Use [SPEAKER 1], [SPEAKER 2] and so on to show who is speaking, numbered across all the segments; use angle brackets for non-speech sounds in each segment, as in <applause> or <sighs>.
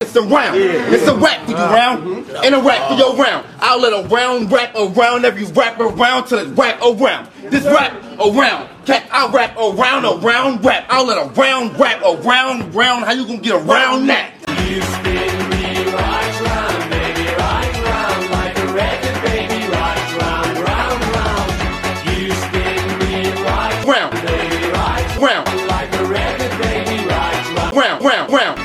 [SPEAKER 1] it's a round. It's a rap for you, round. And a rap for your round. I'll let a round rap around every rap around till it's rap around. This rap around. Cat, I'll rap around, around rap. I'll let a round rap around, round. How you gonna get around that? round, round, round, round, round, round.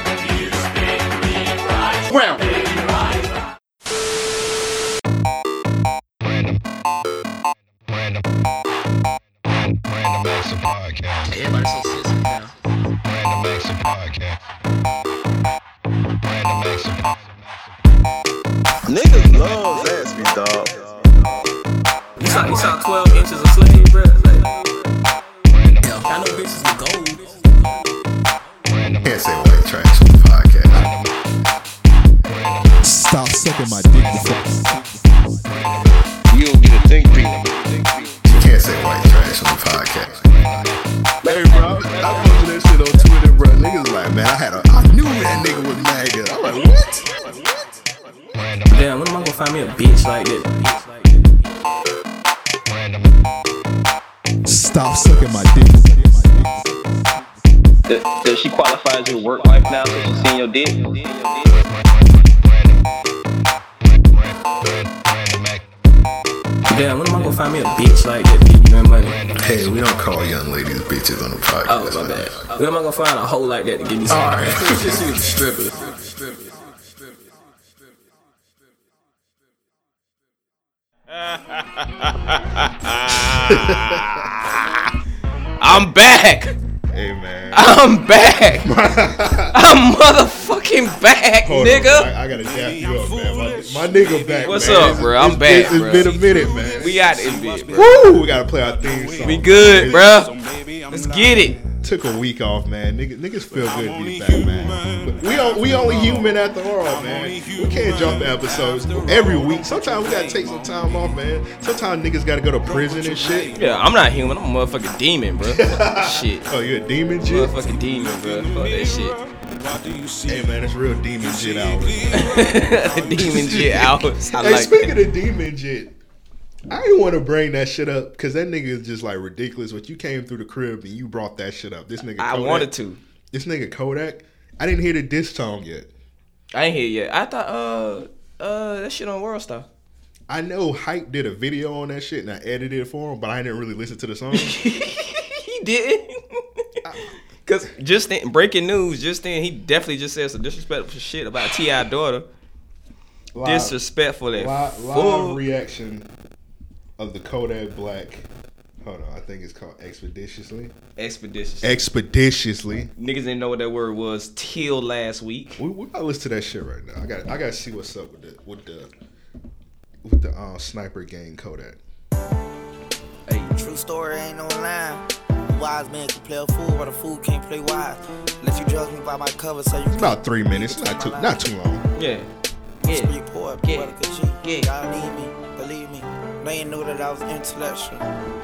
[SPEAKER 2] Random. Random Acts of Podcast.
[SPEAKER 3] Everybody's so sensitive now.
[SPEAKER 2] Random Acts of Podcast. Random Acts of
[SPEAKER 4] Niggas love Zaxby, dog.
[SPEAKER 3] You saw, you saw 12 inches of sling, bro. Like, yo, I know bitches with gold.
[SPEAKER 5] Can't say white trash on the podcast.
[SPEAKER 6] Stop sucking my dick. before-
[SPEAKER 4] You don't get a think peek.
[SPEAKER 5] You can't say white trash on the podcast. Hey, bro, I posted that shit on Twitter, bro. Niggas like, man, I had a, I knew that nigga was mad. good." I'm like, what?
[SPEAKER 3] Damn, when am I gonna find me a bitch like that?
[SPEAKER 6] Stop sucking my dick.
[SPEAKER 7] Does, does she qualify as your work wife now since she's seen your dick?
[SPEAKER 3] Damn, when am I gonna find me a bitch like that? Bitch, you ain't money.
[SPEAKER 5] Hey, we don't call young ladies bitches on the podcast.
[SPEAKER 3] Oh, my
[SPEAKER 5] man.
[SPEAKER 3] bad. When am I gonna find a hoe like that to give me some?
[SPEAKER 5] All
[SPEAKER 3] <laughs>
[SPEAKER 5] right.
[SPEAKER 3] she was a stripper.
[SPEAKER 8] I'm back.
[SPEAKER 5] Hey, man.
[SPEAKER 8] Ah,
[SPEAKER 5] <laughs>
[SPEAKER 8] I'm back. I'm motherfucking back,
[SPEAKER 5] Hold on,
[SPEAKER 8] nigga.
[SPEAKER 5] I, I gotta gap you up, man. My, my nigga back.
[SPEAKER 8] What's
[SPEAKER 5] man.
[SPEAKER 8] up,
[SPEAKER 5] It's-
[SPEAKER 8] bro? I'm
[SPEAKER 5] it's-
[SPEAKER 8] back,
[SPEAKER 5] It's, it's
[SPEAKER 8] bro.
[SPEAKER 5] been a minute, man.
[SPEAKER 8] We out this bitch, bro.
[SPEAKER 5] Woo! We gotta play our theme song.
[SPEAKER 8] We good, bro. Let's get it.
[SPEAKER 5] Took a week off, man. Niggas, niggas feel good to be back, man. But we on, we only human after all, man. We can't jump episodes every week. Sometimes we gotta take some time off, man. Sometimes niggas gotta go to prison and shit.
[SPEAKER 8] Yeah, I'm not human. I'm a motherfucking demon, bro. shit.
[SPEAKER 5] Oh, you a demon shit?
[SPEAKER 8] Motherfucking demon, bro. Fuck that shit.
[SPEAKER 5] Hey, man, it's real demon shit out. Hey,
[SPEAKER 8] demon shit <laughs> hours. I like that.
[SPEAKER 5] speaking of demon shit. I didn't want to bring that shit up because that nigga is just like ridiculous. But you came through the crib and you brought that shit up. This nigga,
[SPEAKER 8] I
[SPEAKER 5] Kodak-
[SPEAKER 8] wanted to.
[SPEAKER 5] This nigga Kodak. I didn't hear the diss song yet.
[SPEAKER 8] I ain't here yet. I thought, uh, uh, that shit on World Star. <laughs>
[SPEAKER 5] I know Hype did a video on that shit and I edited it for him, but I didn't really listen to the
[SPEAKER 8] <laughs>
[SPEAKER 5] song.
[SPEAKER 8] he did. <laughs> Cause just then, breaking news, just then he definitely just said some disrespectful shit about Ti daughter. Disrespectful and
[SPEAKER 5] Live,
[SPEAKER 8] full.
[SPEAKER 5] live reaction of the Kodak Black. Hold on, I think it's called expeditiously.
[SPEAKER 8] expeditious.
[SPEAKER 5] Expeditiously.
[SPEAKER 8] Niggas didn't know what that word was till last week.
[SPEAKER 5] We, we gotta listen to that shit right now. I got I gotta see what's up with the with the with the um, sniper gang Kodak.
[SPEAKER 9] True story ain't no lie. A Wise man can play a fool, but a fool can't play wise. Unless you judge me by my cover, so you
[SPEAKER 5] About three minutes, not too not too long.
[SPEAKER 8] Yeah.
[SPEAKER 9] can
[SPEAKER 8] Yeah.
[SPEAKER 9] be poor,
[SPEAKER 8] Yeah.
[SPEAKER 9] poetic G.
[SPEAKER 8] Yeah.
[SPEAKER 9] Y'all need me, believe me. They ain't knew that I was intellectual.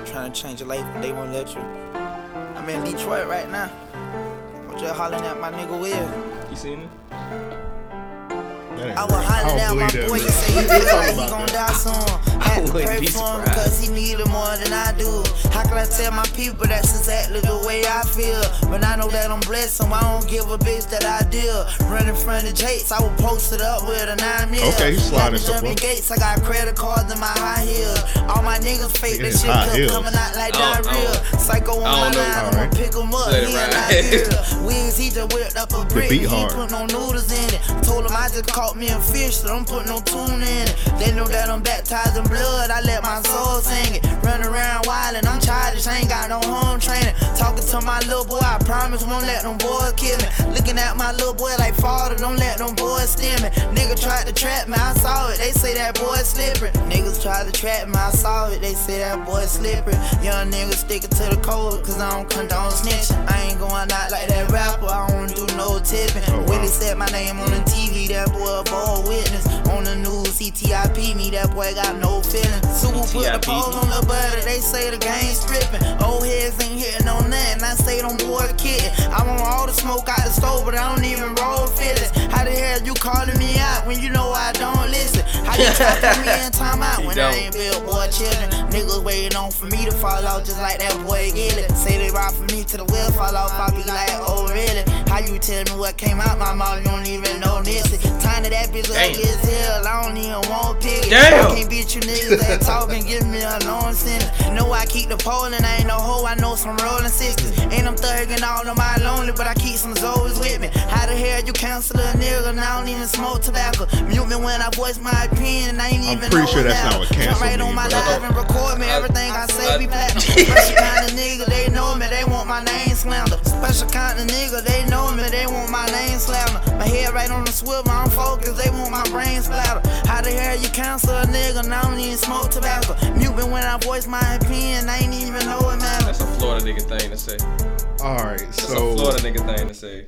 [SPEAKER 9] Trying to change your life, but they won't let you. I'm in Detroit right now. I'm just hollering at my nigga Will.
[SPEAKER 8] You seen it?
[SPEAKER 5] That ain't
[SPEAKER 9] I was
[SPEAKER 5] right.
[SPEAKER 9] hollering
[SPEAKER 5] I
[SPEAKER 9] at
[SPEAKER 5] don't
[SPEAKER 9] my
[SPEAKER 5] believe
[SPEAKER 9] boy, you
[SPEAKER 5] that.
[SPEAKER 9] say he
[SPEAKER 5] Talk
[SPEAKER 9] feel like he
[SPEAKER 5] about
[SPEAKER 9] gon'
[SPEAKER 5] that.
[SPEAKER 9] die soon. Had to
[SPEAKER 8] wouldn't
[SPEAKER 9] pray
[SPEAKER 8] be
[SPEAKER 9] for him,
[SPEAKER 8] surprised.
[SPEAKER 9] cause he needed more than I do. How can I tell my people that's exactly the way I feel? When I know that I'm blessed, so I don't give a bitch that I deal. Running from the Jates, I will post it up with a nine mil.
[SPEAKER 5] Okay, he's sliding
[SPEAKER 9] Got the
[SPEAKER 5] somewhere.
[SPEAKER 9] jumping gates, I got credit cards in my high heels. All my niggas fake,
[SPEAKER 5] Nigga,
[SPEAKER 9] that
[SPEAKER 5] his
[SPEAKER 9] shit
[SPEAKER 5] high
[SPEAKER 9] cook
[SPEAKER 5] heels.
[SPEAKER 9] coming out like
[SPEAKER 8] I don't- I
[SPEAKER 9] diarrhea. Psycho on my
[SPEAKER 8] I don't know.
[SPEAKER 9] line, I'm
[SPEAKER 5] Alright.
[SPEAKER 9] gonna pick him up.
[SPEAKER 8] Let it
[SPEAKER 9] He in
[SPEAKER 8] ride.
[SPEAKER 9] Nigeria. Wigs, he just whipped up
[SPEAKER 5] <laughs>
[SPEAKER 9] a brick.
[SPEAKER 5] beat
[SPEAKER 9] He
[SPEAKER 5] hard.
[SPEAKER 9] put no noodles in it. Told him I just caught me a fish, so don't put no tune in it. They know that I'm baptized in blood, I let my soul sing it. Run around wild and I'm childish, I ain't got no home training. Talking to my little boy, I promise won't let them boys kill me. Looking at my little boy like father, don't let them boys steal me. Nigga tried to trap me, I saw it, they say that boy slipping. Niggas tried to trap me, I saw it, they say that boy slipping. Young niggas sticking to the code, cause I don't condone snitching. I ain't going out like that rapper, I don't do no tipping.
[SPEAKER 5] wow.
[SPEAKER 9] Willie said my name on the TV, TV, that boy a ball witness. On the news, he TIP me, that boy got no feeling. Super put the
[SPEAKER 8] TIP.
[SPEAKER 9] pole on the butter, they say the game stripping. Old heads ain't hitting on nothing, I say them boy kidding. I want all the smoke out the stove, but I don't even roll feelings. How the hell you calling me out when you know I don't listen? How you talking me in time
[SPEAKER 8] <laughs>
[SPEAKER 9] out
[SPEAKER 8] He
[SPEAKER 9] when
[SPEAKER 8] don't.
[SPEAKER 9] I ain't billboard children? Niggas waiting on for me to fall off just like that boy Gilly. Say they ride for me to the wheel fall off, I be like, oh really? How you tell me what came out my mouth? You don't even know this. Time to that bitch
[SPEAKER 8] Damn.
[SPEAKER 9] ugly as hell. I don't even want pig.
[SPEAKER 8] Damn.
[SPEAKER 9] I can't beat you niggas that talk and give me a long sentence. Know I keep the pole and I ain't no hoe. I know some rolling sixes. And I'm thugging all on my lonely, but I keep some Zoes with me. How the hell you cancel a nigga and I don't even smoke tobacco? Mute me when I voice my opinion and I ain't
[SPEAKER 5] I'm
[SPEAKER 9] even
[SPEAKER 5] pretty
[SPEAKER 9] know
[SPEAKER 5] sure that's
[SPEAKER 9] about
[SPEAKER 5] not what
[SPEAKER 9] it. Jump
[SPEAKER 5] cancel
[SPEAKER 9] right on
[SPEAKER 5] mean,
[SPEAKER 9] my
[SPEAKER 5] but-
[SPEAKER 9] live and record me.
[SPEAKER 8] I-
[SPEAKER 9] Everything I say
[SPEAKER 8] I-
[SPEAKER 9] be platinum. Special kind of nigga, they know me. They want my name slander. Special kind of nigga, they know me. They want my name slander. My head right on the swivel, I'm focused. They want my brain splatter. How the hell you counsel a nigga? Now I don't even smoke tobacco. Mute me when I voice my opinion. I ain't even know it matters.
[SPEAKER 8] That's a Florida nigga thing to say. That's
[SPEAKER 5] All right,
[SPEAKER 8] a
[SPEAKER 5] so
[SPEAKER 8] Florida nigga thing to say.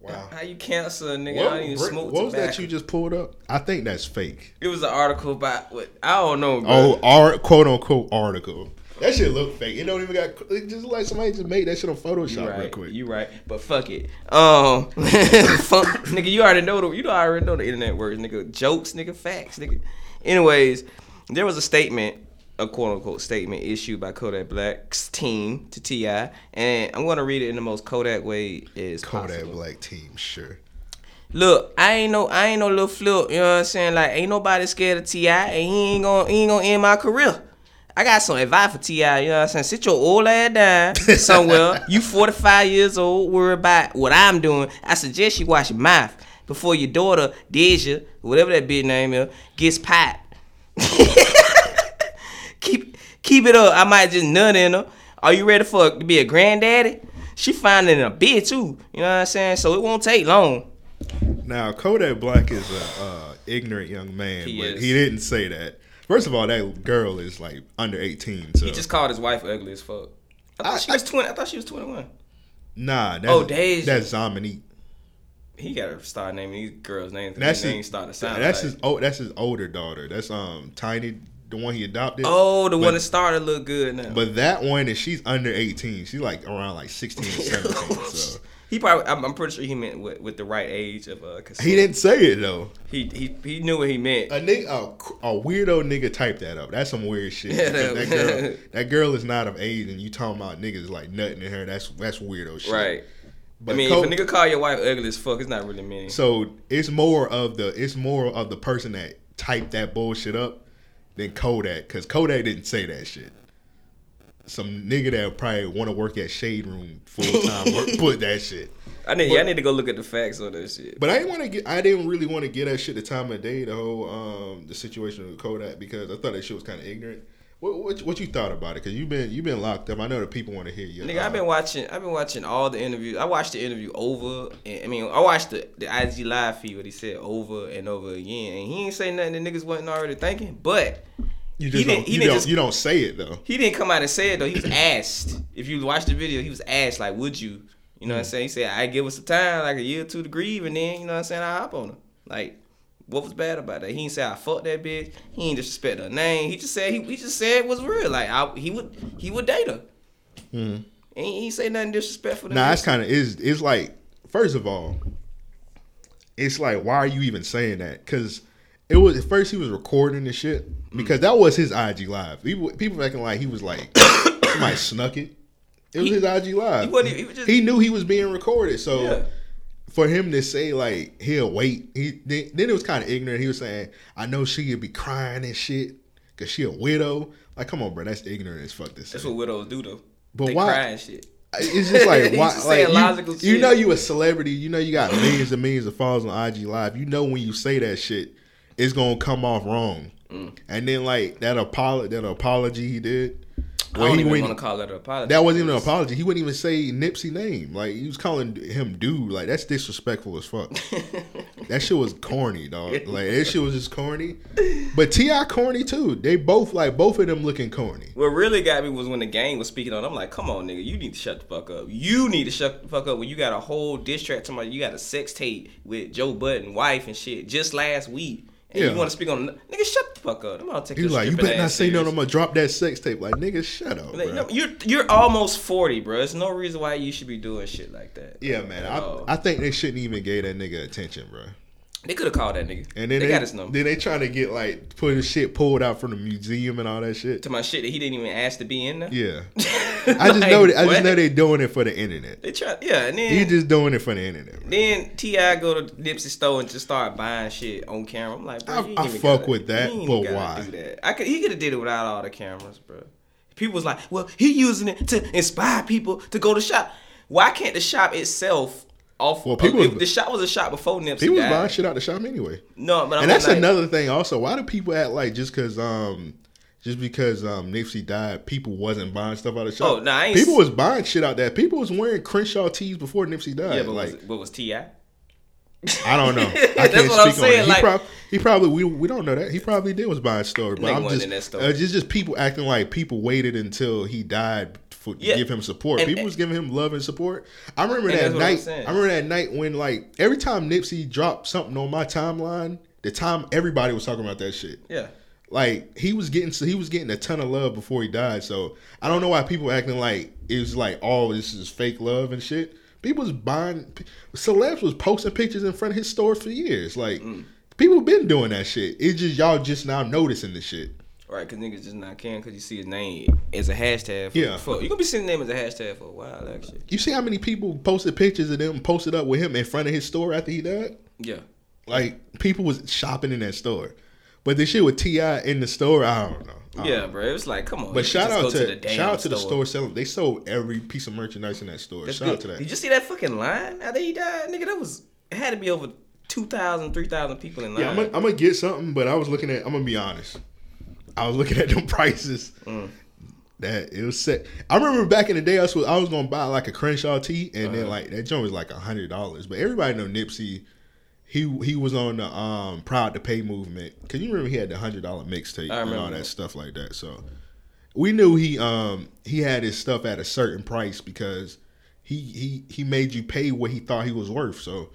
[SPEAKER 5] wow.
[SPEAKER 8] How you cancel a nigga? I
[SPEAKER 5] What,
[SPEAKER 8] don't even
[SPEAKER 5] what-
[SPEAKER 8] smoke
[SPEAKER 5] what was that
[SPEAKER 8] tobacco?
[SPEAKER 5] you just pulled up? I think that's fake.
[SPEAKER 8] It was an article by what I don't know.
[SPEAKER 5] Oh,
[SPEAKER 8] Bro.
[SPEAKER 5] art, quote unquote article. That shit look fake. It don't even got. It just look like somebody just made that shit on Photoshop
[SPEAKER 8] you
[SPEAKER 5] real
[SPEAKER 8] right.
[SPEAKER 5] quick.
[SPEAKER 8] You right. But fuck it.
[SPEAKER 5] <laughs>
[SPEAKER 8] Um, fuck, nigga, you already know the you already know the internet words, nigga. Jokes, nigga, facts, nigga. Anyways, there was a statement, a quote unquote statement issued by Kodak Black's team to Ti, and I'm gonna read it in the most Kodak way as
[SPEAKER 5] Kodak
[SPEAKER 8] possible.
[SPEAKER 5] Black Team, sure.
[SPEAKER 8] Look, I ain't no, I ain't no little flip. You know what I'm saying? Like, ain't nobody scared of Ti, and he ain't gonna, he ain't gonna end my career. I got some advice for Ti. You know what I'm saying? Sit your old ass down somewhere. you 45 years old, worry about what I'm doing. I suggest you wash your mouth before your daughter Deja, whatever that bitch name is, gets popped. <laughs> keep keep it up. I might just nut in her. Are you ready for to be a granddaddy? She finding a bitch too. You know what I'm saying? So it won't take long.
[SPEAKER 5] Now Kodak Black is a uh, ignorant young man,
[SPEAKER 8] He
[SPEAKER 5] but
[SPEAKER 8] is.
[SPEAKER 5] he didn't say that. First of all, that girl is like under eighteen. So
[SPEAKER 8] He just called his wife ugly as fuck. I thought
[SPEAKER 5] I-
[SPEAKER 8] she was twenty. I thought she was twenty-one.
[SPEAKER 5] nah. That's,
[SPEAKER 8] Oh, Deja.
[SPEAKER 5] That's Dominique.
[SPEAKER 8] He got to start naming these girls' names.
[SPEAKER 5] That's
[SPEAKER 8] That's his name
[SPEAKER 5] his-
[SPEAKER 8] starting to sound.
[SPEAKER 5] that's
[SPEAKER 8] like.
[SPEAKER 5] his. Oh, that's his older daughter. That's um Tiny, the one he adopted.
[SPEAKER 8] Oh, the
[SPEAKER 5] But-
[SPEAKER 8] one that started look good now.
[SPEAKER 5] But that one is she's under eighteen. She's like around like sixteen,
[SPEAKER 8] <laughs>
[SPEAKER 5] or seventeen. so
[SPEAKER 8] he probably. I'm, I'm pretty sure he meant with, with the right age of uh. Consent.
[SPEAKER 5] he didn't Uh, say it though.
[SPEAKER 8] He he he knew what he meant.
[SPEAKER 5] A nigga, a, cr- a weirdo nigga typed that up. That's some weird shit.
[SPEAKER 8] <laughs> Yeah,
[SPEAKER 5] Because
[SPEAKER 8] that-
[SPEAKER 5] that,
[SPEAKER 8] <laughs>
[SPEAKER 5] girl, that girl is not of age, and you talking about niggas like nothing in her. That's that's weirdo shit.
[SPEAKER 8] right.
[SPEAKER 5] But
[SPEAKER 8] I mean,
[SPEAKER 5] Ko-
[SPEAKER 8] if a nigga call your wife ugly as fuck, it's not really mean.
[SPEAKER 5] so it's more of the it's more of the person that typed that bullshit up than Kodak, because Kodak didn't say that shit. Some nigga that probably want to work at Shade Room full
[SPEAKER 8] <laughs>
[SPEAKER 5] time work- put that shit.
[SPEAKER 8] I need. Y'all need to go look at the facts on that shit.
[SPEAKER 5] But I didn't want to get. I didn't really want to get that shit the time of day. The whole um the situation with Kodak because I thought that shit was kind of ignorant. What, what what you thought about it? Because you've been you've been locked up. I know the people want to hear uh, you.
[SPEAKER 8] Nigga, I've been watching. I've been watching all the interviews. I watched the interview over. And, I mean, I watched the, the IG live feed what he said over and over again, and he ain't say nothing. The niggas wasn't already thinking, but
[SPEAKER 5] You
[SPEAKER 8] he
[SPEAKER 5] just
[SPEAKER 8] didn't-
[SPEAKER 5] don't,
[SPEAKER 8] he
[SPEAKER 5] you
[SPEAKER 8] didn't
[SPEAKER 5] don't
[SPEAKER 8] just-
[SPEAKER 5] you don't say it though.
[SPEAKER 8] he didn't come out and say it though. He was asked. If you watch the video, he was asked like, "Would you?" You know what I'm saying? He said, "I give us a time, like a year or two to grieve, and then you know what I'm saying. I hop on her." Like, what was bad about that? He ain't say I fucked that bitch. He ain't disrespect her name. He just said he, he just said it was real. Like, I, he would he would date her. And he ain't say nothing disrespectful. To
[SPEAKER 5] Nah,
[SPEAKER 8] me.
[SPEAKER 5] it's kind of is it's like first of all, it's like why are you even saying that? Because it was at first he was recording this shit
[SPEAKER 8] Mm.
[SPEAKER 5] because that was his IG live. People people acting like he was like <coughs> somebody snuck it. It was
[SPEAKER 8] He-
[SPEAKER 5] his IG live.
[SPEAKER 8] he wasn't- he was just-
[SPEAKER 5] He knew he was being recorded, so.
[SPEAKER 8] Yeah.
[SPEAKER 5] For him to say like he'll wait, he then, then it was kind of ignorant. He was saying, "I know she'll be crying and shit, cause she a widow." Like, come on, bro, that's ignorant as fuck. This
[SPEAKER 8] That's what widows do though.
[SPEAKER 5] But
[SPEAKER 8] they
[SPEAKER 5] why-
[SPEAKER 8] cry and shit.
[SPEAKER 5] it's just like
[SPEAKER 8] <laughs> He's
[SPEAKER 5] why,
[SPEAKER 8] just saying
[SPEAKER 5] like
[SPEAKER 8] logical
[SPEAKER 5] you, you
[SPEAKER 8] shit.
[SPEAKER 5] know you a celebrity, you know you got millions and millions of followers on IG Live. You know when you say that shit,
[SPEAKER 8] Mm.
[SPEAKER 5] it's gonna come off wrong. And then like that apolo that apology he did, Well,
[SPEAKER 8] I don't
[SPEAKER 5] he
[SPEAKER 8] even
[SPEAKER 5] went-
[SPEAKER 8] want to call it an apology.
[SPEAKER 5] That wasn't even an apology. He wouldn't even say Nipsey name. Like he was calling him dude. Like that's disrespectful as
[SPEAKER 8] <laughs>
[SPEAKER 5] fuck. that shit was corny, dog. Like that shit was just corny. But Ti corny too. They both like both of them looking corny.
[SPEAKER 8] What really got me was when the gang was speaking on. it. I'm like, come on, nigga, you need to shut the fuck up. You need to shut the fuck up when you got a whole diss track. Somebody, you got a sex tape with Joe Budden wife and shit just last week, and
[SPEAKER 5] Yeah.
[SPEAKER 8] you want to speak on nigga, shut the fuck up. I'm gonna take
[SPEAKER 5] He's
[SPEAKER 8] this
[SPEAKER 5] like, you
[SPEAKER 8] stripping
[SPEAKER 5] better not
[SPEAKER 8] ass
[SPEAKER 5] say nothing.
[SPEAKER 8] serious."
[SPEAKER 5] I'm gonna drop that sex tape. Like nigga, shut up.
[SPEAKER 8] Like,
[SPEAKER 5] bruh.
[SPEAKER 8] no, you're you're almost forty, bro. There's no reason why you should be doing shit like that.
[SPEAKER 5] yeah, man.
[SPEAKER 8] At all.
[SPEAKER 5] I, I think they shouldn't even gave that nigga attention, bro.
[SPEAKER 8] they could have called that nigga.
[SPEAKER 5] And then
[SPEAKER 8] they,
[SPEAKER 5] they,
[SPEAKER 8] got his number.
[SPEAKER 5] then they trying to get like put his shit pulled out from the museum and all that shit.
[SPEAKER 8] to my shit that he didn't even ask to be in there. <laughs>
[SPEAKER 5] Yeah, I just
[SPEAKER 8] Like,
[SPEAKER 5] know. I just
[SPEAKER 8] what?
[SPEAKER 5] know they doing it for the internet.
[SPEAKER 8] They tried, yeah, and then
[SPEAKER 5] He just doing it for the internet. bruh.
[SPEAKER 8] Then Ti go to Nipsey store and just start buying shit on camera. I'm like, bro,
[SPEAKER 5] I-
[SPEAKER 8] you ain't
[SPEAKER 5] I
[SPEAKER 8] even
[SPEAKER 5] fuck
[SPEAKER 8] gotta-
[SPEAKER 5] with that,
[SPEAKER 8] you ain't
[SPEAKER 5] but
[SPEAKER 8] even gotta
[SPEAKER 5] why?
[SPEAKER 8] Do that. I could, he could have did it without all the cameras, bro. People was like, well, he using it to inspire people to go to shop. Why can't the shop itself off?
[SPEAKER 5] Well, people
[SPEAKER 8] if
[SPEAKER 5] was-
[SPEAKER 8] the shop was a shop before Nipsey
[SPEAKER 5] He was
[SPEAKER 8] died.
[SPEAKER 5] buying shit out the shop anyway.
[SPEAKER 8] No, but I'm
[SPEAKER 5] and that's
[SPEAKER 8] like,
[SPEAKER 5] another thing also. Why do people act like just because um just because um Nipsey died, people wasn't buying stuff out of the shop?
[SPEAKER 8] Oh, nah, I ain't
[SPEAKER 5] people
[SPEAKER 8] s-
[SPEAKER 5] was buying shit out there. People was wearing Crenshaw tees before Nipsey died.
[SPEAKER 8] Yeah, but
[SPEAKER 5] like
[SPEAKER 8] was, but was Ti?
[SPEAKER 5] I don't
[SPEAKER 8] <laughs>
[SPEAKER 5] know. I
[SPEAKER 8] That's
[SPEAKER 5] can't
[SPEAKER 8] what I'm
[SPEAKER 5] speak on it.
[SPEAKER 8] saying,
[SPEAKER 5] He,
[SPEAKER 8] like-
[SPEAKER 5] prob- he probably we we don't know that he probably did was buying store, but
[SPEAKER 8] Nigga
[SPEAKER 5] I'm
[SPEAKER 8] wasn't
[SPEAKER 5] just
[SPEAKER 8] in that store.
[SPEAKER 5] uh, it's just people acting like people waited until he died for,
[SPEAKER 8] Yeah.
[SPEAKER 5] to give him support.
[SPEAKER 8] And-
[SPEAKER 5] people was giving him love and support. I remember
[SPEAKER 8] And
[SPEAKER 5] that
[SPEAKER 8] that's what I'm
[SPEAKER 5] night.
[SPEAKER 8] saying.
[SPEAKER 5] I remember that night when like every time Nipsey dropped something on my timeline, the time everybody was talking about that shit.
[SPEAKER 8] Yeah.
[SPEAKER 5] Like he was getting he was getting a ton of love before he died. So I don't know why people acting like it was like oh this is fake love and shit. People was buying celebs was posting pictures in front of his store for years. Like people been doing that shit. It's just y'all just now noticing the shit.
[SPEAKER 8] Right, cause niggas just not caring cause you see his name as a hashtag. For,
[SPEAKER 5] Yeah.
[SPEAKER 8] for, you gonna be seeing the name as a hashtag for a while, actually.
[SPEAKER 5] You see how many people posted pictures of them posted up with him in front of his store after he died?
[SPEAKER 8] Yeah,
[SPEAKER 5] Like people was shopping in that store. But the shit with Ti in the store, I don't know. I don't
[SPEAKER 8] yeah, bro. It was like, come on.
[SPEAKER 5] Um, But
[SPEAKER 8] nigga,
[SPEAKER 5] shout
[SPEAKER 8] just go
[SPEAKER 5] out to,
[SPEAKER 8] damn
[SPEAKER 5] shout out to the store selling. They sold every piece of merchandise in that store.
[SPEAKER 8] That's
[SPEAKER 5] shout out
[SPEAKER 8] good.
[SPEAKER 5] to that.
[SPEAKER 8] Did you see that fucking line after he died? Nigga, that was it had to be over 2,000, 3,000 people in line.
[SPEAKER 5] yeah, I'm gonna I'm gonna get something, but I was looking at. I'm gonna be honest. I was looking at them <laughs> prices.
[SPEAKER 8] Mm.
[SPEAKER 5] That it was set. I remember back in the day, I was I was gonna buy like a Crenshaw tee, and
[SPEAKER 8] Uh-huh.
[SPEAKER 5] then like that joint was like a hundred dollars. But everybody know Nipsey. He he was on the um Proud to Pay movement because you remember he had the hundred dollar mixtape and
[SPEAKER 8] I
[SPEAKER 5] all
[SPEAKER 8] remember
[SPEAKER 5] that
[SPEAKER 8] that.
[SPEAKER 5] stuff like that. So we knew he um he had his stuff at a certain price because he he he made you pay what he thought he was worth. So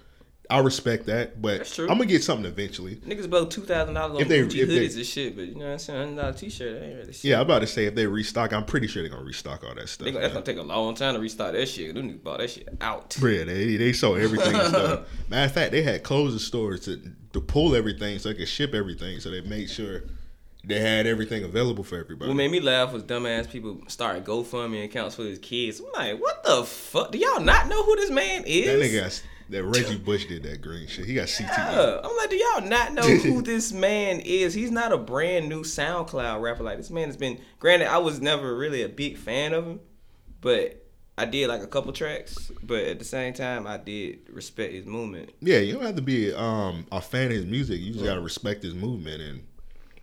[SPEAKER 5] I respect that, but
[SPEAKER 8] That's true.
[SPEAKER 5] I'm gonna get something eventually.
[SPEAKER 8] Niggas blow two thousand dollars
[SPEAKER 5] If
[SPEAKER 8] on
[SPEAKER 5] they-
[SPEAKER 8] Gucci
[SPEAKER 5] if they-
[SPEAKER 8] hoodies and shit, but you know what I'm saying? Hundred dollar t-shirt, that ain't really shit.
[SPEAKER 5] Yeah, I'm about to say if they restock, I'm pretty sure they're gonna restock all that stuff.
[SPEAKER 8] They gonna, that's
[SPEAKER 5] man.
[SPEAKER 8] gonna take a long time to restart that shit. Them niggas bought that shit out.
[SPEAKER 5] Yeah, they they sold everything. and stuff.
[SPEAKER 8] <laughs>
[SPEAKER 5] Matter of fact, they had closing stores to to pull everything so they could ship everything. So they made sure they had everything available for everybody.
[SPEAKER 8] What made me laugh was dumbass people started GoFundMe accounts for his kids. I'm like, what the fuck? Do y'all not know who this man
[SPEAKER 5] that
[SPEAKER 8] is?
[SPEAKER 5] nigga, got, that Reggie Bush did that green shit. He got CTE.
[SPEAKER 8] Yeah. I'm like, do y'all not know <laughs> who this man is? He's not a brand new SoundCloud rapper. Like this man has been. Granted, I was never really a big fan of him, but I did like a couple tracks. But at the same time, I did respect his movement.
[SPEAKER 5] Yeah, you don't have to be um, a fan of his music. You just gotta respect his movement. And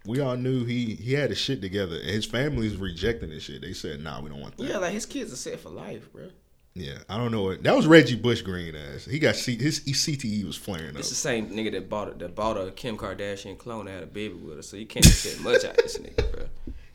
[SPEAKER 5] we all knew he he had his shit together. And his family's rejecting his shit. They said, Nah, we don't want that.
[SPEAKER 8] Yeah, like his kids are set for life, bro.
[SPEAKER 5] Yeah, I don't know what that was. Reggie Bush green ass. He got C, his CTE was flaring up.
[SPEAKER 8] It's the same nigga that bought a, that bought a Kim Kardashian clone and had a baby with her, so you can't expect much out of this nigga, bro.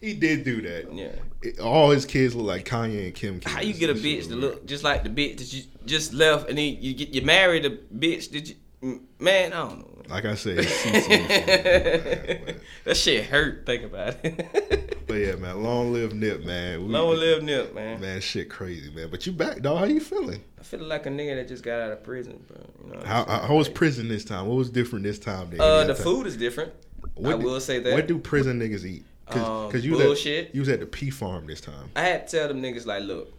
[SPEAKER 5] He did do that.
[SPEAKER 8] Yeah.
[SPEAKER 5] It- all his kids look like Kanye and Kim. Kids.
[SPEAKER 8] How you get a
[SPEAKER 5] This shit
[SPEAKER 8] bitch
[SPEAKER 5] was
[SPEAKER 8] to
[SPEAKER 5] weird.
[SPEAKER 8] look just like the bitch that you just left, and then you get you married a bitch that you mm, man? I don't know.
[SPEAKER 5] Like I said, his E.
[SPEAKER 8] <laughs>
[SPEAKER 5] CTE. was flaring up, man,
[SPEAKER 8] That shit hurt. Think about it. <laughs>
[SPEAKER 5] but, but yeah, man. Long live Nip, man. We-
[SPEAKER 8] Long live Nip, man.
[SPEAKER 5] Man, shit crazy, man. But you back, dog. How you feeling?
[SPEAKER 8] I feel like a nigga that just got out of prison, bro. You know. what I'm
[SPEAKER 5] How,
[SPEAKER 8] saying?
[SPEAKER 5] how was prison this time? What was different this time? Than
[SPEAKER 8] Uh,
[SPEAKER 5] any other
[SPEAKER 8] the
[SPEAKER 5] time?
[SPEAKER 8] food is different. I
[SPEAKER 5] do-
[SPEAKER 8] will say that.
[SPEAKER 5] What do prison niggas eat? Because
[SPEAKER 8] Um,
[SPEAKER 5] you was
[SPEAKER 8] bullshit.
[SPEAKER 5] At, you was at the P farm this time.
[SPEAKER 8] I had to tell them niggas like, look,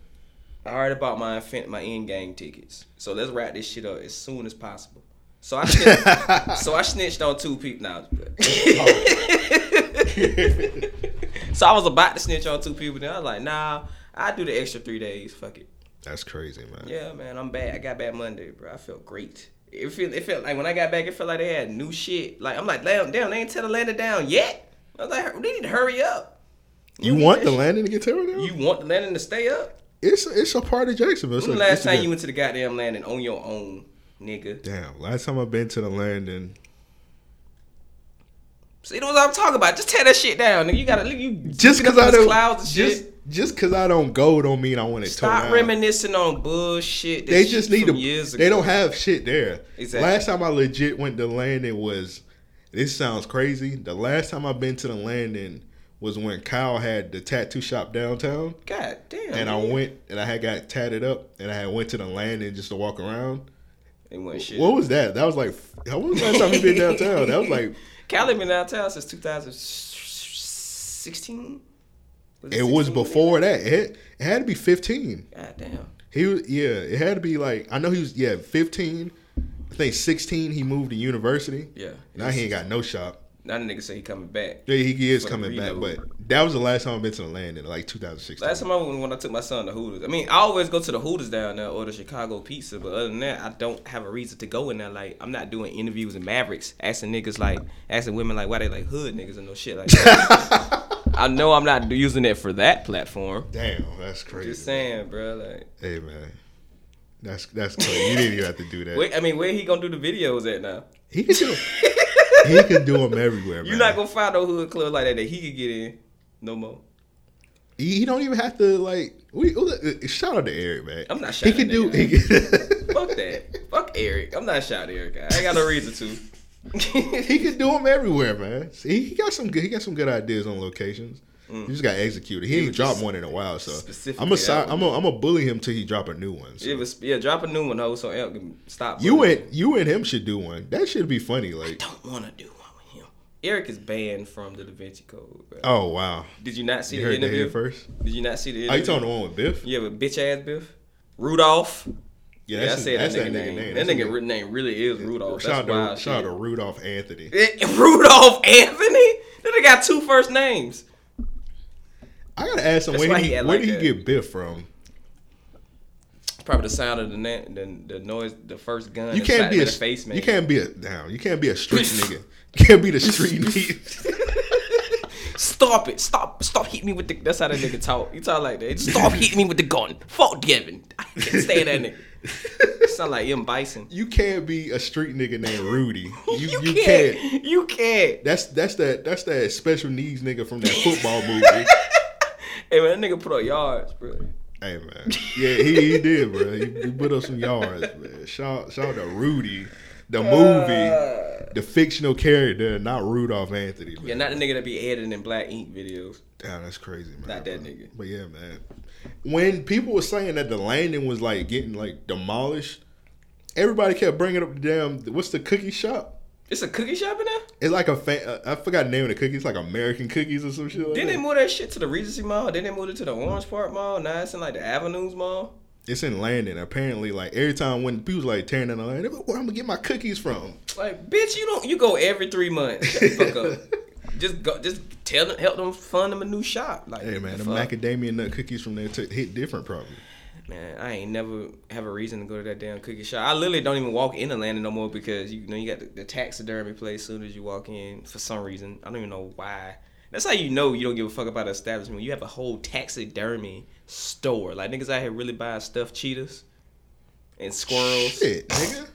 [SPEAKER 8] I already bought my infin- my end game tickets, so let's wrap this shit up as soon as possible. So
[SPEAKER 5] <laughs>
[SPEAKER 8] I snitched, so I snitched on two people now.
[SPEAKER 5] Oh.
[SPEAKER 8] <laughs> so I was about to snitch on two people. Then I was like, nah, I do the extra three days. Fuck it.
[SPEAKER 5] That's crazy, man.
[SPEAKER 8] Yeah, man, I'm bad. I got back Monday, bro. I felt great. It feel it felt like when I got back, it felt like they had new shit. Like I'm like, damn, damn, they ain't tell Atlanta down yet. I was like, they need to hurry up.
[SPEAKER 5] You want the landing to get torn down?
[SPEAKER 8] You want the landing to stay up?
[SPEAKER 5] it's it's a part of Jacksonville. It's
[SPEAKER 8] When
[SPEAKER 5] a-
[SPEAKER 8] the last
[SPEAKER 5] it's a
[SPEAKER 8] time
[SPEAKER 5] good-
[SPEAKER 8] you went to the goddamn landing on your own, nigga?
[SPEAKER 5] Damn, last time I've been to the landing.
[SPEAKER 8] See, that's what I'm talking about. Just tear that shit down, nigga. You gotta you
[SPEAKER 5] Just
[SPEAKER 8] look up
[SPEAKER 5] because I
[SPEAKER 8] those
[SPEAKER 5] don't
[SPEAKER 8] clouds and
[SPEAKER 5] just
[SPEAKER 8] shit.
[SPEAKER 5] just because I don't go don't mean I want it torn
[SPEAKER 8] Stop
[SPEAKER 5] down.
[SPEAKER 8] reminiscing on bullshit. That
[SPEAKER 5] They just
[SPEAKER 8] shit
[SPEAKER 5] need to.
[SPEAKER 8] from Years
[SPEAKER 5] They
[SPEAKER 8] ago.
[SPEAKER 5] don't have shit there.
[SPEAKER 8] Exactly.
[SPEAKER 5] Last time I legit went to landing was. This sounds crazy. The last time I've been to the landing was when Kyle had the tattoo shop downtown.
[SPEAKER 8] God damn.
[SPEAKER 5] and I
[SPEAKER 8] nigga.
[SPEAKER 5] went and I had got tatted up and I had went to the landing just to walk around.
[SPEAKER 8] It wasn't shit.
[SPEAKER 5] What was that? That was like how when was the last time you been downtown? That was like
[SPEAKER 8] Cali been downtown since 2016.
[SPEAKER 5] <laughs> it was before that. It had, it had to be fifteen.
[SPEAKER 8] God damn.
[SPEAKER 5] He was yeah. It had to be like I know he was yeah fifteen. I think sixteen. He moved to university.
[SPEAKER 8] Yeah.
[SPEAKER 5] Now he ain't got no shop.
[SPEAKER 8] Now the nigga say he coming back.
[SPEAKER 5] Yeah, he is
[SPEAKER 8] Fucking
[SPEAKER 5] coming back,
[SPEAKER 8] reload.
[SPEAKER 5] but that was the last time I've been to the landing, like 2016.
[SPEAKER 8] Last time I went when I took my son to Hooters. I mean, I always go to the Hooters down there or the Chicago Pizza, but other than that, I don't have a reason to go in there. Like, I'm not doing interviews and Mavericks, asking niggas like, asking women like, why they like hood niggas and no shit like that.
[SPEAKER 5] <laughs>
[SPEAKER 8] I know I'm not using it for that platform.
[SPEAKER 5] Damn, that's crazy.
[SPEAKER 8] Just saying, bro. Like,
[SPEAKER 5] Hey man, that's that's crazy. you didn't even have to do that.
[SPEAKER 8] where, I mean, where he gonna do the videos at now?
[SPEAKER 5] He could
[SPEAKER 8] <laughs>
[SPEAKER 5] do. he could do them everywhere, man.
[SPEAKER 8] You're not gonna find no hood club like that that he could get in no more.
[SPEAKER 5] He, he don't even have to like. We we- shout out to Eric, man.
[SPEAKER 8] I'm not
[SPEAKER 5] He can
[SPEAKER 8] shouting at
[SPEAKER 5] do.
[SPEAKER 8] that
[SPEAKER 5] He can,
[SPEAKER 8] <laughs> Fuck that. Fuck Eric. I'm not shouting Eric. out. I ain't got no reason
[SPEAKER 5] <laughs>
[SPEAKER 8] to.
[SPEAKER 5] he <laughs> can do them everywhere, man. See, he got some good. He got some good ideas on locations. He just got executed. He, ain't dropped one in a while, so
[SPEAKER 8] Mm. specifically
[SPEAKER 5] I'm gonna
[SPEAKER 8] that
[SPEAKER 5] I'm gonna I'm gonna bully him till he drop a new one. so.
[SPEAKER 8] It was, yeah, drop a new one, ho, so Elk can stop.
[SPEAKER 5] You
[SPEAKER 8] bullying.
[SPEAKER 5] and you and him should do one. That should be funny. Like,
[SPEAKER 8] don't want to do one with him. Eric is banned from the Da Vinci Code. Bro.
[SPEAKER 5] oh wow,
[SPEAKER 8] Did you not see
[SPEAKER 5] you
[SPEAKER 8] the
[SPEAKER 5] heard that
[SPEAKER 8] interview
[SPEAKER 5] here first.
[SPEAKER 8] Did you not see the
[SPEAKER 5] Are you
[SPEAKER 8] interview?
[SPEAKER 5] talking the one with Biff?
[SPEAKER 8] Yeah, with bitch ass Biff. Rudolph. Yeah, I
[SPEAKER 5] that's,
[SPEAKER 8] said
[SPEAKER 5] that's
[SPEAKER 8] that nigga name. That
[SPEAKER 5] That's
[SPEAKER 8] nigga re- name really is Rudolph.
[SPEAKER 5] Shout out
[SPEAKER 8] That's wild.
[SPEAKER 5] to, shout out
[SPEAKER 8] shit.
[SPEAKER 5] to Rudolph Anthony.
[SPEAKER 8] <laughs> Eh, Rudolph Anthony. Then they got two first names.
[SPEAKER 5] I gotta ask him
[SPEAKER 8] That's
[SPEAKER 5] where
[SPEAKER 8] why
[SPEAKER 5] he,
[SPEAKER 8] he act
[SPEAKER 5] where
[SPEAKER 8] like
[SPEAKER 5] did
[SPEAKER 8] that.
[SPEAKER 5] he get Biff from?
[SPEAKER 8] Probably the sound of the na- the, the noise, the first gun.
[SPEAKER 5] You
[SPEAKER 8] that
[SPEAKER 5] can't
[SPEAKER 8] shot
[SPEAKER 5] be
[SPEAKER 8] him
[SPEAKER 5] a
[SPEAKER 8] in the face man.
[SPEAKER 5] You can't be a down. You can't be a
[SPEAKER 8] <laughs>
[SPEAKER 5] street nigga. You can't be the street nigga.
[SPEAKER 8] Stop it! Stop! Stop hitting me with the. That's how that nigga talk. He talk like that. Stop hitting me with the gun. Fuck Devin. I can't stand that
[SPEAKER 5] <laughs>
[SPEAKER 8] nigga. Sound like M Bison.
[SPEAKER 5] You can't be a street nigga named
[SPEAKER 8] <laughs>
[SPEAKER 5] Rudy. You you, can't.
[SPEAKER 8] can't. You can't.
[SPEAKER 5] That's that's that that's that special needs nigga from that football
[SPEAKER 8] <laughs>
[SPEAKER 5] movie.
[SPEAKER 8] Hey man, that nigga put up yards, bro.
[SPEAKER 5] hey man, yeah, he, he did, bro. He, he put up some yards, man. Shout shout out to Rudy,
[SPEAKER 8] Uh,
[SPEAKER 5] the movie, the fictional character, not Rudolph Anthony. Man.
[SPEAKER 8] Yeah, not the nigga that be editing in black ink videos.
[SPEAKER 5] Damn, that's crazy, man.
[SPEAKER 8] Not that
[SPEAKER 5] bro.
[SPEAKER 8] nigga.
[SPEAKER 5] But yeah, man. When people were saying that the landing was like getting like demolished, everybody kept bringing up the damn what's the cookie shop?
[SPEAKER 8] It's a cookie shop in there.
[SPEAKER 5] It's like a fa- I forgot the name of the cookie. It's like American cookies or some shit. Like
[SPEAKER 8] Then
[SPEAKER 5] that.
[SPEAKER 8] they move that shit to the Regency Mall. Then they moved it to the Orange Park Mall. Now it's in like the Avenues Mall.
[SPEAKER 5] it's in landing. Apparently, like every time when people was like tearing down the landing, they're like, where I'm gonna get my cookies from?
[SPEAKER 8] Like, bitch, you don't. You go every three months. Shut the
[SPEAKER 5] <laughs>
[SPEAKER 8] fuck up. Just go. Just tell them. Help them fund them a new shop. Like,
[SPEAKER 5] Hey man, the
[SPEAKER 8] fuck?
[SPEAKER 5] macadamia nut cookies from there t- hit different probably.
[SPEAKER 8] Man, I ain't never have a reason to go to that damn cookie shop. I literally don't even walk in the landing no more because you know you got the, the taxidermy place. As soon as you walk in, for some reason, I don't even know why. That's how you know you don't give a fuck about an establishment. You have a whole taxidermy store. Like niggas out here really buying stuffed cheetahs and squirrels. <sighs>
[SPEAKER 5] Shit, nigga.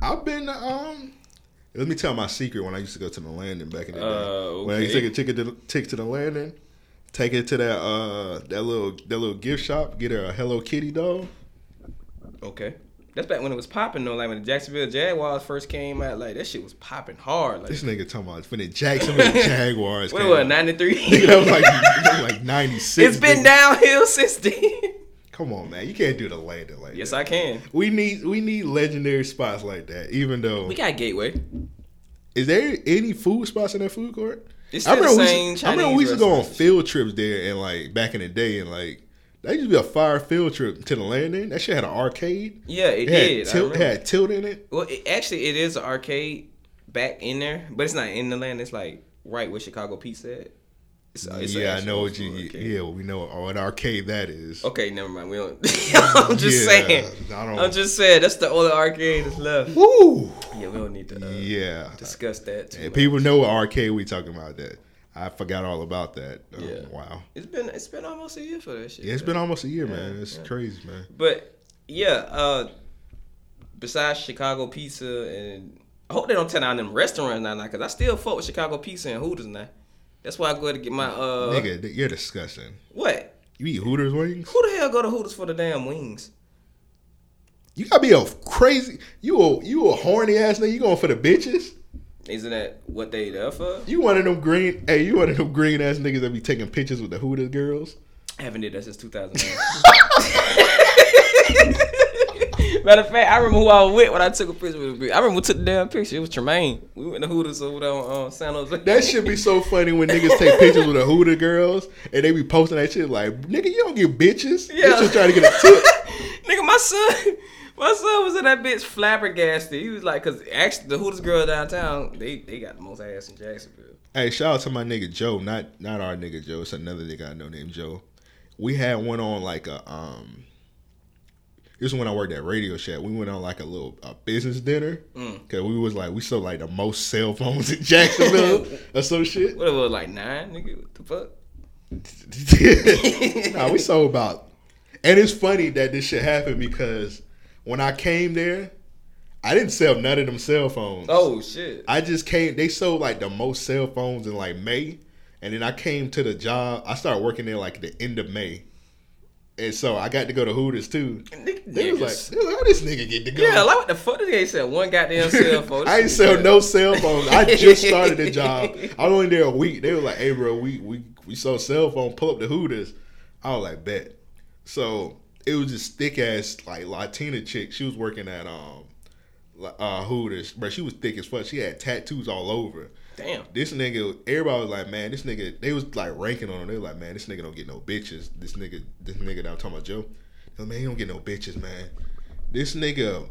[SPEAKER 5] I've been um. Let me tell my secret. When I used to go to the landing back in the day,
[SPEAKER 8] Uh,
[SPEAKER 5] when I used to
[SPEAKER 8] okay.
[SPEAKER 5] take a ticket to, tick to the landing, take it to that uh that little that little gift shop, get her a Hello Kitty doll.
[SPEAKER 8] Okay, that's back when it was popping though. Like when the Jacksonville Jaguars first came out, like that shit was popping hard. Like
[SPEAKER 5] This nigga talking about when the Jacksonville
[SPEAKER 8] <laughs>
[SPEAKER 5] Jaguars.
[SPEAKER 8] what
[SPEAKER 5] came
[SPEAKER 8] was
[SPEAKER 5] out. <laughs>
[SPEAKER 8] ninety
[SPEAKER 5] That was
[SPEAKER 8] three?
[SPEAKER 5] like that was like ninety six.
[SPEAKER 8] It's been downhill since then. <laughs>
[SPEAKER 5] Come on, man, you can't do the landing like
[SPEAKER 8] yes,
[SPEAKER 5] that.
[SPEAKER 8] I can.
[SPEAKER 5] We need we need legendary spots like that. Even though,
[SPEAKER 8] We got Gateway.
[SPEAKER 5] is there any food spots in that food court?
[SPEAKER 8] It's
[SPEAKER 5] I
[SPEAKER 8] still the
[SPEAKER 5] remember, we
[SPEAKER 8] same
[SPEAKER 5] used,
[SPEAKER 8] Chinese
[SPEAKER 5] I remember we used to go on
[SPEAKER 8] restaurant.
[SPEAKER 5] field trips there and like back in the day and like that used to be a fire field trip to the landing. That shit had an arcade.
[SPEAKER 8] Yeah, it,
[SPEAKER 5] It,
[SPEAKER 8] did. I
[SPEAKER 5] had, tilt, it
[SPEAKER 8] remember.
[SPEAKER 5] had tilt in it.
[SPEAKER 8] Well, it, actually, it is an arcade back in there, but it's not in the land. It's like right where Chicago Pizza. At. It's, it's a
[SPEAKER 5] yeah, I
[SPEAKER 8] actual
[SPEAKER 5] know what
[SPEAKER 8] actual
[SPEAKER 5] you.
[SPEAKER 8] arcade.
[SPEAKER 5] Yeah, we know what arcade that is.
[SPEAKER 8] Okay, never mind. We don't. <laughs> I'm just
[SPEAKER 5] Yeah,
[SPEAKER 8] saying.
[SPEAKER 5] I don't-
[SPEAKER 8] I'm just saying. That's the only arcade that's left.
[SPEAKER 5] Woo.
[SPEAKER 8] Yeah, we don't need to uh,
[SPEAKER 5] Yeah.
[SPEAKER 8] discuss that. Too
[SPEAKER 5] And
[SPEAKER 8] much.
[SPEAKER 5] people know what arcade we talking about. That I forgot all about that. Um,
[SPEAKER 8] Yeah.
[SPEAKER 5] Wow.
[SPEAKER 8] It's been it's been almost a year for that shit.
[SPEAKER 5] Yeah, it's been almost a year, man. It's crazy, man.
[SPEAKER 8] But yeah, uh besides Chicago pizza and I hope they don't turn out them restaurants now, now, cause I still fuck with Chicago pizza and Hooters now. That's why I go to get my uh
[SPEAKER 5] Nigga, th- you're disgusting.
[SPEAKER 8] what?
[SPEAKER 5] You eat Hooters wings?
[SPEAKER 8] Who the hell go to Hooters for the damn wings?
[SPEAKER 5] You gotta be a crazy. You a you a horny ass nigga. You going for the bitches?
[SPEAKER 8] Isn't that what they there for?
[SPEAKER 5] You one of them green? Hey, you one of them green ass niggas that be taking pictures with the Hooters girls?
[SPEAKER 8] I haven't did that since 2009. <laughs> Matter of fact, I remember who I was with when I took a picture with I remember who took the damn picture. It was Tremaine. We went to Hooters over there on uh, San Jose.
[SPEAKER 5] That should be so funny when niggas take pictures with the Hooters girls and they be posting that shit like, nigga, you don't get bitches.
[SPEAKER 8] Yeah.
[SPEAKER 5] Yeah. just trying to get a tip.
[SPEAKER 8] <laughs> Nigga, my son, <laughs> my son was in that bitch flabbergasted. He was like, cause actually the Hooters girl downtown, they they got the most ass in Jacksonville.
[SPEAKER 5] Hey, shout out to my nigga Joe, not not our nigga Joe. It's another nigga I know named Joe. We had one on like a um. This is when I worked at Radio Shack. We went on like a little a business dinner
[SPEAKER 8] Mm.
[SPEAKER 5] because we was like we sold like the most cell phones in Jacksonville
[SPEAKER 8] <laughs>
[SPEAKER 5] or some shit.
[SPEAKER 8] What it was like nine, nigga? What the
[SPEAKER 5] <laughs>
[SPEAKER 8] fuck?
[SPEAKER 5] nah, we sold about. And it's funny that this shit happened because when I came there, I didn't sell none of them cell phones.
[SPEAKER 8] Oh shit.
[SPEAKER 5] I just came. They sold like the most cell phones in like May, and then I came to the job. I started working there like the end of May, and so I got to go to Hooters too.
[SPEAKER 8] Nigga,
[SPEAKER 5] They was
[SPEAKER 8] niggas.
[SPEAKER 5] like, they was like, "How this nigga get to go?"
[SPEAKER 8] yeah, like what the fuck? This nigga sell one
[SPEAKER 5] <laughs>
[SPEAKER 8] goddamn cell phone.
[SPEAKER 5] I ain't sell no cell phones. I just started the job. I was only there a week. They were like, "Hey, bro, we we we sold cell phone. Pull up the Hooters." I was like, "Bet." So it was this thick ass like Latina chick. She was working at um uh Hooters, but she was thick as fuck. She had tattoos all over.
[SPEAKER 8] Damn.
[SPEAKER 5] This nigga, everybody was like, man, this nigga. They was like ranking on him. They were like, man, this nigga don't get no bitches. This nigga, this nigga that I'm talking about, Joe. They was, man, he don't get no bitches, man. This nigga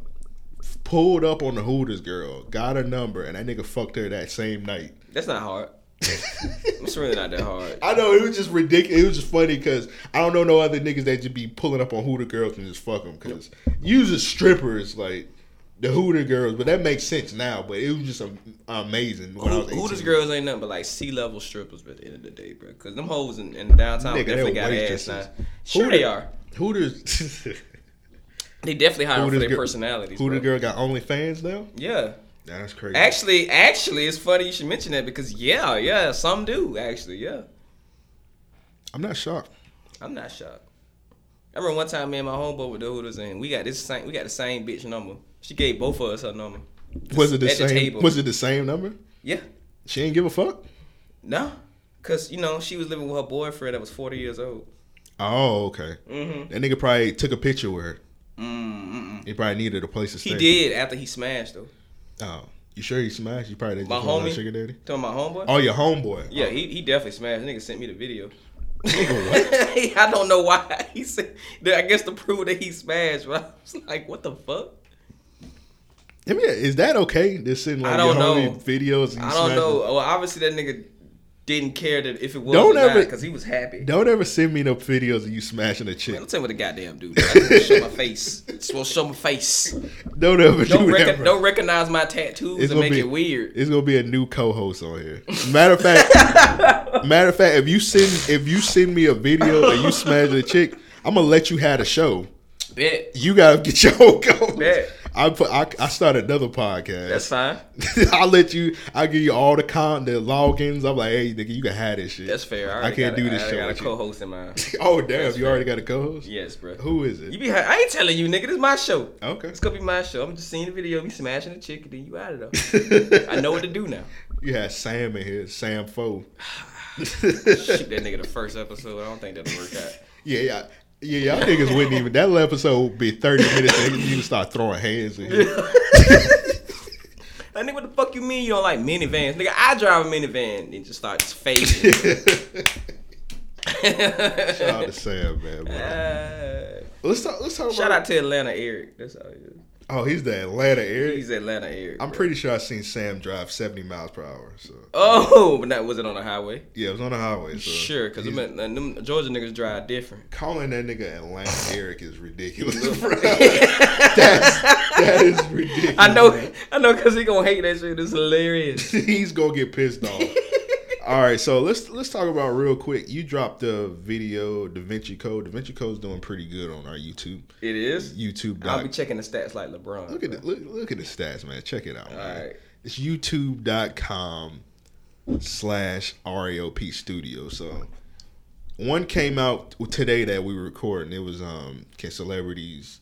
[SPEAKER 5] pulled up on the Hooters girl, got her number, and that nigga fucked her that same night.
[SPEAKER 8] That's
[SPEAKER 5] <laughs>
[SPEAKER 8] not hard. it's really not that hard.
[SPEAKER 5] I know it was just ridiculous. It was just funny because I don't know no other niggas that just be pulling up on Hooter girls and just fuck them. Because usually strippers like the Hooter girls, but that makes sense now. But it was just am- amazing. When I was 18.
[SPEAKER 8] Hooters girls ain't nothing but like sea level strippers at the end of the day, bro. Cause them hoes in, in downtown
[SPEAKER 5] Nigga,
[SPEAKER 8] definitely
[SPEAKER 5] they're
[SPEAKER 8] got ass
[SPEAKER 5] waitresses.
[SPEAKER 8] now. Sure they are.
[SPEAKER 5] Hooters. <laughs>
[SPEAKER 8] They definitely hire for
[SPEAKER 5] Hooters
[SPEAKER 8] their
[SPEAKER 5] girl-
[SPEAKER 8] personalities.
[SPEAKER 5] Hooter
[SPEAKER 8] bro.
[SPEAKER 5] girl got OnlyFans now.
[SPEAKER 8] Yeah.
[SPEAKER 5] That's crazy.
[SPEAKER 8] Actually, actually, it's funny you should mention that because yeah, yeah, some do actually. Yeah,
[SPEAKER 5] I'm not shocked.
[SPEAKER 8] I'm not shocked. I remember one time me and my homeboy with the Hooters and we got this same, we got the same bitch number. She gave both of us her number.
[SPEAKER 5] Was it the
[SPEAKER 8] At the
[SPEAKER 5] same?
[SPEAKER 8] table.
[SPEAKER 5] Was it the same number?
[SPEAKER 8] Yeah,
[SPEAKER 5] She ain't give a fuck.
[SPEAKER 8] no, cause you know she was living with her boyfriend that was 40 years old.
[SPEAKER 5] Oh, okay.
[SPEAKER 8] Mm-hmm.
[SPEAKER 5] That nigga probably took a picture with her. He probably needed a place to stay.
[SPEAKER 8] He did after he smashed though.
[SPEAKER 5] Oh, you sure he smashed? You probably just
[SPEAKER 8] My
[SPEAKER 5] want a
[SPEAKER 8] homie.
[SPEAKER 5] sugar daddy.
[SPEAKER 8] Talking my homeboy.
[SPEAKER 5] Oh, your homeboy.
[SPEAKER 8] Yeah, he, he definitely smashed. Nigga sent me the video.
[SPEAKER 5] Nigga, what?
[SPEAKER 8] <laughs> I don't know why he said. I guess to prove that he smashed. But <laughs> I was like, what the fuck?
[SPEAKER 5] I mean, is that okay? This in like
[SPEAKER 8] I don't
[SPEAKER 5] your homie
[SPEAKER 8] know.
[SPEAKER 5] videos. And you
[SPEAKER 8] I don't
[SPEAKER 5] smashing-
[SPEAKER 8] know. Well, obviously that nigga didn't care that if it was
[SPEAKER 5] Don't
[SPEAKER 8] don't or
[SPEAKER 5] ever-
[SPEAKER 8] because he was happy.
[SPEAKER 5] Don't ever send me no videos of you smashing a chick.
[SPEAKER 8] Don't tell me what the goddamn dude. I just wanna show my face. Just want to show
[SPEAKER 5] <laughs>
[SPEAKER 8] my face.
[SPEAKER 5] Don't ever
[SPEAKER 8] Don't
[SPEAKER 5] do that.
[SPEAKER 8] rec-
[SPEAKER 5] bro.
[SPEAKER 8] don't recognize my tattoos and make
[SPEAKER 5] be
[SPEAKER 8] it weird.
[SPEAKER 5] It's gonna be a new co-host on here. Matter of
[SPEAKER 8] <laughs>
[SPEAKER 5] fact, matter of fact, if you send if you send me a video and you smash a chick, I'm gonna let you have the show.
[SPEAKER 8] Bet.
[SPEAKER 5] You gotta get your own co-host.
[SPEAKER 8] Bet.
[SPEAKER 5] I put I, I start another podcast.
[SPEAKER 8] That's
[SPEAKER 5] <laughs>
[SPEAKER 8] fine.
[SPEAKER 5] I'll let you. I'll give you all the con the logins. I'm like, hey, nigga, you can have this shit.
[SPEAKER 8] That's fair. I,
[SPEAKER 5] I,
[SPEAKER 8] already
[SPEAKER 5] can't
[SPEAKER 8] got a-
[SPEAKER 5] do this
[SPEAKER 8] I
[SPEAKER 5] show.
[SPEAKER 8] already got a
[SPEAKER 5] with you.
[SPEAKER 8] co-host in my
[SPEAKER 5] Oh damn! you already got a co-host?
[SPEAKER 8] yes, bro.
[SPEAKER 5] Who is it?
[SPEAKER 8] You be? ha- I ain't telling you, nigga. This my show.
[SPEAKER 5] Okay.
[SPEAKER 8] It's gonna be my show. I'm just seeing the video. Me smashing the chick, and then you out of
[SPEAKER 5] <laughs>
[SPEAKER 8] there. I know what to do now.
[SPEAKER 5] You had Sam in here, Sam Foe.
[SPEAKER 8] Shoot that nigga the first episode. I don't think that'll work out.
[SPEAKER 5] Yeah, yeah. Yeah, y'all niggas wouldn't even. That little episode would be 30 minutes and you would start throwing hands in
[SPEAKER 8] <laughs>
[SPEAKER 5] here.
[SPEAKER 8] Like, nigga, what the fuck you mean you don't like minivans? Nigga, I drive a minivan and just
[SPEAKER 5] <laughs>
[SPEAKER 8] start fading.
[SPEAKER 5] Shout out to Sam, man. bro.
[SPEAKER 8] Uh,
[SPEAKER 5] Let's talk, let's talk
[SPEAKER 8] shout
[SPEAKER 5] about.
[SPEAKER 8] out to Atlanta Eric. That's all it
[SPEAKER 5] Oh, he's the Atlanta
[SPEAKER 8] is.
[SPEAKER 5] area.
[SPEAKER 8] He's Atlanta Eric.
[SPEAKER 5] I'm
[SPEAKER 8] bro.
[SPEAKER 5] pretty sure i seen Sam drive 70 miles per hour. So
[SPEAKER 8] Oh, but that wasn't on the highway.
[SPEAKER 5] Yeah, it was on the highway. So
[SPEAKER 8] Sure, because
[SPEAKER 5] he's-
[SPEAKER 8] them Georgia niggas drive different.
[SPEAKER 5] Calling that nigga Atlanta Eric is ridiculous,
[SPEAKER 8] <laughs>
[SPEAKER 5] bro. That's, that is ridiculous. <laughs>
[SPEAKER 8] I know, I know, because he gonna hate that shit. It's hilarious. <laughs>
[SPEAKER 5] he's gonna get pissed off. All right, so let's let's talk about real quick. You dropped the video Da Vinci Code. Da Vinci Code's doing pretty good on our YouTube.
[SPEAKER 8] It is.
[SPEAKER 5] YouTube.
[SPEAKER 8] I'll be checking the stats like LeBron.
[SPEAKER 5] Look at the, look, look at the stats, man. Check it out. man.
[SPEAKER 8] right.
[SPEAKER 5] It's youtube.com slash RAOP studio. So one came out today that we were recording. It was um can celebrities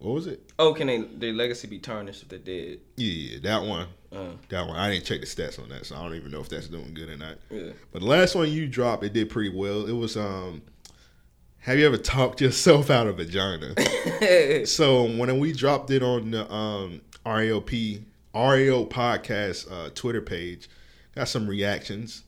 [SPEAKER 5] what was it?
[SPEAKER 8] Oh, can they their legacy be tarnished if they did?
[SPEAKER 5] Yeah, that one.
[SPEAKER 8] Uh.
[SPEAKER 5] That one. I didn't check the stats on that, so I don't even know if that's doing good or not.
[SPEAKER 8] Yeah.
[SPEAKER 5] But the last one you dropped, it did pretty well. It was um have you ever talked <laughs> yourself out of vagina? so when we dropped it on the um RAOP RAO podcast uh, Twitter page, got some reactions.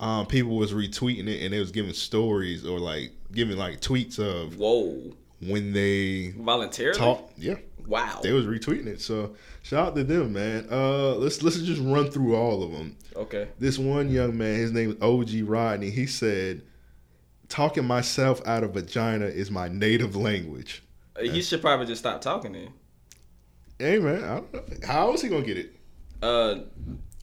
[SPEAKER 5] Um, people was retweeting it and they was giving stories or like giving like tweets of
[SPEAKER 8] Whoa,
[SPEAKER 5] when they
[SPEAKER 8] voluntarily?
[SPEAKER 5] talk. Yeah,
[SPEAKER 8] Wow.
[SPEAKER 5] they was retweeting it. So shout out to them, man. Uh, let's let's just run through all of them
[SPEAKER 8] Okay.
[SPEAKER 5] this one young man, his name is OG Rodney, he said, Talking myself out of vagina is my native language.
[SPEAKER 8] Uh, He should probably just stop talking then.
[SPEAKER 5] Hey man, I don't know. how is he gonna get it?
[SPEAKER 8] Uh,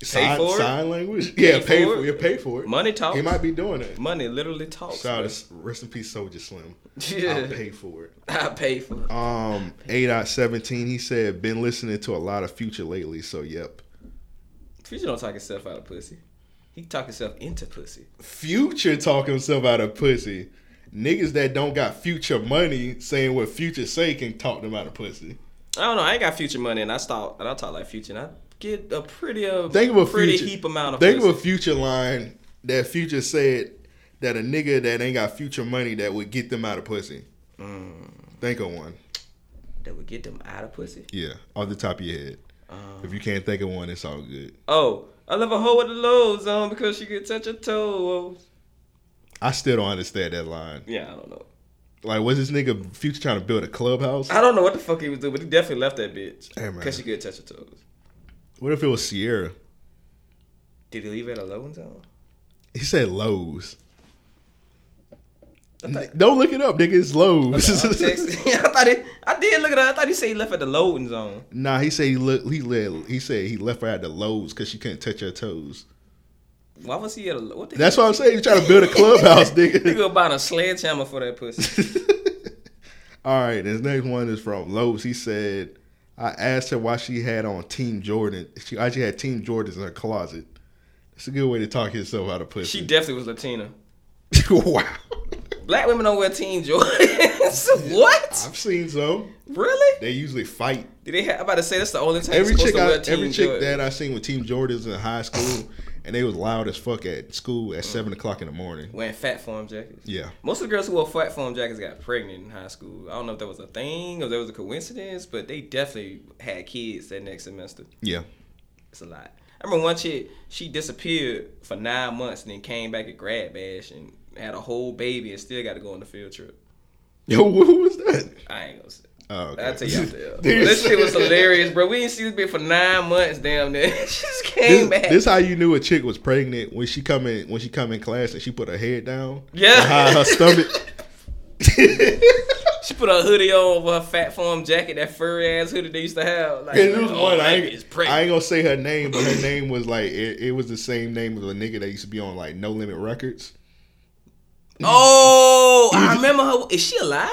[SPEAKER 5] sign,
[SPEAKER 8] for it?
[SPEAKER 5] sign language? Yeah,
[SPEAKER 8] Pay
[SPEAKER 5] pay
[SPEAKER 8] for
[SPEAKER 5] for
[SPEAKER 8] it?
[SPEAKER 5] it. Yeah, pay for it.
[SPEAKER 8] money talks.
[SPEAKER 5] He might be doing it.
[SPEAKER 8] Money literally talks.
[SPEAKER 5] Shout
[SPEAKER 8] bro.
[SPEAKER 5] out to rest in peace, Soldier Slim. I'll
[SPEAKER 8] yeah,
[SPEAKER 5] pay for it.
[SPEAKER 8] <laughs> I pay for. it.
[SPEAKER 5] Um, eight out seventeen. He said, "Been listening to a lot of Future lately, so yep."
[SPEAKER 8] Future don't talk himself out of pussy. He can talk himself into pussy.
[SPEAKER 5] Future talking himself out of pussy. Niggas that don't got future money saying what Future say can talk them out of pussy.
[SPEAKER 8] I don't know. I ain't got future money, and I talk and I talk like future, and I get a pretty a
[SPEAKER 5] Think of a
[SPEAKER 8] pretty
[SPEAKER 5] future.
[SPEAKER 8] heap amount of
[SPEAKER 5] think
[SPEAKER 8] pussy.
[SPEAKER 5] of a future line that future said that a nigga that ain't got future money that would get them out of pussy.
[SPEAKER 8] Mm.
[SPEAKER 5] Think of one.
[SPEAKER 8] that would get them out of pussy.
[SPEAKER 5] Yeah, off the top of your head.
[SPEAKER 8] Uh.
[SPEAKER 5] if you can't think of one, it's all good.
[SPEAKER 8] Oh, I love a hoe with the lows on because she could touch her toes.
[SPEAKER 5] I still don't understand that line.
[SPEAKER 8] Yeah, I don't know.
[SPEAKER 5] Like, was this nigga future trying to build a clubhouse?
[SPEAKER 8] I don't know what the fuck he was doing, but he definitely left that bitch
[SPEAKER 5] Hey, man.
[SPEAKER 8] because she could touch her toes.
[SPEAKER 5] What if it was Sierra?
[SPEAKER 8] Did he leave it
[SPEAKER 5] <laughs>
[SPEAKER 8] alone, zone?
[SPEAKER 5] He said Lowe's. N- Don't look it up, nigga. It's Lowe's. <laughs>
[SPEAKER 8] I'm texting. <laughs> I thought it. I did look at that. I thought he said he left at the loading zone.
[SPEAKER 5] nah, he said he look, he led, he said he left her at the Lowe's because she couldn't touch her toes.
[SPEAKER 8] Why was he at a? What the
[SPEAKER 5] That's what I'm saying. You trying to build a
[SPEAKER 8] <laughs>
[SPEAKER 5] clubhouse,
[SPEAKER 8] He
[SPEAKER 5] nigga.
[SPEAKER 8] go buy a sledgehammer for that
[SPEAKER 5] <laughs>
[SPEAKER 8] pussy.
[SPEAKER 5] All right, this next one is from Lowe's. He said, "I asked her why she had on Team Jordan. She actually had Team Jordans in her closet. It's a good way to talk yourself out of <laughs>
[SPEAKER 8] She
[SPEAKER 5] pussy."
[SPEAKER 8] definitely was Latina.
[SPEAKER 5] wow,
[SPEAKER 8] Black women don't wear Team Jordans. <laughs> what?
[SPEAKER 5] I've seen some.
[SPEAKER 8] Really?
[SPEAKER 5] They usually fight.
[SPEAKER 8] Did they? Have, I'm about to say that's the only time
[SPEAKER 5] Every
[SPEAKER 8] you're supposed
[SPEAKER 5] chick,
[SPEAKER 8] to
[SPEAKER 5] I,
[SPEAKER 8] wear Team
[SPEAKER 5] every chick
[SPEAKER 8] Jordan.
[SPEAKER 5] that I seen with Team Jordans in high school, and they was loud as fuck at school at seven o'clock in the morning.
[SPEAKER 8] wearing fat form jackets.
[SPEAKER 5] Yeah,
[SPEAKER 8] Most of the girls who wore flat form jackets got pregnant in high school. I don't know if that was a thing or if that was a coincidence, but they definitely had kids that next semester.
[SPEAKER 5] yeah.
[SPEAKER 8] It's a lot. I remember one chick, she disappeared for nine months and then came back at grad bash and had a whole baby and still got to go on the field trip.
[SPEAKER 5] <laughs> Yo, who was that?
[SPEAKER 8] I ain't gonna say.
[SPEAKER 5] Oh, okay.
[SPEAKER 8] I'll tell you after.
[SPEAKER 5] <laughs>
[SPEAKER 8] that.
[SPEAKER 5] Dude,
[SPEAKER 8] this shit was hilarious, bro. We didn't see this bitch for nine months, damn near. <laughs> She just
[SPEAKER 5] this,
[SPEAKER 8] came back.
[SPEAKER 5] this how you knew a chick was pregnant when she come in when she come in class and she put her head down.
[SPEAKER 8] Yeah.
[SPEAKER 5] <laughs> and hide her
[SPEAKER 8] <laughs>
[SPEAKER 5] stomach.
[SPEAKER 8] she put a hoodie on over her fat form jacket, that furry ass hoodie they used to have. Like,
[SPEAKER 5] And there was
[SPEAKER 8] oh,
[SPEAKER 5] one, I
[SPEAKER 8] that bitch
[SPEAKER 5] ain't, I ain't gonna say her name, but her name was like it, it was the same name of a nigga that used to be on like No Limit Records.
[SPEAKER 8] Oh,
[SPEAKER 5] <laughs>
[SPEAKER 8] I remember her. Is she alive?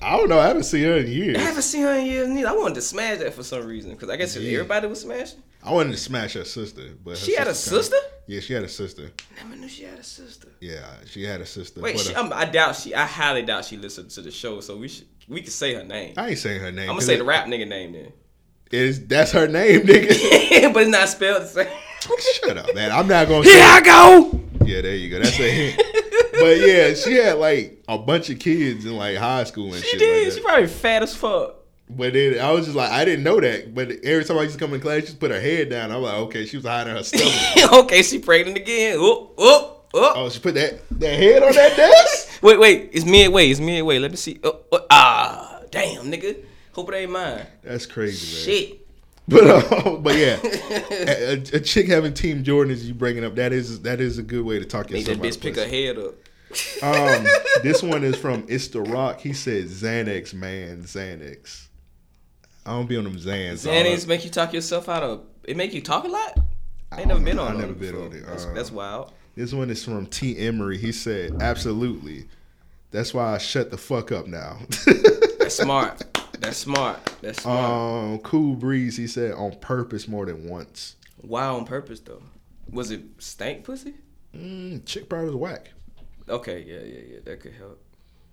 [SPEAKER 5] I don't know, I haven't seen her in
[SPEAKER 8] I
[SPEAKER 5] years.
[SPEAKER 8] haven't seen her in years. Neither. I wanted to smash that for some reason because I guess
[SPEAKER 5] Yeah.
[SPEAKER 8] everybody was smashing.
[SPEAKER 5] I wanted to smash her sister, but her
[SPEAKER 8] She had
[SPEAKER 5] kinda-
[SPEAKER 8] a sister.
[SPEAKER 5] yeah, she had a sister.
[SPEAKER 8] Never knew she had a sister.
[SPEAKER 5] Yeah, she had a sister.
[SPEAKER 8] Wait,
[SPEAKER 5] but
[SPEAKER 8] she,
[SPEAKER 5] uh,
[SPEAKER 8] I'm, I doubt she. I highly doubt she listened to the show. So we should we could say her name. I'm
[SPEAKER 5] I ain't saying her name.
[SPEAKER 8] gonna
[SPEAKER 5] 'cause
[SPEAKER 8] say
[SPEAKER 5] it-
[SPEAKER 8] the rap nigga name then, <laughs>
[SPEAKER 5] It's, that's her name, nigga.
[SPEAKER 8] but it's not spelled the same.
[SPEAKER 5] Shut up, man. I'm not gonna.
[SPEAKER 8] Here
[SPEAKER 5] say-
[SPEAKER 8] I go.
[SPEAKER 5] Yeah, there you go. That's a hint. but yeah, she had like a bunch of kids in like high school and
[SPEAKER 8] She
[SPEAKER 5] shit.
[SPEAKER 8] did.
[SPEAKER 5] Like
[SPEAKER 8] she
[SPEAKER 5] that.
[SPEAKER 8] probably fat as fuck. <laughs>
[SPEAKER 5] But then I was just like, I didn't know that. But every time I used to come in class, she just put her head down. I'm like, okay, she was hiding her
[SPEAKER 8] <laughs>
[SPEAKER 5] stomach.
[SPEAKER 8] okay, she pregnant again. Oop, oop, oop.
[SPEAKER 5] oh, she put that that head on that desk.
[SPEAKER 8] Wait, wait. It's midway. It's midway. Let me see. Oh, oh, ah, damn, nigga. Hope it ain't mine.
[SPEAKER 5] That's crazy, man.
[SPEAKER 8] Shit.
[SPEAKER 5] <laughs> But uh, but yeah, a, a- a chick having Team Jordan is you bringing up. That is that is a good way to talk
[SPEAKER 8] Make
[SPEAKER 5] yourself
[SPEAKER 8] that
[SPEAKER 5] out of
[SPEAKER 8] bitch pick her
[SPEAKER 5] pussy.
[SPEAKER 8] head up.
[SPEAKER 5] Um,
[SPEAKER 8] <laughs>
[SPEAKER 5] this one is from It's the Rock. He said Xanax, man, Xanax. I don't be on them Xans.
[SPEAKER 8] Xanax make you talk yourself out of. It make you talk a lot. ain't never been
[SPEAKER 5] I
[SPEAKER 8] on.
[SPEAKER 5] never
[SPEAKER 8] them
[SPEAKER 5] been
[SPEAKER 8] before.
[SPEAKER 5] on it.
[SPEAKER 8] That's,
[SPEAKER 5] Uh,
[SPEAKER 8] that's wild.
[SPEAKER 5] This one is from T. Emery. He said, "Absolutely." That's why I shut the fuck up now. <laughs>
[SPEAKER 8] That's smart. That's smart. That's smart.
[SPEAKER 5] um, cool breeze. He said on purpose more than once.
[SPEAKER 8] Why on purpose though? Was it stank pussy?
[SPEAKER 5] Mm, chick probably was whack.
[SPEAKER 8] Okay, yeah, yeah, yeah. That could help.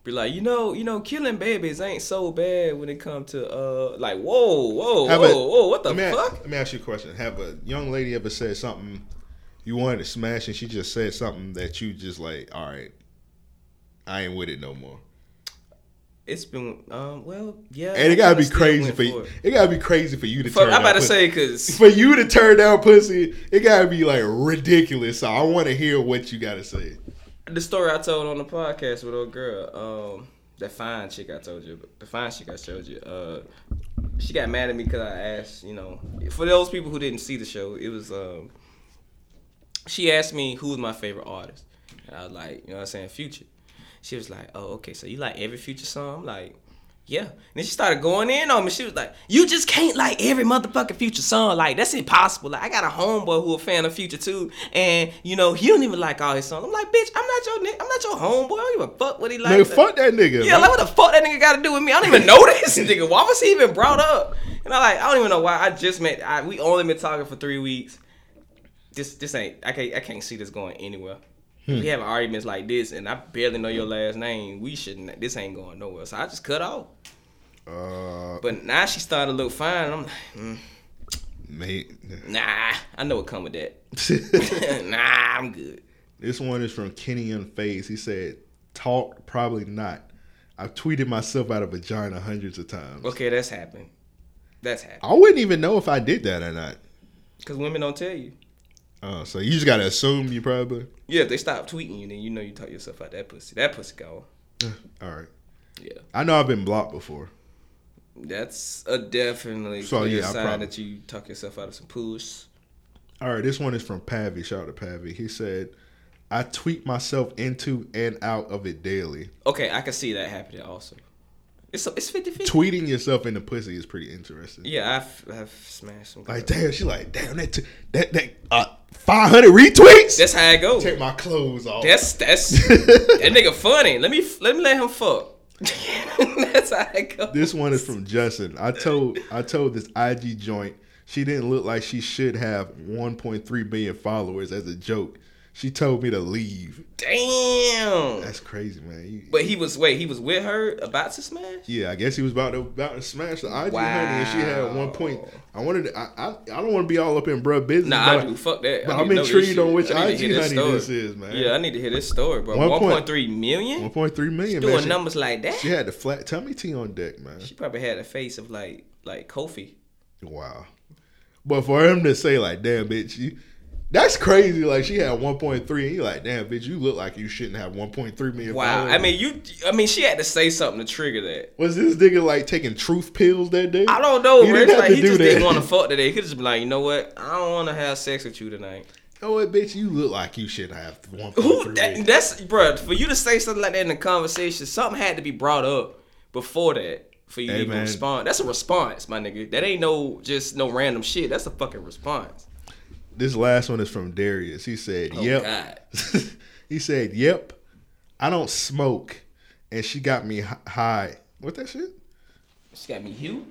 [SPEAKER 8] Be like, you know, you know, killing babies ain't so bad when it comes to uh, like, whoa, whoa,
[SPEAKER 5] Have
[SPEAKER 8] whoa,
[SPEAKER 5] a-
[SPEAKER 8] whoa, what the
[SPEAKER 5] let me,
[SPEAKER 8] fuck?
[SPEAKER 5] Let me ask you a question. Have a young lady ever said something you wanted to smash, and she just said something that you just like, all right, I ain't with it no more.
[SPEAKER 8] It's been, um, well, yeah.
[SPEAKER 5] And
[SPEAKER 8] I
[SPEAKER 5] it gotta be
[SPEAKER 8] kinda still
[SPEAKER 5] crazy
[SPEAKER 8] went
[SPEAKER 5] for you.
[SPEAKER 8] it.
[SPEAKER 5] It gotta be crazy for you to
[SPEAKER 8] Fuck,
[SPEAKER 5] turn.
[SPEAKER 8] I'm about
[SPEAKER 5] down
[SPEAKER 8] to
[SPEAKER 5] pussy.
[SPEAKER 8] say because
[SPEAKER 5] for you to turn down pussy. It gotta be like ridiculous. So I want to hear what you gotta say.
[SPEAKER 8] the story I told on the podcast with old girl, um, that fine chick I told you, the fine chick I showed you, uh, she got mad at me because I asked, you know, for those people who didn't see the show, it was, um, she asked me who was my favorite artist, and I was like, you know, what I'm saying Future. She was like, oh, okay, so you like every Future song? I'm like. Yeah, and then she started going in on me. She was like, "You just can't like every motherfucking Future song. Like that's impossible. Like I got a homeboy who a fan of Future too, and you know he don't even like all his songs. I'm like, bitch, I'm not your, ni- I'm not your homeboy. I don't give a fuck what he
[SPEAKER 5] Nigga,
[SPEAKER 8] likes.
[SPEAKER 5] fuck that nigga.
[SPEAKER 8] Yeah,
[SPEAKER 5] man.
[SPEAKER 8] like what the fuck that nigga got to do with me? I don't even know <laughs> this nigga. Why was he even brought up? And I like I don't even know why. I just met. I, we only been talking for three weeks. This this ain't. I can't. I can't see this going anywhere. We having arguments like this, and I barely know your last name. We shouldn't. This ain't going nowhere. So I just cut off.
[SPEAKER 5] Uh,
[SPEAKER 8] But now she started to look fine. And I'm like, mm,
[SPEAKER 5] mate. <laughs>
[SPEAKER 8] nah. I know what come with that. <laughs> nah, I'm good.
[SPEAKER 5] This one is from Kenny and Faze. He said, "Talk probably not." I've tweeted myself out of vagina hundreds of times.
[SPEAKER 8] Okay, that's happened. That's happened.
[SPEAKER 5] I wouldn't even know if I did that or not.
[SPEAKER 8] Cause women don't tell you.
[SPEAKER 5] Uh, so you just gotta assume you probably.
[SPEAKER 8] Yeah, if they stop tweeting you, then you know you talk yourself out that pussy. That pussy gone.
[SPEAKER 5] All right.
[SPEAKER 8] Yeah.
[SPEAKER 5] I know I've been blocked before.
[SPEAKER 8] That's a definitely
[SPEAKER 5] So,
[SPEAKER 8] clear
[SPEAKER 5] yeah, I
[SPEAKER 8] sign
[SPEAKER 5] probably-
[SPEAKER 8] that you talk yourself out of some push.
[SPEAKER 5] All right, this one is from Pavi. Shout out to Pavi. He said, "I tweet myself into and out of it daily.
[SPEAKER 8] Okay, I can see that happening also. It's it's 50 50.
[SPEAKER 5] Tweeting yourself in the pussy is pretty interesting.
[SPEAKER 8] Yeah, I've, I've smashed some.
[SPEAKER 5] Like
[SPEAKER 8] girls.
[SPEAKER 5] damn, she like damn that t- that that uh, five hundred retweets.
[SPEAKER 8] That's how it goes.
[SPEAKER 5] Take my clothes off. <laughs>
[SPEAKER 8] That's that's that nigga funny. Let me let me let him fuck. <laughs> that's how it goes.
[SPEAKER 5] This one is from Justin. I told I told this IG joint she didn't look like she should have 1.3 million followers as a joke. She told me to leave.
[SPEAKER 8] Damn.
[SPEAKER 5] That's crazy, man. You-
[SPEAKER 8] But he was wait he was with her about to smash.
[SPEAKER 5] yeah, I guess he was about to about to smash the IG
[SPEAKER 8] Wow.
[SPEAKER 5] honey, and she had one point. I wanted to, I, I I don't want to be all up in bruh business.
[SPEAKER 8] Nah, I
[SPEAKER 5] but
[SPEAKER 8] do. Fuck that.
[SPEAKER 5] but
[SPEAKER 8] I
[SPEAKER 5] I'm
[SPEAKER 8] need to know this
[SPEAKER 5] intrigued
[SPEAKER 8] shit.
[SPEAKER 5] on which
[SPEAKER 8] I need to
[SPEAKER 5] IG
[SPEAKER 8] hear
[SPEAKER 5] honey
[SPEAKER 8] story.
[SPEAKER 5] this is, man.
[SPEAKER 8] Yeah, I need to hear this story, bro.
[SPEAKER 5] One
[SPEAKER 8] One
[SPEAKER 5] point-
[SPEAKER 8] point three million.
[SPEAKER 5] 1.3 million.
[SPEAKER 8] Doing
[SPEAKER 5] man. She-
[SPEAKER 8] numbers like that.
[SPEAKER 5] She, had the flat tummy tea on deck, man.
[SPEAKER 8] She probably had a face of like like Kofi.
[SPEAKER 5] Wow. But for him to say like, damn bitch, you that's crazy. Like she had 1.3 and you like, damn bitch, you look like you shouldn't have 1.3 million.
[SPEAKER 8] Wow.
[SPEAKER 5] followers."
[SPEAKER 8] I mean you I mean she had to say something to trigger that.
[SPEAKER 5] was this nigga like taking truth pills that day?
[SPEAKER 8] I don't know,
[SPEAKER 5] You
[SPEAKER 8] bro.
[SPEAKER 5] didn't
[SPEAKER 8] It's
[SPEAKER 5] have
[SPEAKER 8] like
[SPEAKER 5] to
[SPEAKER 8] he
[SPEAKER 5] do
[SPEAKER 8] just
[SPEAKER 5] that.
[SPEAKER 8] didn't want to fuck today. He could just be like, you know what? I don't wanna have sex with you
[SPEAKER 5] <laughs>
[SPEAKER 8] tonight.
[SPEAKER 5] Oh, what, bitch, <laughs> you look like you shouldn't have 1.3
[SPEAKER 8] Who
[SPEAKER 5] million.
[SPEAKER 8] that, that's bro, for you to say something like that in a conversation, something had to be brought up before that for you
[SPEAKER 5] Hey,
[SPEAKER 8] to even
[SPEAKER 5] man.
[SPEAKER 8] respond. That's a response, my nigga. That ain't no just no random shit. That's a fucking response.
[SPEAKER 5] This last one is from Darius. He said,
[SPEAKER 8] Oh
[SPEAKER 5] yep.
[SPEAKER 8] god.
[SPEAKER 5] <laughs> he said, yep. I don't smoke, and she got me hi- high. What that shit?
[SPEAKER 8] She got me you.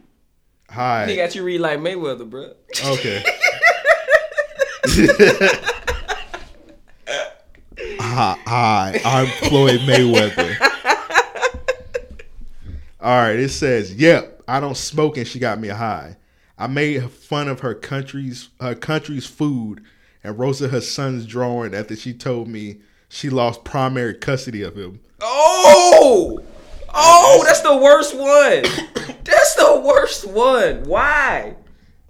[SPEAKER 8] They
[SPEAKER 5] High.
[SPEAKER 8] got you read like Mayweather, bro.
[SPEAKER 5] Okay. hi, hi, I'm Floyd Mayweather. All right, it says, "Yep, I don't smoke, and she got me high. I made fun of her country's her country's food and roasted her son's drawing after she told me she lost primary custody of him.
[SPEAKER 8] Oh, oh, that's the worst
[SPEAKER 5] <coughs>
[SPEAKER 8] one. That's the worst one. Why?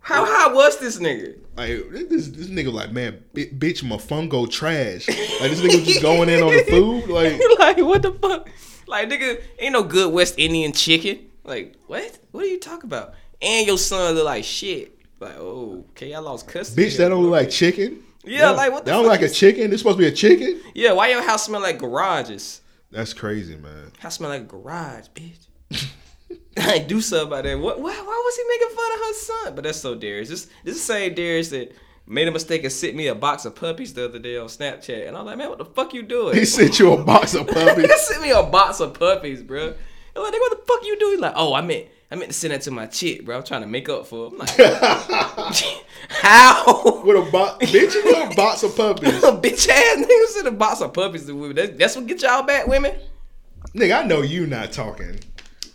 [SPEAKER 8] How high was this nigga?
[SPEAKER 5] Like this, this nigga, like man, bi- bitch, my fungo trash. Like this nigga just going in on the food. Like
[SPEAKER 8] <laughs> like what the fuck? Like nigga, ain't no good West Indian chicken. Like what? What are you talking about? And your son look like shit. Like oh, okay, I lost custody.
[SPEAKER 5] Bitch, that don't look like chicken.
[SPEAKER 8] Yeah,
[SPEAKER 5] That-
[SPEAKER 8] like, what the
[SPEAKER 5] That don't
[SPEAKER 8] fuck
[SPEAKER 5] like a
[SPEAKER 8] is-
[SPEAKER 5] chicken. This supposed to be a chicken.
[SPEAKER 8] Yeah, why your house smell like garages?
[SPEAKER 5] That's crazy, man.
[SPEAKER 8] House smell like a garage, bitch. <laughs> I do something about that. What? Why, why was he making fun of her son? But that's so Darius. This, this is the same Darius that made a mistake and sent me a box of puppies the other day on Snapchat, and I was like, man, what the fuck you doing?
[SPEAKER 5] He sent you a box of
[SPEAKER 8] <laughs> He
[SPEAKER 5] puppies.
[SPEAKER 8] sent me a box of puppies, bro. I'm like, nigga, what the fuck you do? He's like, oh, I meant, I meant to send that to my chick, bro. I'm trying to make up for. It. I'm like, <laughs> how? <laughs>
[SPEAKER 5] With a box, bitch, you got a box of puppies.
[SPEAKER 8] Little bitch ass nigga sent a box of puppies to women. That, that's what get y'all back, women.
[SPEAKER 5] Nigga, I know you not talking.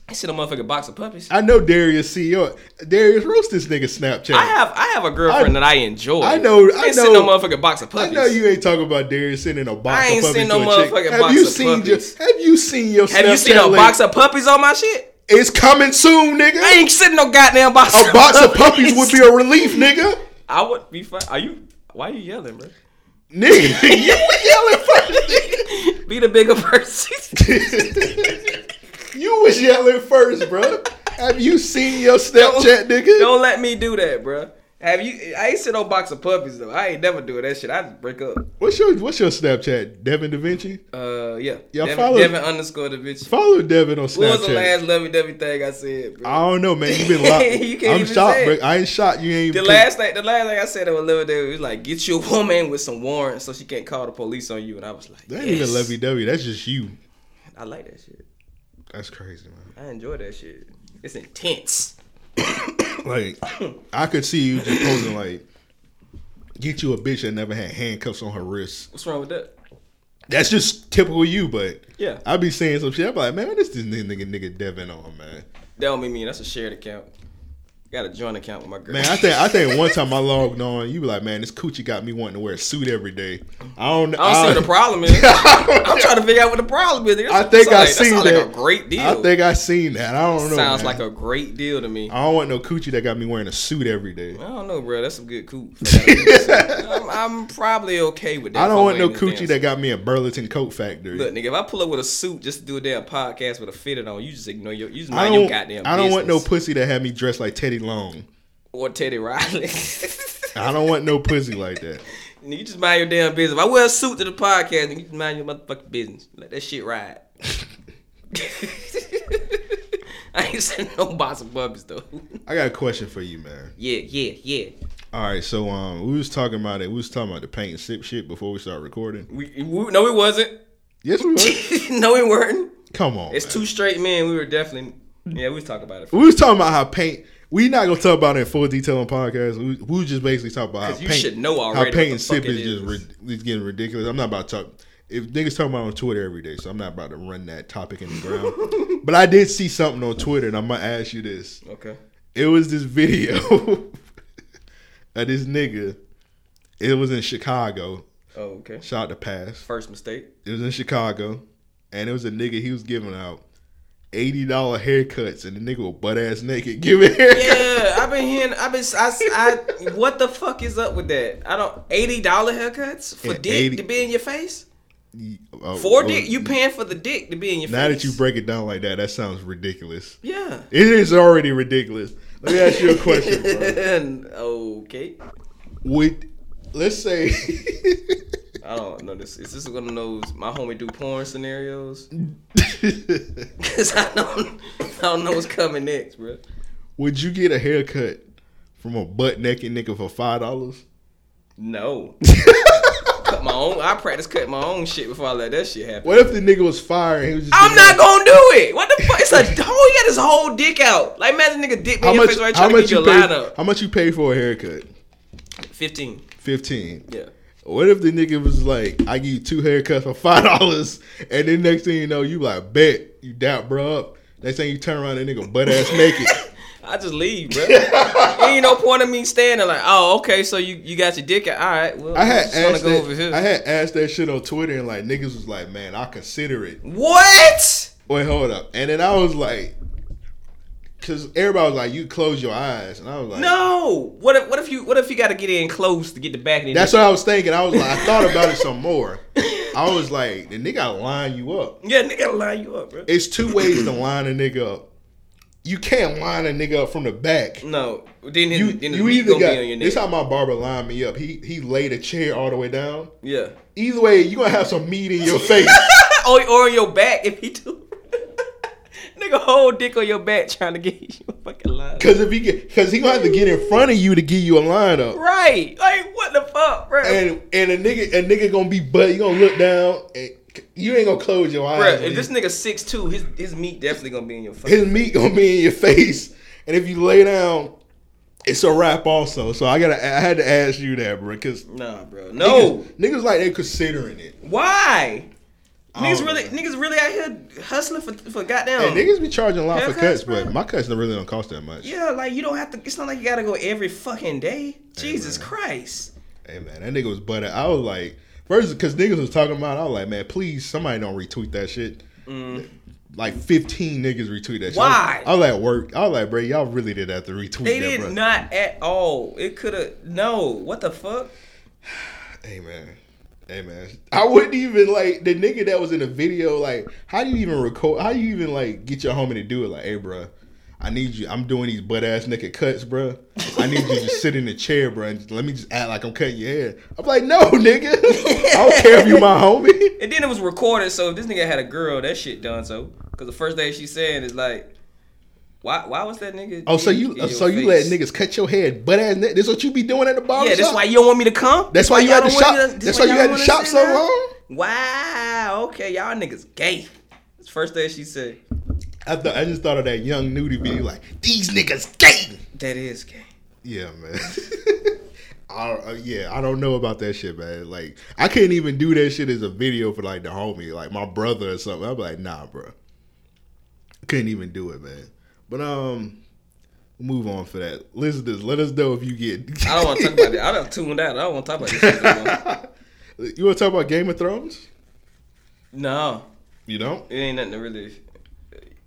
[SPEAKER 8] I sent a motherfucking box of puppies. I,
[SPEAKER 5] I know Darius see your Darius roast this nigga Snapchat. I,
[SPEAKER 8] have, I have a girlfriend
[SPEAKER 5] I-
[SPEAKER 8] that I enjoy.
[SPEAKER 5] I know- I
[SPEAKER 8] ain't sent no
[SPEAKER 5] know-
[SPEAKER 8] motherfucking box of puppies.
[SPEAKER 5] know you ain't talking about Darius sending a box
[SPEAKER 8] I ain't
[SPEAKER 5] of puppies
[SPEAKER 8] seen no
[SPEAKER 5] to a chick.
[SPEAKER 8] motherfucking
[SPEAKER 5] Have
[SPEAKER 8] box
[SPEAKER 5] you
[SPEAKER 8] of
[SPEAKER 5] seen your
[SPEAKER 8] puppies.
[SPEAKER 5] Have you seen your
[SPEAKER 8] Have you seen a box of puppies on my shit?
[SPEAKER 5] It's coming soon, nigga.
[SPEAKER 8] I ain't sent no goddamn box.
[SPEAKER 5] a box of puppies
[SPEAKER 8] <laughs>
[SPEAKER 5] would be a relief, nigga.
[SPEAKER 8] I would be fine. Are you? Why are you yelling, bro? <laughs>
[SPEAKER 5] Nigga, <laughs> you was yelling first.
[SPEAKER 8] Be the bigger person. <laughs>
[SPEAKER 5] <laughs> you was yelling first, bro. Have you seen your Snapchat, nigga?
[SPEAKER 8] Don't let me do that, bro. Have you? I ain't sent no box of puppies though. I ain't never doing that shit. I just break up.
[SPEAKER 5] What's your What's your Snapchat? Devin Da Vinci.
[SPEAKER 8] Uh, yeah.
[SPEAKER 5] Y'all
[SPEAKER 8] Devin,
[SPEAKER 5] follow-
[SPEAKER 8] Devin underscore the bitch.
[SPEAKER 5] Follow Devin on
[SPEAKER 8] What was the
[SPEAKER 5] Snapchat.
[SPEAKER 8] last lovey dovey thing I said, bro?
[SPEAKER 5] I don't know, man.
[SPEAKER 8] <laughs>
[SPEAKER 5] You been locked.
[SPEAKER 8] You can't
[SPEAKER 5] I'm
[SPEAKER 8] even
[SPEAKER 5] shocked,
[SPEAKER 8] say
[SPEAKER 5] bro.
[SPEAKER 8] it.
[SPEAKER 5] I ain't shocked. You ain't
[SPEAKER 8] the
[SPEAKER 5] even-
[SPEAKER 8] last thing, the last thing I said that was lovey dovey was like, get your woman with some warrants so she can't call the police on you. And I was like,
[SPEAKER 5] That
[SPEAKER 8] yes.
[SPEAKER 5] ain't even lovey dovey. That's just you.
[SPEAKER 8] I like that shit.
[SPEAKER 5] That's crazy, man.
[SPEAKER 8] I enjoy that shit. It's intense.
[SPEAKER 5] Like, I could see you just posing like, get you a bitch that never had handcuffs on her wrist.
[SPEAKER 8] What's wrong with that?
[SPEAKER 5] That's just typical you. But
[SPEAKER 8] Yeah.
[SPEAKER 5] I be saying some shit. I be like, man, this this nigga nigga, nigga Devin on, man.
[SPEAKER 8] That don't mean me. That's a shared account. Got a joint account with my girl.
[SPEAKER 5] Man, I
[SPEAKER 8] <laughs>
[SPEAKER 5] think I think one time I logged on, you be like, man, this coochie got me wanting to wear a suit every day. I don't.
[SPEAKER 8] I don't see what
[SPEAKER 5] <laughs>
[SPEAKER 8] the problem is. I'm trying to figure out what the problem is.
[SPEAKER 5] I think I
[SPEAKER 8] like,
[SPEAKER 5] seen
[SPEAKER 8] sounds
[SPEAKER 5] that.
[SPEAKER 8] Like a great deal.
[SPEAKER 5] I think I seen that. I don't know.
[SPEAKER 8] sounds
[SPEAKER 5] man.
[SPEAKER 8] like a great deal to me. I
[SPEAKER 5] I don't want no coochie that got me wearing a suit every day. <laughs>
[SPEAKER 8] don't know, bro. That's some good cooch. I'm, I'm probably okay with that.
[SPEAKER 5] I
[SPEAKER 8] if I'm
[SPEAKER 5] don't want no
[SPEAKER 8] wearing this
[SPEAKER 5] coochie
[SPEAKER 8] damn
[SPEAKER 5] that got me a Burlington Coat Factory.
[SPEAKER 8] suit. Look, nigga, if I pull up with a suit just to do a damn podcast with a fitted on, you just ignore your, you just
[SPEAKER 5] I
[SPEAKER 8] mind
[SPEAKER 5] don't.
[SPEAKER 8] your goddamn.
[SPEAKER 5] I don't want no
[SPEAKER 8] business.
[SPEAKER 5] pussy that had me dressed like Teddy Long.
[SPEAKER 8] or Teddy Riley.
[SPEAKER 5] <laughs> I don't want no pussy like that.
[SPEAKER 8] Nigga, you just mind your damn business. If I wear a suit to the podcast, nigga, you just mind your motherfucking business. Let that shit
[SPEAKER 5] <laughs>
[SPEAKER 8] ride. I ain't sent no box of puppies though. <laughs>
[SPEAKER 5] I got a question for you, man.
[SPEAKER 8] Yeah, yeah, yeah.
[SPEAKER 5] All right, so um, we was talking about it. We was talking about the paint and sip shit before we start recording.
[SPEAKER 8] We, we no, it wasn't.
[SPEAKER 5] Yes, we were.
[SPEAKER 8] <laughs> no, it weren't.
[SPEAKER 5] Come on,
[SPEAKER 8] It's
[SPEAKER 5] man.
[SPEAKER 8] two straight men. We were definitely. Yeah, we was talking about it.
[SPEAKER 5] We was talking about how paint. We not gonna talk about it in full detail on podcast. We, we was just basically talking about how
[SPEAKER 8] 'Cause you
[SPEAKER 5] paint,
[SPEAKER 8] should know
[SPEAKER 5] how
[SPEAKER 8] already what
[SPEAKER 5] paint and
[SPEAKER 8] the fuck
[SPEAKER 5] sip is,
[SPEAKER 8] it
[SPEAKER 5] just
[SPEAKER 8] is.
[SPEAKER 5] rid- is getting ridiculous. I'm not about to talk. If niggas talking about it on Twitter every day, so I'm not about to run that topic in the
[SPEAKER 8] <laughs>
[SPEAKER 5] ground. but I did see something on Twitter, and I'm gonna ask you this.
[SPEAKER 8] Okay.
[SPEAKER 5] It was this video <laughs> of this nigga. It was in Chicago.
[SPEAKER 8] Oh, okay.
[SPEAKER 5] Shout out to Pass.
[SPEAKER 8] First mistake.
[SPEAKER 5] It was in Chicago, and it was a nigga. He was giving out eighty dollar haircuts, and the nigga was butt ass naked giving <laughs> haircuts.
[SPEAKER 8] Yeah, I've been hearing. I've been. I, I. What the fuck is up with that? I don't. Eighty dollar haircuts for
[SPEAKER 5] Yeah,
[SPEAKER 8] dick
[SPEAKER 5] 80.
[SPEAKER 8] to be in your face.
[SPEAKER 5] Oh,
[SPEAKER 8] For
[SPEAKER 5] oh,
[SPEAKER 8] dick, you paying for the dick to be in your
[SPEAKER 5] Now
[SPEAKER 8] face.
[SPEAKER 5] that you break it down like that, that sounds ridiculous. <laughs>
[SPEAKER 8] Yeah.
[SPEAKER 5] It is already ridiculous. Let me ask you a question, bro.
[SPEAKER 8] <laughs> okay.
[SPEAKER 5] Would let's say <laughs>
[SPEAKER 8] I don't know this. Is this one of those my homie do
[SPEAKER 5] <laughs>
[SPEAKER 8] porn scenarios? Cause I don't, I don't know what's coming next, bro.
[SPEAKER 5] would you get a haircut from a butt naked nigga for five dollars? <laughs>
[SPEAKER 8] No. cut my own. I practice cutting my own shit before I let that shit happen.
[SPEAKER 5] What if the nigga was fire and he was just
[SPEAKER 8] I'm
[SPEAKER 5] giving
[SPEAKER 8] not
[SPEAKER 5] out-
[SPEAKER 8] gonna do it. What the fuck? It's a whole. He got his whole dick out. Like imagine nigga dick me
[SPEAKER 5] how
[SPEAKER 8] in your
[SPEAKER 5] much,
[SPEAKER 8] face right
[SPEAKER 5] how,
[SPEAKER 8] trying to
[SPEAKER 5] much
[SPEAKER 8] get
[SPEAKER 5] you
[SPEAKER 8] your
[SPEAKER 5] pay,
[SPEAKER 8] line up.
[SPEAKER 5] how much you pay for a haircut?
[SPEAKER 8] Fifteen.
[SPEAKER 5] Fifteen.
[SPEAKER 8] Yeah.
[SPEAKER 5] What if the nigga was like, I give you two haircuts for five dollars, and then next thing you know, you like bet you doubt bro up. Next thing you turn around, that nigga butt ass
[SPEAKER 8] <laughs>
[SPEAKER 5] naked.
[SPEAKER 8] I just
[SPEAKER 5] <laughs>
[SPEAKER 8] leave, bro. ain't no point in me standing like, oh, okay, so you, you got your dick out. All right, well,
[SPEAKER 5] I had
[SPEAKER 8] just wanna
[SPEAKER 5] asked
[SPEAKER 8] go over
[SPEAKER 5] that,
[SPEAKER 8] here.
[SPEAKER 5] I had asked that shit on Twitter, and like niggas was like, man, I consider it.
[SPEAKER 8] what?
[SPEAKER 5] Wait, hold up. And then I was like, because everybody was like, you close your eyes, and I was like,
[SPEAKER 8] No. What if what if you what if you got to get in close to get the back end?
[SPEAKER 5] That's what I was thinking. I was like, I thought about it some more. I was like, the nigga line you up.
[SPEAKER 8] yeah, nigga, line you up, bro.
[SPEAKER 5] It's two ways to line a nigga up. You can't line a nigga up from the back.
[SPEAKER 8] no, then his,
[SPEAKER 5] you,
[SPEAKER 8] then his
[SPEAKER 5] you
[SPEAKER 8] meat
[SPEAKER 5] either
[SPEAKER 8] gonna
[SPEAKER 5] got
[SPEAKER 8] be on your
[SPEAKER 5] this
[SPEAKER 8] neck.
[SPEAKER 5] how my barber lined me up. He he laid a chair all the way down.
[SPEAKER 8] yeah. <laughs>
[SPEAKER 5] Either way, you gonna have some meat in your face.
[SPEAKER 8] Or or on your back if he do. <laughs> nigga, whole dick on your back trying to get <laughs> you a fucking line.
[SPEAKER 5] Cause if he get, cause he gonna have to get in front of you to give you a line up.
[SPEAKER 8] Right. Like what?
[SPEAKER 3] fuck, bro?
[SPEAKER 5] and and a nigga a nigga gonna be butt. You gonna look down and you ain't gonna close your eyes.
[SPEAKER 8] Bruh,
[SPEAKER 5] when
[SPEAKER 8] if this
[SPEAKER 5] you-
[SPEAKER 8] nigga six two, his his meat definitely gonna be in your face.
[SPEAKER 5] his meat gonna be in your face, and if you lay down, it's a wrap also. So I gotta I had to ask you that, bro, because
[SPEAKER 8] Nah, bro. No.
[SPEAKER 5] niggas, niggas like they considering it.
[SPEAKER 8] Why?
[SPEAKER 5] don't
[SPEAKER 8] Niggas really,
[SPEAKER 5] know.
[SPEAKER 8] niggas really out here hustling for for goddamn.
[SPEAKER 5] Hey, niggas be charging a lot for
[SPEAKER 8] Haircuts,
[SPEAKER 5] cuts,
[SPEAKER 8] bro.
[SPEAKER 5] but my cuts don't really don't cost that much.
[SPEAKER 8] Yeah, like you don't have to. It's not like you gotta go every fucking day. Jesus Christ.
[SPEAKER 5] Hey man, that nigga was butted. I was like, first because niggas was talking about, it, I was like, man, please somebody don't retweet that shit. Like fifteen niggas retweet that. shit.
[SPEAKER 8] Mm. Why?
[SPEAKER 5] I was, I was at work. I was like, bro, y'all really did have to retweet
[SPEAKER 8] They
[SPEAKER 5] that,
[SPEAKER 8] did
[SPEAKER 5] bro.
[SPEAKER 8] not at all. It could have no. What the fuck?
[SPEAKER 5] Hey man. Hey man. I wouldn't even like the nigga that was in the video, like, how do you even record how you even like get your homie to do it? Like, hey bro, I need you. I'm doing these butt ass naked cuts, bro. I need you to sit in the chair, bro, and just- let me just act like I'm cutting your hair. I'm like, no, nigga. I don't care if you my homie.
[SPEAKER 8] And then it was recorded. So if this nigga had a girl, that shit done. So because the first thing she saying is like, why? Why was that nigga?
[SPEAKER 5] Oh, so
[SPEAKER 8] in-
[SPEAKER 5] you
[SPEAKER 8] in
[SPEAKER 5] so
[SPEAKER 8] your
[SPEAKER 5] you let
[SPEAKER 8] face?
[SPEAKER 5] niggas cut your head butt ass naked. This what you be doing at Oh, the bar?
[SPEAKER 8] Yeah, that's why you don't want me to come.
[SPEAKER 5] That's why you
[SPEAKER 8] y'all
[SPEAKER 5] had to
[SPEAKER 8] don't want
[SPEAKER 5] shop-
[SPEAKER 8] me to-
[SPEAKER 5] that's why you
[SPEAKER 8] y'all
[SPEAKER 5] had to
[SPEAKER 8] wanna
[SPEAKER 5] shop
[SPEAKER 8] sit
[SPEAKER 5] so
[SPEAKER 8] down?
[SPEAKER 5] long?
[SPEAKER 8] Wow. Okay, y'all niggas gay. That's the first thing she said.
[SPEAKER 5] I thought I just thought of that young nudie video like, these niggas gay.
[SPEAKER 8] That is gay.
[SPEAKER 5] Yeah, man. <laughs> I don't- uh, yeah, I don't know about that shit, man. Like, I couldn't even do that shit as a video for like the homie, like my brother or something. I'm like, nah, bro. Couldn't even do it, man. But um, move on for that. Listen, to this. let us know if you get.
[SPEAKER 8] I don't want to talk about that. I done tuned out. I don't want to talk about this shit no more.
[SPEAKER 5] <laughs> You want to talk about Game of Thrones?
[SPEAKER 8] No,
[SPEAKER 5] You don't.
[SPEAKER 8] it ain't nothing to really.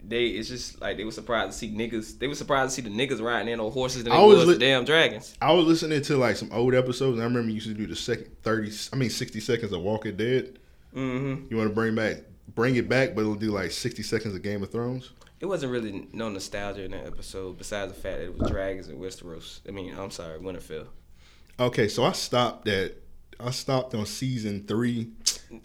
[SPEAKER 8] They it's just like they were surprised to see niggas. They were surprised to see the niggas riding in on horses than
[SPEAKER 5] I
[SPEAKER 8] they
[SPEAKER 5] was
[SPEAKER 8] was
[SPEAKER 5] li-
[SPEAKER 8] the damn dragons.
[SPEAKER 5] I was listening to like some old episodes, and I remember you used to do the second thirty, I mean sixty seconds of Walking Dead. Mm-hmm. You want to bring back, bring it back, but it'll do like sixty seconds of Game of Thrones.
[SPEAKER 8] It wasn't really no nostalgia in that episode, besides the fact that it was dragons and Westeros. I mean, I'm sorry, Winterfell.
[SPEAKER 5] Okay, so I stopped at I stopped on season three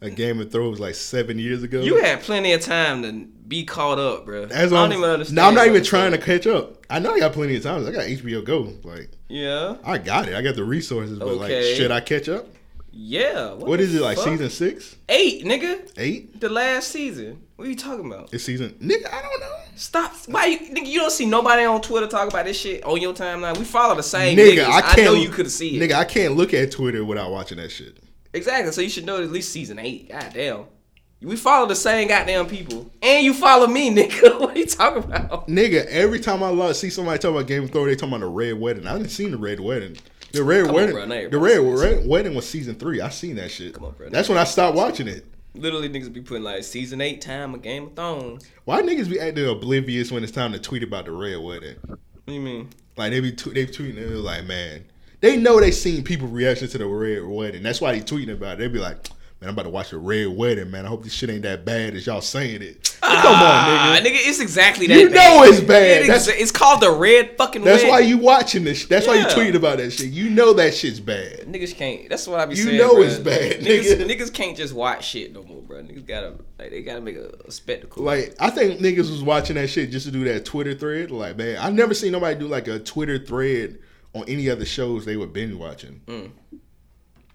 [SPEAKER 5] of Game of Thrones like seven years ago.
[SPEAKER 8] You had plenty of time to be caught up, bro.
[SPEAKER 5] That's
[SPEAKER 8] I
[SPEAKER 5] what
[SPEAKER 8] don't
[SPEAKER 5] I'm-
[SPEAKER 8] even understand.
[SPEAKER 5] No, I'm not
[SPEAKER 8] what
[SPEAKER 5] even
[SPEAKER 8] the
[SPEAKER 5] trying to
[SPEAKER 8] fuck-
[SPEAKER 5] catch up. I know I got plenty of times. I got HBO Go. Like
[SPEAKER 8] Yeah,
[SPEAKER 5] I got it. I got the resources, but
[SPEAKER 8] Okay.
[SPEAKER 5] like should I catch up?
[SPEAKER 8] yeah.
[SPEAKER 5] what
[SPEAKER 8] the
[SPEAKER 5] is it like
[SPEAKER 8] fuck?
[SPEAKER 5] season six?
[SPEAKER 8] eight, nigga?
[SPEAKER 5] Eight?
[SPEAKER 8] The last season. What are you talking about?
[SPEAKER 5] It's season nigga, I don't know.
[SPEAKER 8] Stop! Why you, nigga, you don't see nobody on Twitter talk about this shit on your timeline? We follow the same
[SPEAKER 5] nigga,
[SPEAKER 8] niggas.
[SPEAKER 5] I can't
[SPEAKER 8] know you could have seen it.
[SPEAKER 5] Nigga, I can't look at Twitter without watching that shit.
[SPEAKER 8] Exactly. So you should know at least season eight. Goddamn. We follow the same goddamn people. And you follow me, <laughs> nigga. what are you talking about?
[SPEAKER 5] Nigga, every time I love, see somebody talk about Game of Thrones, they talking about the Red Wedding. I didn't seen the Red Wedding. The Red
[SPEAKER 8] on,
[SPEAKER 5] Wedding.
[SPEAKER 8] bro, now
[SPEAKER 5] the
[SPEAKER 8] everybody
[SPEAKER 5] Red,
[SPEAKER 8] seen
[SPEAKER 5] Red Wedding was season three. I seen that shit.
[SPEAKER 8] Come on, bro,
[SPEAKER 5] That's when I stopped watching it.
[SPEAKER 8] Literally niggas be putting like season eight time of Game of Thrones.
[SPEAKER 5] Why niggas be acting oblivious when it's time to tweet about the Red Wedding?
[SPEAKER 8] What do you mean?
[SPEAKER 5] Like they be tw- they tweeting and they're like, man, they know they seen people reaction to the Red Wedding. That's why they tweeting about it. They be like, man, I'm about to watch the Red Wedding, man. I hope this shit ain't that bad as y'all saying it. Come on,
[SPEAKER 8] Ah,
[SPEAKER 5] nigga.
[SPEAKER 8] nigga, it's exactly that.
[SPEAKER 5] You
[SPEAKER 8] bad.
[SPEAKER 5] know it's bad.
[SPEAKER 8] It
[SPEAKER 5] That's-
[SPEAKER 8] is- it's called the red fucking.
[SPEAKER 5] That's
[SPEAKER 8] Wedding.
[SPEAKER 5] why you watching this. That's why you
[SPEAKER 8] Yeah.
[SPEAKER 5] tweeting about that shit. You know that shit's bad.
[SPEAKER 8] Niggas can't. That's what I be
[SPEAKER 5] You
[SPEAKER 8] saying.
[SPEAKER 5] know
[SPEAKER 8] bruh.
[SPEAKER 5] it's bad,
[SPEAKER 8] Niggas,
[SPEAKER 5] nigga.
[SPEAKER 8] niggas can't just watch shit no more, bro. Niggas gotta like they gotta make a, a spectacle.
[SPEAKER 5] Like I think niggas was watching that shit just to do that Twitter thread. Like man, I never seen nobody do like a Twitter thread on any other shows they were binge watching.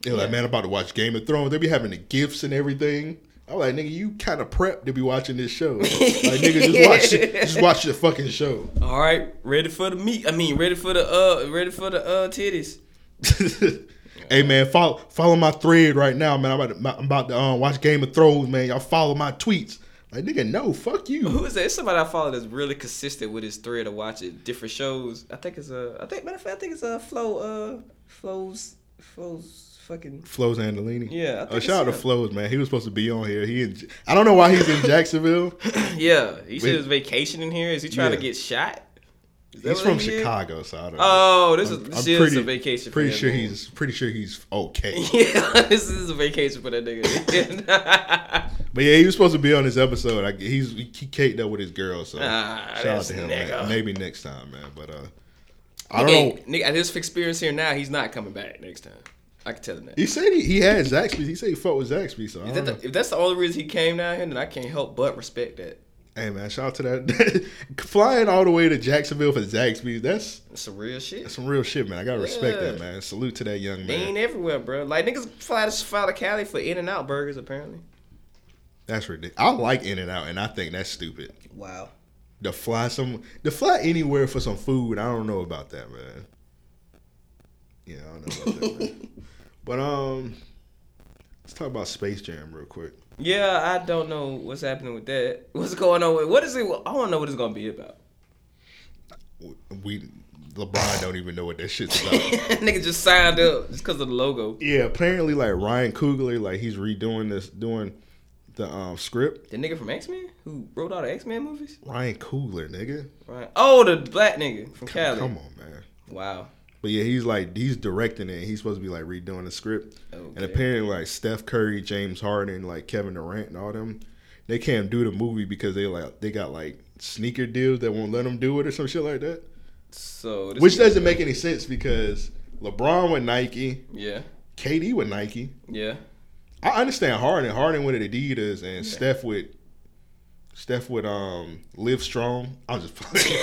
[SPEAKER 5] They're like, man, I'm about to watch Game of Thrones. They be having the gifts and everything. I'm like, nigga, you kind of prepped to be watching this show. like, nigga, just watch it. Just watch the fucking show.
[SPEAKER 8] All right, ready for the meat. I mean, ready for the uh, ready for the uh titties.
[SPEAKER 5] hey man, follow follow my thread right now, man. I'm about to, my- I'm about to um, watch Game of Thrones, man. Y'all follow my tweets. Like, nigga, no, fuck you.
[SPEAKER 8] <laughs> Who is that? It's somebody I follow that's really consistent with his thread of watching different shows. I think it's a. I think matter of fact, I think it's a Flo. Uh, Flo's Flo's fucking.
[SPEAKER 5] Flo's Andolini.
[SPEAKER 8] Yeah, I
[SPEAKER 5] Oh,
[SPEAKER 8] think
[SPEAKER 5] shout out to
[SPEAKER 8] it's him.
[SPEAKER 5] Flo's, man. He was supposed to be on here. He, in, I don't know why he's
[SPEAKER 8] <laughs>
[SPEAKER 5] in Jacksonville.
[SPEAKER 8] Yeah, he said
[SPEAKER 5] Wait.
[SPEAKER 8] it was vacation in here. Is he trying
[SPEAKER 5] Yeah.
[SPEAKER 8] to get shot? Is that
[SPEAKER 5] he's
[SPEAKER 8] what
[SPEAKER 5] from
[SPEAKER 8] he did?
[SPEAKER 5] Chicago, so I don't. know.
[SPEAKER 8] Oh, this is this is a vacation. for
[SPEAKER 5] Pretty
[SPEAKER 8] him,
[SPEAKER 5] sure
[SPEAKER 8] man.
[SPEAKER 5] he's pretty sure he's okay.
[SPEAKER 8] <laughs> Yeah, this is a vacation for that nigga. <laughs>
[SPEAKER 5] but yeah, he was supposed to be on this episode. I, he's he caked up with his girl, so
[SPEAKER 8] Ah,
[SPEAKER 5] shout out
[SPEAKER 8] this
[SPEAKER 5] to him.
[SPEAKER 8] nigga.
[SPEAKER 5] Man. Maybe next time, man. But uh, I don't
[SPEAKER 8] hey,
[SPEAKER 5] know.
[SPEAKER 8] nigga, at his experience here now, he's not coming back next time. I can tell him that.
[SPEAKER 5] He said he, he had Zaxby. He said he fucked with Zaxby. So I don't
[SPEAKER 8] Is that
[SPEAKER 5] know.
[SPEAKER 8] the, if that's the only reason he came down here, then I can't help but respect that.
[SPEAKER 5] Hey man, shout out to that. <laughs> Flying all the way to Jacksonville for Zaxby's, that's
[SPEAKER 8] It's some real shit.
[SPEAKER 5] some real shit, man. I gotta respect
[SPEAKER 8] Yeah.
[SPEAKER 5] that, man. Salute to that young
[SPEAKER 8] They ain't
[SPEAKER 5] man.
[SPEAKER 8] everywhere, bro. Like niggas fly to fly to Cali for In and Out burgers, apparently.
[SPEAKER 5] That's ridiculous. I like In and Out, and I think that's stupid.
[SPEAKER 8] Wow.
[SPEAKER 5] To fly some, to fly anywhere for some food, I don't know about that, man. Yeah, I don't know about that,
[SPEAKER 8] <laughs>
[SPEAKER 5] man. But um, let's talk about Space Jam real quick.
[SPEAKER 8] Yeah, I don't know what's happening with that. <laughs> What's going on with what is it? I want to know what it's gonna be about. <laughs>
[SPEAKER 5] We LeBron don't even know what that shit's about.
[SPEAKER 8] Nigga just signed up just because of the logo.
[SPEAKER 5] yeah, apparently like Ryan Coogler, like he's redoing this, doing the um script.
[SPEAKER 8] The nigga from X Men who wrote all the X Men movies,
[SPEAKER 5] Ryan Coogler, nigga.
[SPEAKER 8] right? Oh, the black nigga from Cali.
[SPEAKER 5] Come on, man.
[SPEAKER 8] Wow.
[SPEAKER 5] But yeah, he's like he's directing it. and He's supposed to be like redoing the script. And
[SPEAKER 8] Okay.
[SPEAKER 5] apparently, like Steph Curry, James Harden, like Kevin Durant, and all them, they can't do the movie because they like they got like sneaker deals that won't let them do it or some shit like that.
[SPEAKER 8] So this
[SPEAKER 5] Which
[SPEAKER 8] nigga-
[SPEAKER 5] doesn't make any sense because LeBron with Nike,
[SPEAKER 8] Yeah.
[SPEAKER 5] KD with Nike.
[SPEAKER 8] Yeah.
[SPEAKER 5] I understand Harden. Harden with Adidas and Steph with Steph with um Live Strong. I'm just
[SPEAKER 8] <laughs>
[SPEAKER 5] playing.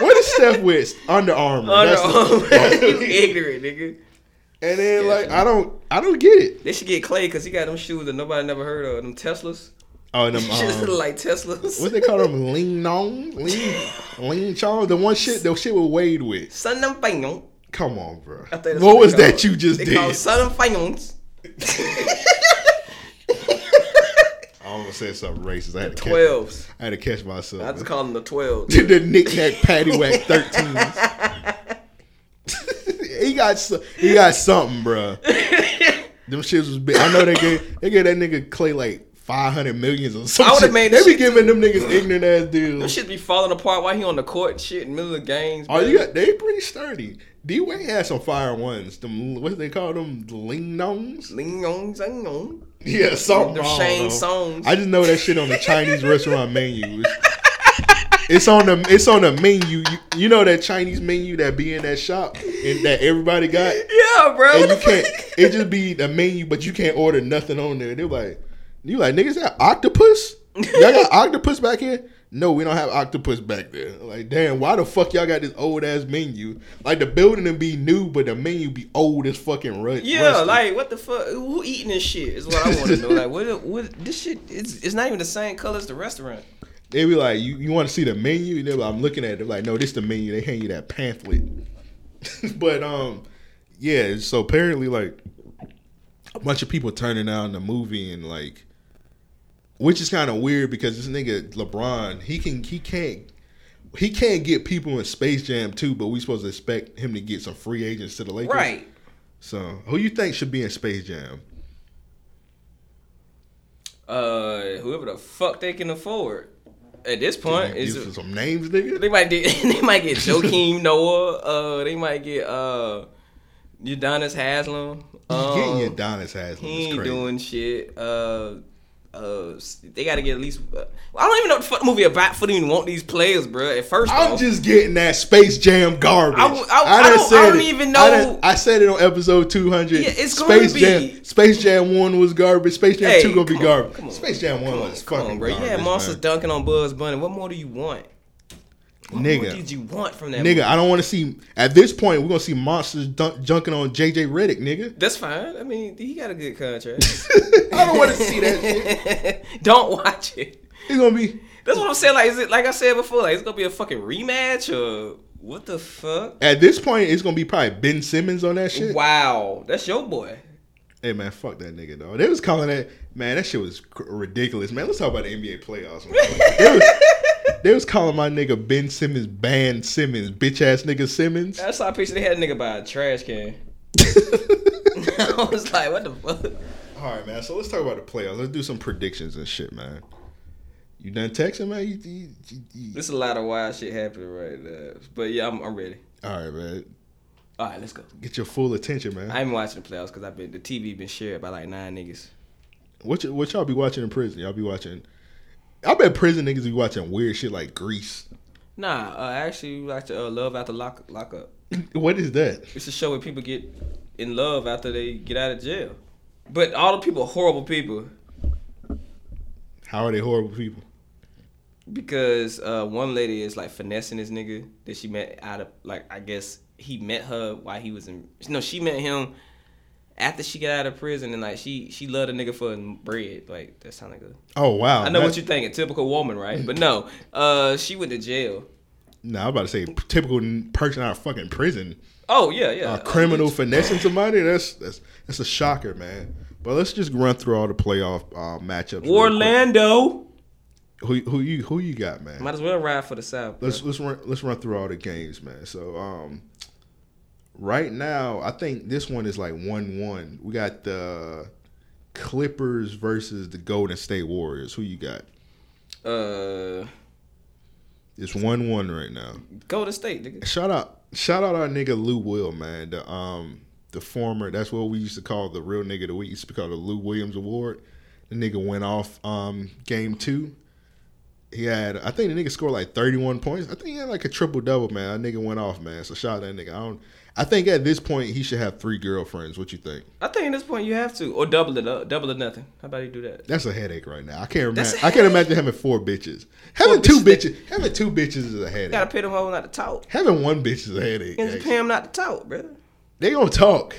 [SPEAKER 5] what is Steph with Under Armour?
[SPEAKER 8] Oh
[SPEAKER 5] That's the- <laughs>
[SPEAKER 8] no, you <laughs> ignorant nigga.
[SPEAKER 5] And then like I don't I don't get
[SPEAKER 8] <laughs>
[SPEAKER 5] it.
[SPEAKER 8] They should get Clay because he got them shoes that nobody never heard of. Them Teslas. <laughs>
[SPEAKER 5] Oh, and them,
[SPEAKER 8] Shit
[SPEAKER 5] um,
[SPEAKER 8] like Teslas. <laughs>
[SPEAKER 5] what they call them? Ling Nong, Ling, Ling Chong. The one shit, the shit with Wade with.
[SPEAKER 8] Son of Fayons.
[SPEAKER 5] Come on, bro.
[SPEAKER 8] I think that's
[SPEAKER 5] What
[SPEAKER 8] they
[SPEAKER 5] was
[SPEAKER 8] call
[SPEAKER 5] that
[SPEAKER 8] it.
[SPEAKER 5] you just
[SPEAKER 8] they
[SPEAKER 5] did?
[SPEAKER 8] Call it Son of Fayons.
[SPEAKER 5] I almost said something racist. I had to catch.
[SPEAKER 8] Twelves.
[SPEAKER 5] I had to catch myself.
[SPEAKER 8] I just call them the
[SPEAKER 5] <laughs>
[SPEAKER 8] twelves.
[SPEAKER 5] the knickknack paddywhack thirteens. <laughs> he got so- he got something, bro. Them shits was big. I know they gave they gave that nigga Clay like five hundred millions or something.
[SPEAKER 8] would've made
[SPEAKER 5] they
[SPEAKER 8] that
[SPEAKER 5] be
[SPEAKER 8] shit
[SPEAKER 5] giving them niggas ignorant ass deals.
[SPEAKER 8] Them shit be falling apart while he on the court and shit in the middle of the games.
[SPEAKER 5] Oh,
[SPEAKER 8] bruh.
[SPEAKER 5] you got they pretty sturdy. D Wade had some fire ones. Them what do they call them? Ling nongs?
[SPEAKER 8] Ling on, zing on.
[SPEAKER 5] Yeah, something.
[SPEAKER 8] Them
[SPEAKER 5] I don't
[SPEAKER 8] Shane
[SPEAKER 5] know.
[SPEAKER 8] songs.
[SPEAKER 5] I just know that shit on the Chinese restaurant menus. It's on the it's on the menu. You, you know that Chinese menu that be in that shop and that everybody
[SPEAKER 8] <laughs>
[SPEAKER 5] got,
[SPEAKER 8] Yeah, bro.
[SPEAKER 5] and you can't. It just be the menu, but you can't order nothing on there. They're like, you like niggas that octopus? Y'all
[SPEAKER 8] <laughs>
[SPEAKER 5] got octopus back here? No, we don't have octopus back there. Like, damn, why the fuck y'all got this old ass menu? Like the building to be new, but the menu be old as fucking rut.
[SPEAKER 8] Yeah,
[SPEAKER 5] rusty.
[SPEAKER 8] like what the fuck? Who eating this shit? Is what I want to know. Like what? What this shit? It's it's not even the same color as the restaurant.
[SPEAKER 5] They be like, you, you want to see the menu? And they're like, I'm looking at it. They're like, no, this the menu. They hand you that pamphlet. <laughs> but um, yeah. So apparently, like a bunch of people turning out in the movie and like, which is kind of weird because this nigga LeBron, he can he can't. He can't get people in Space Jam too, but we supposed to expect him to get some free agents to the Lakers.
[SPEAKER 8] Right.
[SPEAKER 5] So, who you think should be in Space Jam?
[SPEAKER 8] Uh, whoever the fuck they can afford at this point
[SPEAKER 5] These
[SPEAKER 8] is
[SPEAKER 5] are some names, nigga.
[SPEAKER 8] they might get <laughs> they might get Joakim Noah. Uh, they might get uh Udonis Haslam. Um,
[SPEAKER 5] Getting Adonis Haslam
[SPEAKER 8] he
[SPEAKER 5] is
[SPEAKER 8] ain't
[SPEAKER 5] crazy.
[SPEAKER 8] doing shit. Uh, uh, they gotta get at least. Uh, I don't even know what the fuck the movie about for them even want these players, bro. At first,
[SPEAKER 5] I'm
[SPEAKER 8] off.
[SPEAKER 5] just getting that Space Jam garbage.
[SPEAKER 8] Oh. I w- I w- I
[SPEAKER 5] done
[SPEAKER 8] don't- I
[SPEAKER 5] said
[SPEAKER 8] don't
[SPEAKER 5] it.
[SPEAKER 8] even
[SPEAKER 5] I,
[SPEAKER 8] know-
[SPEAKER 5] done- I said it on episode 200.
[SPEAKER 8] Yeah, it's gonna
[SPEAKER 5] Space
[SPEAKER 8] be-
[SPEAKER 5] Jam. Space Jam One was garbage. Space Jam
[SPEAKER 8] Hey,
[SPEAKER 5] Two gonna be
[SPEAKER 8] come on,
[SPEAKER 5] garbage.
[SPEAKER 8] come on,
[SPEAKER 5] Space Jam One was
[SPEAKER 8] Come
[SPEAKER 5] fucking
[SPEAKER 8] on, bro. You
[SPEAKER 5] garbage.
[SPEAKER 8] had monsters
[SPEAKER 5] man.
[SPEAKER 8] dunking on Buzz Bunny. What more do you want? What more did
[SPEAKER 5] Nigga,
[SPEAKER 8] you want from that?
[SPEAKER 5] nigga,
[SPEAKER 8] movie?
[SPEAKER 5] I don't want to see. At this point, we're gonna see monsters dunk, junking on JJ Reddick, nigga.
[SPEAKER 8] That's fine. I mean, he got a good contract.
[SPEAKER 5] <laughs> I don't want to see that. shit.
[SPEAKER 8] <laughs> don't watch it.
[SPEAKER 5] It's gonna be
[SPEAKER 8] That's what I'm saying. Like, is it like I said before? Like, it's gonna be a fucking rematch or what the fuck?
[SPEAKER 5] at this point, it's gonna be probably Ben Simmons on that shit.
[SPEAKER 8] Wow, that's your boy.
[SPEAKER 5] Hey man, fuck that nigga though. They was calling that man. That shit was cr- ridiculous, man. Let's talk about the NBA playoffs.
[SPEAKER 8] <laughs>
[SPEAKER 5] man. they, was, they was calling my nigga Ben Simmons, Ban Simmons, bitch ass nigga Simmons.
[SPEAKER 8] I saw a picture they had a nigga by a
[SPEAKER 5] <laughs>
[SPEAKER 8] trash can. <laughs> I was like, what the fuck?
[SPEAKER 5] All right, man. So let's talk about the playoffs. Let's do some predictions and shit, man. You done texting, man? You, you, you, you-
[SPEAKER 8] There's a lot of wild shit happening right now. But yeah, I'm, I'm ready.
[SPEAKER 5] All right, man.
[SPEAKER 8] All right, let's go.
[SPEAKER 5] Get your full attention, man.
[SPEAKER 8] I ain't watching the playoffs because I've been the TV been shared by like nine niggas.
[SPEAKER 5] What, y- what y'all be watching in prison? Y'all be watching? I bet prison niggas be watching weird shit like Grease.
[SPEAKER 8] Nah, uh, I actually like to uh, love after lock lock up.
[SPEAKER 5] <laughs> What is that?
[SPEAKER 8] It's a show where people get in love after they get out of jail. But all the people are horrible people.
[SPEAKER 5] How are they horrible people?
[SPEAKER 8] because uh, one lady is like finessing this nigga that she met out of like I guess he met her while he was in no she met him after she got out of prison and like she she loved a nigga for his bread like that sound like a
[SPEAKER 5] Oh wow!
[SPEAKER 8] I know what
[SPEAKER 5] That-
[SPEAKER 8] you're thinking typical woman right but no uh she went to jail
[SPEAKER 5] Nah, I'm about to say typical n- person out of fucking prison,
[SPEAKER 8] oh yeah yeah
[SPEAKER 5] a criminal finessing somebody. That's that's that's a shocker, man. But let's just run through all the playoff uh, matchups. real
[SPEAKER 8] Orlando
[SPEAKER 5] quick. who who you who you got, man?
[SPEAKER 8] might as well ride for the south bro.
[SPEAKER 5] let's let's run let's run through all the games, man. So um, right now I think this one is like one one. We got the Clippers versus the Golden State Warriors. Who you got?
[SPEAKER 8] uh
[SPEAKER 5] It's one one right now.
[SPEAKER 8] go to state nigga
[SPEAKER 5] Shout out, shout out our nigga Lou Will, man. The um, the former that's what we used to call the real nigga of the week. Used to call the Lou Williams Award. The nigga went off um game two. He had, I think the nigga scored like thirty one points. I think he had like a triple double, man. That nigga went off, man. So shout out that nigga. I don't. I think at this point he should have three girlfriends. What you think?
[SPEAKER 8] I think at this point you have to or double it up double or nothing how about you do that
[SPEAKER 5] That's a headache right now. I can't
[SPEAKER 8] That's
[SPEAKER 5] imagine.
[SPEAKER 8] a
[SPEAKER 5] I can't imagine having four bitches. Having two bitches. Having two bitches is a
[SPEAKER 8] you gotta
[SPEAKER 5] headache.
[SPEAKER 8] pay them hoe not to talk
[SPEAKER 5] Having one bitch is a headache.
[SPEAKER 8] you gotta
[SPEAKER 5] actually.
[SPEAKER 8] pay them not to talk brother
[SPEAKER 5] They gonna talk.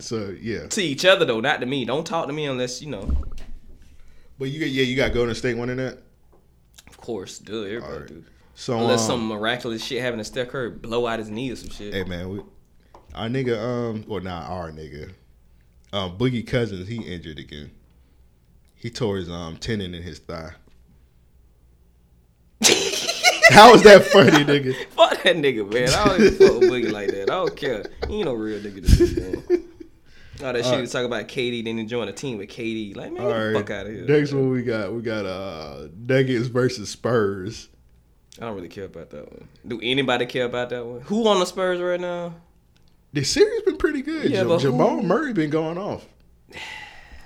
[SPEAKER 5] So yeah,
[SPEAKER 8] to each other though not to me don't talk to me unless you know
[SPEAKER 5] but you yeah you got Golden State winning that.
[SPEAKER 8] of course duh everybody
[SPEAKER 5] Alright.
[SPEAKER 8] do
[SPEAKER 5] So
[SPEAKER 8] Unless
[SPEAKER 5] um,
[SPEAKER 8] some miraculous shit happened to Steph Curry, blow out his knee or some shit.
[SPEAKER 5] hey man, we, our nigga um or not our nigga, um Boogie Cousins he injured again. He tore his um tendon in his
[SPEAKER 8] <laughs>
[SPEAKER 5] thigh. How is that funny, nigga?
[SPEAKER 8] Fuck that nigga, man. I don't even fuck with Boogie like that. I don't care. He ain't no real nigga to this man. All that shit you talk about KD, then you join a team with KD. Like, man,
[SPEAKER 5] All
[SPEAKER 8] get the
[SPEAKER 5] right,
[SPEAKER 8] fuck out of here.
[SPEAKER 5] next one we got we got uh Nuggets versus Spurs.
[SPEAKER 8] I don't really care about that one. Do anybody care about that one? Who on the Spurs right now?
[SPEAKER 5] The series been pretty good.
[SPEAKER 8] Yeah,
[SPEAKER 5] Jam-
[SPEAKER 8] but who-
[SPEAKER 5] Jamal Murray been going off.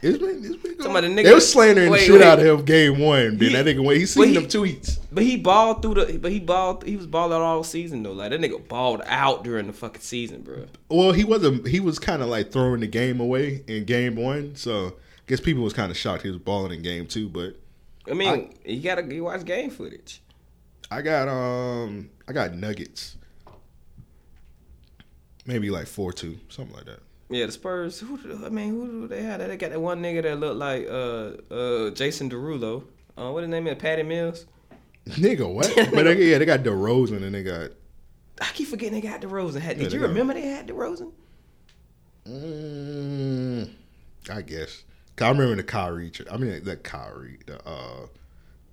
[SPEAKER 5] It's been, it's been going
[SPEAKER 8] Somebody
[SPEAKER 5] off.
[SPEAKER 8] nigga-
[SPEAKER 5] They was slandering
[SPEAKER 8] Wait,
[SPEAKER 5] the shit
[SPEAKER 8] wait.
[SPEAKER 5] out of him game one. Then
[SPEAKER 8] He-
[SPEAKER 5] that nigga went. He seen
[SPEAKER 8] Well, he-
[SPEAKER 5] them tweets.
[SPEAKER 8] But he balled through the. But he balled. He was balled out all season though. Like that nigga balled out during the fucking season, bro.
[SPEAKER 5] Well, he wasn't. He was kind of like throwing the game away in game one. So I guess people was kind of shocked he was balling in game two. But
[SPEAKER 8] I mean, you gotta you watch game footage.
[SPEAKER 5] I got um I got Nuggets. Maybe like four two something like that. <laughs>
[SPEAKER 8] Yeah, the Spurs. Who do- I mean, who do they have? They got that one nigga that looked like uh uh Jason Derulo. Uh, what his name is? Patty Mills.
[SPEAKER 5] Nigga,
[SPEAKER 8] <laughs>
[SPEAKER 5] what? but they, yeah, they got DeRozan and they got.
[SPEAKER 8] I keep forgetting they got DeRozan. Had,
[SPEAKER 5] Yeah,
[SPEAKER 8] did
[SPEAKER 5] they
[SPEAKER 8] you
[SPEAKER 5] got-
[SPEAKER 8] remember they had DeRozan?
[SPEAKER 5] Mm, I guess. 'Cause I remember the Kyrie. Tra- I mean, that Kyrie, the uh,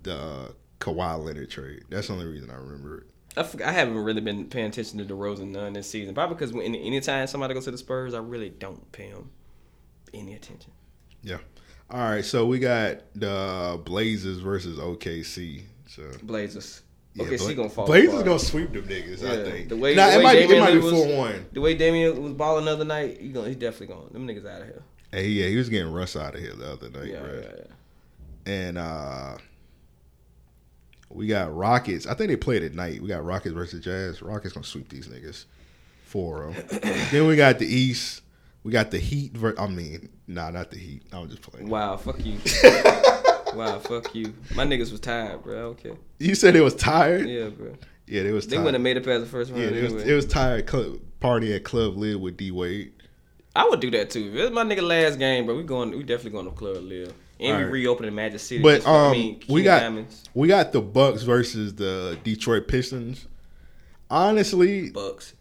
[SPEAKER 5] the uh, Kawhi Leonard trade. That's the only reason I remember it.
[SPEAKER 8] I, forg- I haven't really been paying attention to DeRozan none this season. Probably because when anytime somebody goes to the Spurs, I really don't pay him any attention.
[SPEAKER 5] Yeah. All right. So we got the Blazers versus OKC. So
[SPEAKER 8] Blazers.
[SPEAKER 5] yeah,
[SPEAKER 8] Okay, she
[SPEAKER 5] Bla-
[SPEAKER 8] gonna fall.
[SPEAKER 5] Blazers
[SPEAKER 8] apart.
[SPEAKER 5] gonna sweep them niggas. I
[SPEAKER 8] Yeah,
[SPEAKER 5] think.
[SPEAKER 8] the way-
[SPEAKER 5] nah,
[SPEAKER 8] the
[SPEAKER 5] it
[SPEAKER 8] way
[SPEAKER 5] might be it
[SPEAKER 8] Damian
[SPEAKER 5] might be
[SPEAKER 8] Lillard was-
[SPEAKER 5] four one.
[SPEAKER 8] The way Damian was balling the other night, he gonna he definitely gone. Them niggas out of here.
[SPEAKER 5] Hey, yeah, he was getting Russ out of here the other night,
[SPEAKER 8] Yeah,
[SPEAKER 5] bruh.
[SPEAKER 8] yeah, yeah.
[SPEAKER 5] and uh we got Rockets. I think they played at night. We got Rockets versus Jazz. Rockets gonna sweep these niggas, four of them.
[SPEAKER 8] <coughs>
[SPEAKER 5] then we got the East. We got the Heat. Ver- I mean, nah, not the Heat. I'm just playing.
[SPEAKER 8] Wow,
[SPEAKER 5] <laughs>
[SPEAKER 8] fuck you. wow, fuck you. My niggas was tired, bro. Okay.
[SPEAKER 5] You said it was tired. Yeah,
[SPEAKER 8] Yeah, bro.
[SPEAKER 5] they was.
[SPEAKER 8] They
[SPEAKER 5] tired.
[SPEAKER 8] wouldn't have made it past the first round.
[SPEAKER 5] Yeah, it was.
[SPEAKER 8] anyway.
[SPEAKER 5] It was tired. Club, party at Club Live with D Wade.
[SPEAKER 8] I would do that too. If it was my nigga last game, bro, we going. We definitely going to club live, and we
[SPEAKER 5] Alright.
[SPEAKER 8] reopening Magic City.
[SPEAKER 5] But
[SPEAKER 8] Just fuck-
[SPEAKER 5] um, we
[SPEAKER 8] King
[SPEAKER 5] got
[SPEAKER 8] Diamonds,
[SPEAKER 5] we got the Bucks versus the Detroit Pistons. Honestly,
[SPEAKER 8] Bucks.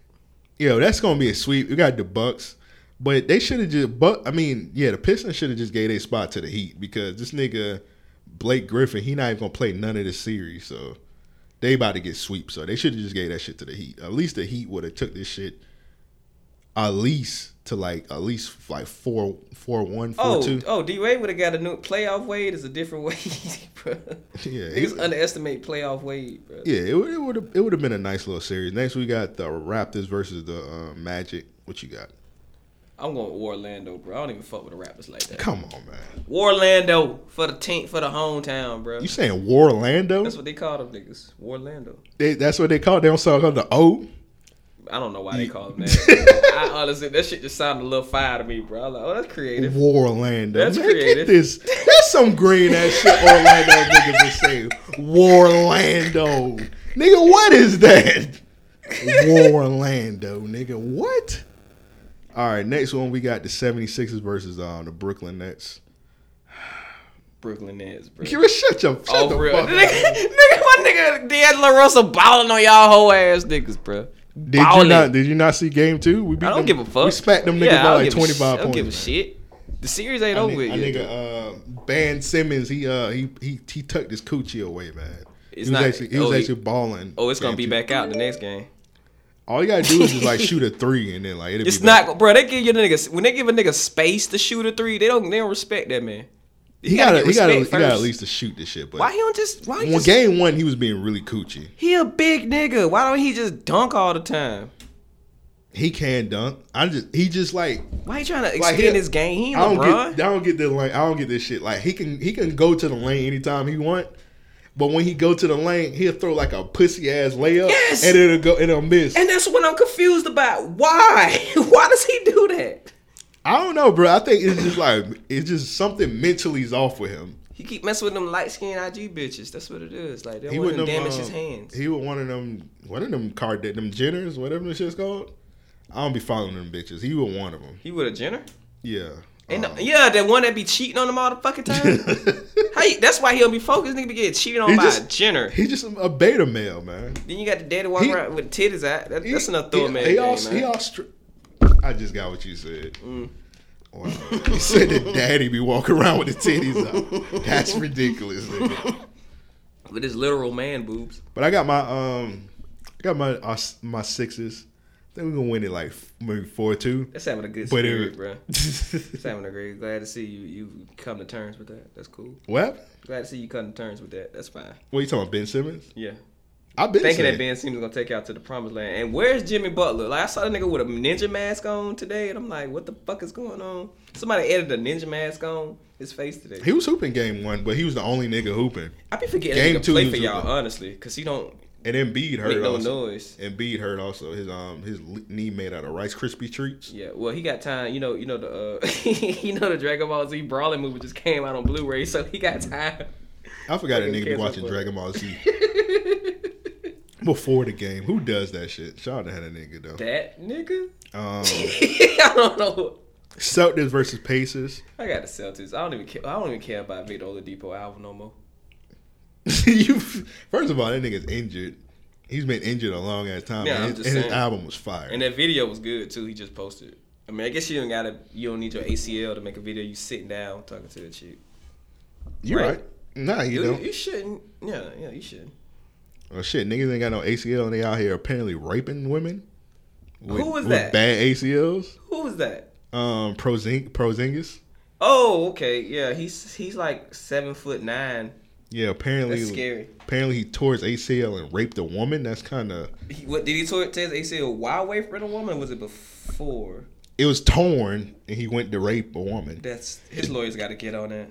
[SPEAKER 5] yo, that's gonna be a sweep. We got the Bucks, but they should have just. But I mean, yeah, the Pistons should have just gave their spot to the Heat because this nigga Blake Griffin, he not even gonna play none of this series, so they about to get sweep. So they should have just gave that shit to the Heat. At least the Heat would have took this shit. At least to like at least like four four one four
[SPEAKER 8] Oh,
[SPEAKER 5] two.
[SPEAKER 8] oh, D Wade would have got a new playoff Wade is a different <laughs> Wade, bro.
[SPEAKER 5] Yeah, he-
[SPEAKER 8] niggas underestimate playoff Wade, bro.
[SPEAKER 5] Yeah, it, would- it would have it would have been a nice little series. Next we got the Raptors versus the uh, Magic. What you got?
[SPEAKER 8] I'm going Orlando, bro. I don't even fuck with the rappers like that.
[SPEAKER 5] Come on, man.
[SPEAKER 8] Orlando for the team for the hometown, bro.
[SPEAKER 5] You saying Warlando?
[SPEAKER 8] That's what they call them niggas. Orlando.
[SPEAKER 5] They, that's what they call. It. They don't sound called the <laughs> O.
[SPEAKER 8] I don't know why they call him that. I honestly, that shit just sounded a little fire to me, bro. I'm like, oh, that's creative.
[SPEAKER 5] Warlando.
[SPEAKER 8] That's
[SPEAKER 5] man,
[SPEAKER 8] creative.
[SPEAKER 5] Get this. That some green ass shit Orlando niggas was saying. Warlando. Nigga, what is that? Warlando, nigga. What? All right, next one we got the 76ers versus um, the Brooklyn Nets.
[SPEAKER 8] Brooklyn Nets, bro.
[SPEAKER 5] Kira, shut your shut
[SPEAKER 8] Oh,
[SPEAKER 5] the
[SPEAKER 8] real.
[SPEAKER 5] fuck
[SPEAKER 8] Nigga,
[SPEAKER 5] up.
[SPEAKER 8] nigga, <laughs> my nigga D'Angelo Russell balling on y'all whole ass niggas, bro.
[SPEAKER 5] Did you not? Did you not see game two? We beat
[SPEAKER 8] I don't
[SPEAKER 5] them-
[SPEAKER 8] give a fuck.
[SPEAKER 5] We smacked them niggas
[SPEAKER 8] Yeah, I
[SPEAKER 5] by
[SPEAKER 8] don't
[SPEAKER 5] like
[SPEAKER 8] give a
[SPEAKER 5] twenty
[SPEAKER 8] sh- I
[SPEAKER 5] five
[SPEAKER 8] don't
[SPEAKER 5] points.
[SPEAKER 8] give a shit. The series ain't
[SPEAKER 5] I
[SPEAKER 8] over
[SPEAKER 5] nigga,
[SPEAKER 8] with
[SPEAKER 5] I
[SPEAKER 8] yet. though.
[SPEAKER 5] nigga uh, Ben Simmons, he uh, he he he tucked his coochie away, man.
[SPEAKER 8] It's
[SPEAKER 5] he was
[SPEAKER 8] not-
[SPEAKER 5] actually he was
[SPEAKER 8] oh, he-
[SPEAKER 5] actually balling.
[SPEAKER 8] Oh, it's gonna be
[SPEAKER 5] Game two.
[SPEAKER 8] back out the next game.
[SPEAKER 5] All you gotta do is
[SPEAKER 8] <laughs>
[SPEAKER 5] just like shoot a three and then like it'll
[SPEAKER 8] It's
[SPEAKER 5] be back.
[SPEAKER 8] not, bro. They give your niggas when they give a nigga space to shoot a three. They don't. They don't respect that man.
[SPEAKER 5] He gotta
[SPEAKER 8] get
[SPEAKER 5] he gotta, he
[SPEAKER 8] respect
[SPEAKER 5] gotta at
[SPEAKER 8] first.
[SPEAKER 5] least to shoot this shit. But
[SPEAKER 8] Why he don't just? Why he
[SPEAKER 5] when
[SPEAKER 8] just?
[SPEAKER 5] game one he was being really coochie.
[SPEAKER 8] He a big nigga. Why don't he just dunk all the time?
[SPEAKER 5] He can dunk. I just he just like
[SPEAKER 8] Why he trying to
[SPEAKER 5] Like,
[SPEAKER 8] extend
[SPEAKER 5] he-
[SPEAKER 8] his game? He ain't
[SPEAKER 5] I don't
[SPEAKER 8] LeBron.
[SPEAKER 5] get I don't get this like I don't get this shit. Like he can he can go to the lane anytime he want, but when he go to the lane, he'll throw like a pussy ass layup
[SPEAKER 8] Yes!
[SPEAKER 5] and it'll go and it'll miss.
[SPEAKER 8] and that's what I'm confused about. Why? <laughs> Why does he do that?
[SPEAKER 5] I don't know, bro. I think it's just like it's just something mentally is off with him.
[SPEAKER 8] He keep messing with them light skinned IG bitches. That's what it is. Like they don't want
[SPEAKER 5] wouldn't
[SPEAKER 8] to
[SPEAKER 5] have,
[SPEAKER 8] damage his
[SPEAKER 5] um,
[SPEAKER 8] hands.
[SPEAKER 5] He would one of them one of them card them Jenners, whatever the shit's called. I don't be following them bitches. He would one of them.
[SPEAKER 8] He would a Jenner.
[SPEAKER 5] Yeah.
[SPEAKER 8] And uh,
[SPEAKER 5] Um,
[SPEAKER 8] yeah, that one that be cheating on him all the
[SPEAKER 5] <laughs>
[SPEAKER 8] fucking time. How you, that's why he'll be focused. Nigga be getting cheated on
[SPEAKER 5] He
[SPEAKER 8] by
[SPEAKER 5] just-
[SPEAKER 8] a Jenner.
[SPEAKER 5] He's just a beta male, man.
[SPEAKER 8] Then you got the daddy walking
[SPEAKER 5] He-
[SPEAKER 8] around with titties out. That, that's another throw man.
[SPEAKER 5] He
[SPEAKER 8] thing,
[SPEAKER 5] all,
[SPEAKER 8] man. Mm.
[SPEAKER 5] he all stri- I just got what you said. Wow. <laughs> you said
[SPEAKER 8] <laughs>
[SPEAKER 5] that daddy be walking around with the titties out. That's ridiculous. Nigga.
[SPEAKER 8] with his literal man boobs.
[SPEAKER 5] But I got my um, I got my uh, my sixes. I think we're gonna win it like maybe four two.
[SPEAKER 8] That's having a good
[SPEAKER 5] But
[SPEAKER 8] spirit,
[SPEAKER 5] it-
[SPEAKER 8] bro. <laughs> That's having a great. Glad to see you. You come to terms with that. That's cool.
[SPEAKER 5] what?
[SPEAKER 8] Glad to see you come to terms with that. That's fine.
[SPEAKER 5] What you talking about, Ben Simmons?
[SPEAKER 8] Yeah.
[SPEAKER 5] I've been
[SPEAKER 8] Thinking
[SPEAKER 5] saying,
[SPEAKER 8] that Ben Simmons gonna take you out to the promised land. And where's Jimmy Butler? Like I saw the nigga with a ninja mask on today, and I'm like, what the fuck is going on? Somebody added a ninja mask on his face today.
[SPEAKER 5] He was hooping game one, but he was the only nigga hooping.
[SPEAKER 8] I be forgetting
[SPEAKER 5] Game
[SPEAKER 8] game nigga
[SPEAKER 5] two
[SPEAKER 8] play
[SPEAKER 5] is
[SPEAKER 8] for y'all
[SPEAKER 5] open.
[SPEAKER 8] honestly, cause he don't
[SPEAKER 5] And Embiid hurt
[SPEAKER 8] make no
[SPEAKER 5] also.
[SPEAKER 8] noise.
[SPEAKER 5] Embiid hurt also. His um his le- knee made out of Rice Krispie treats.
[SPEAKER 8] Yeah, well, he got time. You know, you know the uh, <laughs> you know the Dragon Ball Z Brawling movie just came out on Blu-ray, so he got time.
[SPEAKER 5] I forgot that nigga
[SPEAKER 8] Fucking
[SPEAKER 5] be
[SPEAKER 8] cancel
[SPEAKER 5] watching
[SPEAKER 8] for-
[SPEAKER 5] Dragon Ball
[SPEAKER 8] <laughs>
[SPEAKER 5] Z before the game. Who does that shit? Shout out to that nigga though.
[SPEAKER 8] That nigga, <laughs>
[SPEAKER 5] Um,
[SPEAKER 8] I don't know.
[SPEAKER 5] Celtics versus Pacers.
[SPEAKER 8] I got the Celtics. I don't even care. I don't even care about Victor Oladipo album no more.
[SPEAKER 5] <laughs> you first of all, that nigga's injured. He's been injured a long ass time.
[SPEAKER 8] Yeah,
[SPEAKER 5] and
[SPEAKER 8] I'm
[SPEAKER 5] his,
[SPEAKER 8] just
[SPEAKER 5] and his
[SPEAKER 8] saying.
[SPEAKER 5] album was fire.
[SPEAKER 8] And that video was good too. He just posted. I mean, I guess you don't gotta. You don't need your ACL to make a video. You sitting down talking to the chick.
[SPEAKER 5] you right.
[SPEAKER 8] right.
[SPEAKER 5] Nah, you
[SPEAKER 8] You,
[SPEAKER 5] don't.
[SPEAKER 8] you shouldn't. Yeah, yeah, you should.
[SPEAKER 5] Well, shit, niggas ain't got no ACL and they out here apparently raping women. With,
[SPEAKER 8] Who was
[SPEAKER 5] with
[SPEAKER 8] that?
[SPEAKER 5] Bad ACLs.
[SPEAKER 8] Who was that?
[SPEAKER 5] Um, Prozing, Prozingis.
[SPEAKER 8] Oh, okay. Yeah, he's he's like seven foot nine.
[SPEAKER 5] Yeah, apparently.
[SPEAKER 8] That's scary.
[SPEAKER 5] Apparently, he tore his ACL and raped a woman. That's kind of.
[SPEAKER 8] He, what did he tell tell his ACL while away from a woman? Or was it before?
[SPEAKER 5] It was torn, and he went to rape a woman.
[SPEAKER 8] That's his lawyers got to get on that.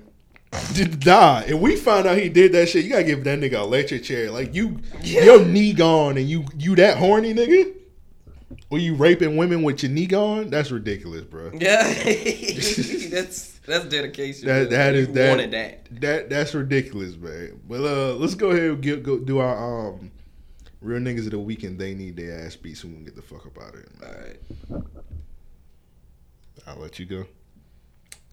[SPEAKER 8] <laughs>
[SPEAKER 5] Nah, and we found out he did that shit. You gotta give that nigga a electric chair. Like you, your knee gone, and you you that horny nigga. Or you raping women with your knee gone? That's ridiculous, bro.
[SPEAKER 8] Yeah, <laughs> that's that's dedication.
[SPEAKER 5] That
[SPEAKER 8] bro.
[SPEAKER 5] that is
[SPEAKER 8] You
[SPEAKER 5] that,
[SPEAKER 8] wanted that.
[SPEAKER 5] That that's ridiculous, man. But uh, let's go ahead and get, go do our um real niggas of the weekend. They need their ass beat so we can get the fuck up out of here. man.
[SPEAKER 8] All right,
[SPEAKER 5] I'll let you go.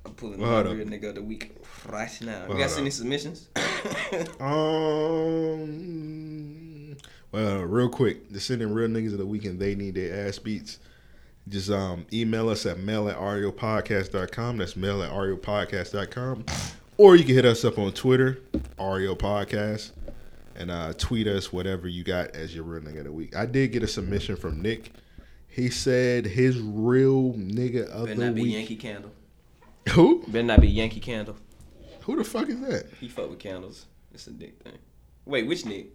[SPEAKER 8] I'm pulling
[SPEAKER 5] Well, hold
[SPEAKER 8] my
[SPEAKER 5] up.
[SPEAKER 8] real nigga of the week right now.
[SPEAKER 5] Well,
[SPEAKER 8] you
[SPEAKER 5] hold
[SPEAKER 8] guys
[SPEAKER 5] up.
[SPEAKER 8] see any submissions?
[SPEAKER 5] <coughs>
[SPEAKER 8] <coughs>
[SPEAKER 5] Um. Well, real quick, the sending real niggas of the weekend. They need their ass beats. Just um, email us at mail at ariopodcast.com. That's mail at ariopodcast.com. Or you can hit us up on Twitter, Ario Podcast, and uh, tweet us whatever you got as your real nigga of the week. I did get a submission from Nick. He said his real nigga of
[SPEAKER 8] Better
[SPEAKER 5] the
[SPEAKER 8] not be
[SPEAKER 5] week.
[SPEAKER 8] Yankee Candle.
[SPEAKER 5] Who?
[SPEAKER 8] Better not be Yankee Candle.
[SPEAKER 5] Who the fuck is that?
[SPEAKER 8] He fuck with candles. It's a dick thing. Wait, which Nick?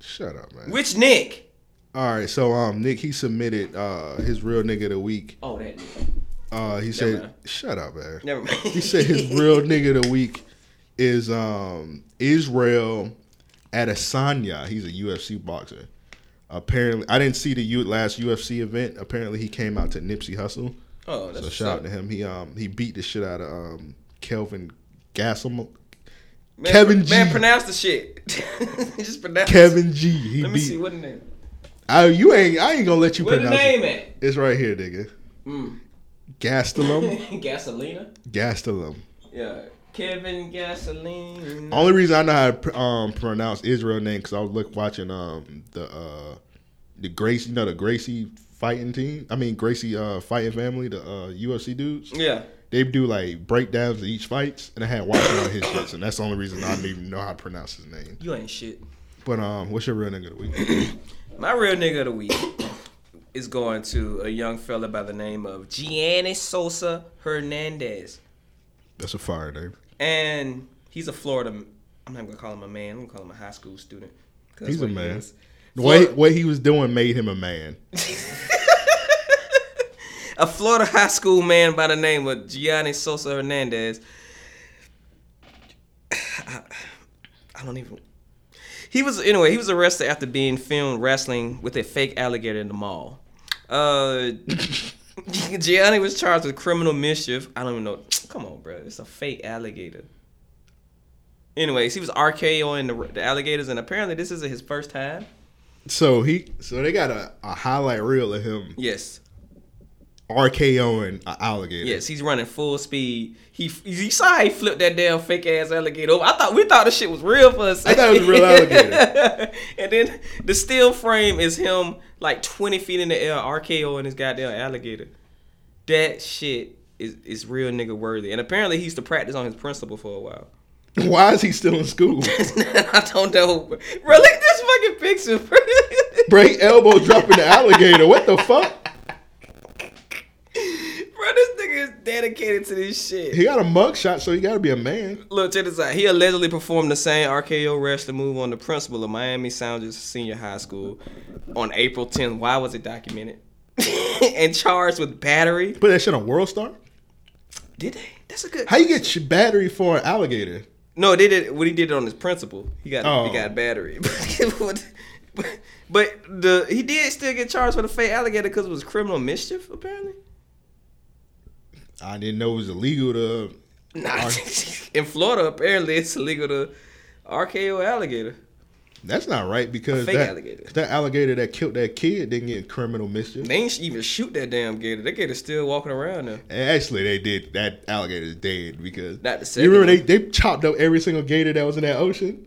[SPEAKER 5] Shut up, man.
[SPEAKER 8] Which Nick?
[SPEAKER 5] All right, so um, Nick he submitted uh his real nigga of the week.
[SPEAKER 8] Oh, that Nick.
[SPEAKER 5] Uh, he said,
[SPEAKER 8] mind.
[SPEAKER 5] "Shut up, man."
[SPEAKER 8] Never mind.
[SPEAKER 5] He said his real nigga of the week is um Israel Adesanya. He's a UFC boxer. Apparently, I didn't see the U- last UFC event. Apparently, he came out to Nipsey Hussle.
[SPEAKER 8] <laughs> Oh, that's
[SPEAKER 5] So
[SPEAKER 8] what's
[SPEAKER 5] shout out
[SPEAKER 8] up.
[SPEAKER 5] to him. He um he beat the shit out of um Kelvin Gassam,
[SPEAKER 8] Man,
[SPEAKER 5] Kevin
[SPEAKER 8] pr-
[SPEAKER 5] G.
[SPEAKER 8] Man, pronounce the shit. <laughs> Just pronounce.
[SPEAKER 5] Kevin G. He
[SPEAKER 8] Let me
[SPEAKER 5] beat.
[SPEAKER 8] see what the name.
[SPEAKER 5] I, you ain't. I ain't gonna let you
[SPEAKER 8] What the
[SPEAKER 5] pronounce it.
[SPEAKER 8] name at? Hmm.
[SPEAKER 5] It's right here, nigga.
[SPEAKER 8] <laughs>
[SPEAKER 5] Gastelum,
[SPEAKER 8] Gasolina.
[SPEAKER 5] Gastelum.
[SPEAKER 8] Yeah, Kevin Gasolina.
[SPEAKER 5] Only reason I know how to pr- um, pronounce Israel name because I was look watching um the uh the Gracie, you know the Gracie fighting team. I mean Gracie uh fighting family, the uh UFC dudes.
[SPEAKER 8] Yeah.
[SPEAKER 5] They do like breakdowns of each fights, and I had watched all his shits, and that's the only reason I don't even know how to pronounce his name.
[SPEAKER 8] You ain't shit.
[SPEAKER 5] But um, what's your real nigga of the
[SPEAKER 8] <coughs>
[SPEAKER 5] week?
[SPEAKER 8] My real nigga of the week is going to a young fella by the name of Giannis Sosa Hernandez.
[SPEAKER 5] That's a fire name.
[SPEAKER 8] And he's a Florida, I'm not going to call him a man, I'm going to call him a high school student. 'Cause that's
[SPEAKER 5] He's a
[SPEAKER 8] what he
[SPEAKER 5] man.
[SPEAKER 8] is.
[SPEAKER 5] The way what he was doing made him a man.
[SPEAKER 8] a Florida <laughs> high school man by the name of Gianni Sosa Hernandez. <sighs> I, I don't even. He was anyway. He was arrested after being filmed wrestling with a fake alligator in the mall. Uh, <laughs> Gianni was charged with criminal mischief. I don't even know. Come on, bro. It's a fake alligator. Anyways, he was RKOing the, the alligators, and apparently this isn't his first time.
[SPEAKER 5] So he, so they got a, a highlight reel of him
[SPEAKER 8] Yes,
[SPEAKER 5] RKOing an alligator.
[SPEAKER 8] Yes, he's running full speed. He you saw how he flipped that damn fake ass alligator over. I thought we thought the shit was real for a second.
[SPEAKER 5] thought it was a real
[SPEAKER 8] alligator. <laughs> and then the still frame is him like twenty feet in the air, RKO and his goddamn alligator. That shit is is real nigga worthy. And apparently he used to practice on his principal for a while.
[SPEAKER 5] <laughs>
[SPEAKER 8] <laughs>
[SPEAKER 5] Why is he still in school?
[SPEAKER 8] I don't know. Bro, look at this fucking picture. bro. <laughs>
[SPEAKER 5] Break elbow dropping the alligator. What the fuck?
[SPEAKER 8] Bro, this nigga is dedicated to this shit.
[SPEAKER 5] He got a mugshot, so he got to be a man.
[SPEAKER 8] Look, check this out. He allegedly performed the same RKO wrestling move on the principal of Miami Sounders Senior High School on April 10th. Why was it documented? <laughs> and charged with battery.
[SPEAKER 5] Put that shit on World Star.
[SPEAKER 8] Did they? That's a good.
[SPEAKER 5] How you get your battery for an alligator?
[SPEAKER 8] No, they did. When he did it on his principal, he got
[SPEAKER 5] Oh.
[SPEAKER 8] he got battery. <laughs> but, but the he did still get charged with a fake alligator because it was criminal mischief. Apparently,
[SPEAKER 5] I didn't know it was illegal to.
[SPEAKER 8] nah. <laughs> in Florida, apparently it's illegal to RKO alligator.
[SPEAKER 5] That's not right because
[SPEAKER 8] fake
[SPEAKER 5] that
[SPEAKER 8] alligator.
[SPEAKER 5] that alligator that killed that kid didn't get criminal mischief.
[SPEAKER 8] They ain't even shoot that damn gator. That gator's still walking around there.
[SPEAKER 5] And Actually, they did. That alligator's dead because
[SPEAKER 8] Not the
[SPEAKER 5] You
[SPEAKER 8] second
[SPEAKER 5] remember they,
[SPEAKER 8] one.
[SPEAKER 5] they chopped up every single gator that was in that ocean.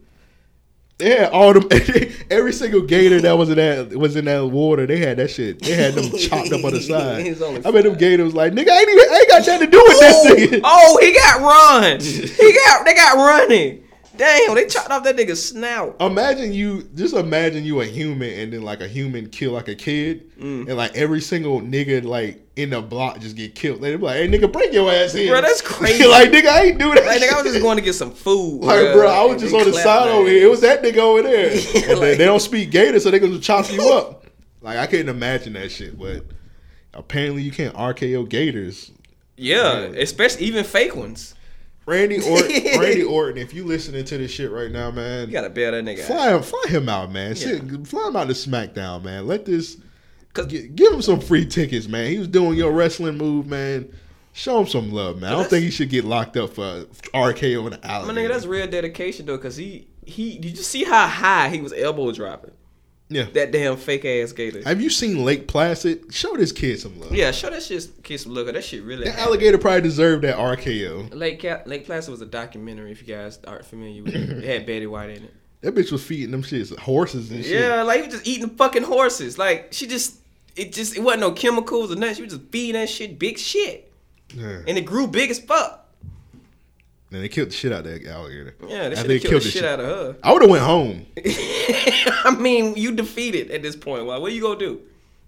[SPEAKER 5] They had all them <laughs> every single gator that was in that was in that water. They had that shit. They had
[SPEAKER 8] <laughs>
[SPEAKER 5] them chopped up on the side.
[SPEAKER 8] It's only
[SPEAKER 5] I bet them gators was like nigga. I ain't even. I ain't got nothing to do with this nigga.
[SPEAKER 8] <laughs> Oh, he got run. He got they got running. Damn, they chopped off that nigga's snout.
[SPEAKER 5] Imagine you just imagine you a human and then like a human kill like a kid
[SPEAKER 8] Mm.
[SPEAKER 5] and like every single nigga like in the block just get killed. They be like, hey nigga, bring your ass here. <laughs>
[SPEAKER 8] Bro, that's crazy.
[SPEAKER 5] like nigga, I ain't do that.
[SPEAKER 8] Like, nigga, I was
[SPEAKER 5] shit.
[SPEAKER 8] just going to get some food.
[SPEAKER 5] Like, bro, I was just on the side over here. It was that nigga over
[SPEAKER 8] <laughs>
[SPEAKER 5] there. And they, they don't speak Gator, so they gonna chop you up. Like, I couldn't imagine that shit, but apparently you can't RKO Gators.
[SPEAKER 8] Yeah, especially even fake ones.
[SPEAKER 5] Randy
[SPEAKER 8] <laughs>
[SPEAKER 5] Orton, Randy Orton, if you listening to this shit right now, man,
[SPEAKER 8] You gotta bail that nigga. out.
[SPEAKER 5] fly him, fly him out, man. Shit, fly him out to SmackDown, man. Let this,
[SPEAKER 8] 'Cause-
[SPEAKER 5] gi- give him some free tickets, man. He was doing your wrestling move, man. Show him some love, man. I don't
[SPEAKER 8] that's-
[SPEAKER 5] think he should get locked up for RKO in the
[SPEAKER 8] My
[SPEAKER 5] alley.
[SPEAKER 8] nigga, that's real dedication though, cause he he. Did you see how high he was elbow dropping
[SPEAKER 5] yeah.
[SPEAKER 8] that damn fake ass gator?
[SPEAKER 5] Have you seen Lake Placid? Show this kid some love.
[SPEAKER 8] yeah, show that shit kiss some look. That shit really.
[SPEAKER 5] That
[SPEAKER 8] happened.
[SPEAKER 5] alligator probably deserved that RKO.
[SPEAKER 8] Lake Ca- Lake Placid was a documentary. If you guys aren't familiar with it, it had Betty White in it.
[SPEAKER 5] That bitch was feeding them shits horses and shit.
[SPEAKER 8] Yeah, like you just eating fucking horses. Like she just, it just, it wasn't no chemicals or nothing. She was just feeding that shit big shit,
[SPEAKER 5] Yeah.
[SPEAKER 8] and it grew big as fuck.
[SPEAKER 5] And they killed the shit out of that alligator.
[SPEAKER 8] Yeah, they
[SPEAKER 5] After
[SPEAKER 8] should have killed the
[SPEAKER 5] this
[SPEAKER 8] shit out of her.
[SPEAKER 5] I would have went home. <laughs>
[SPEAKER 8] <laughs> I mean, you defeated at this point. Like, what you gonna do?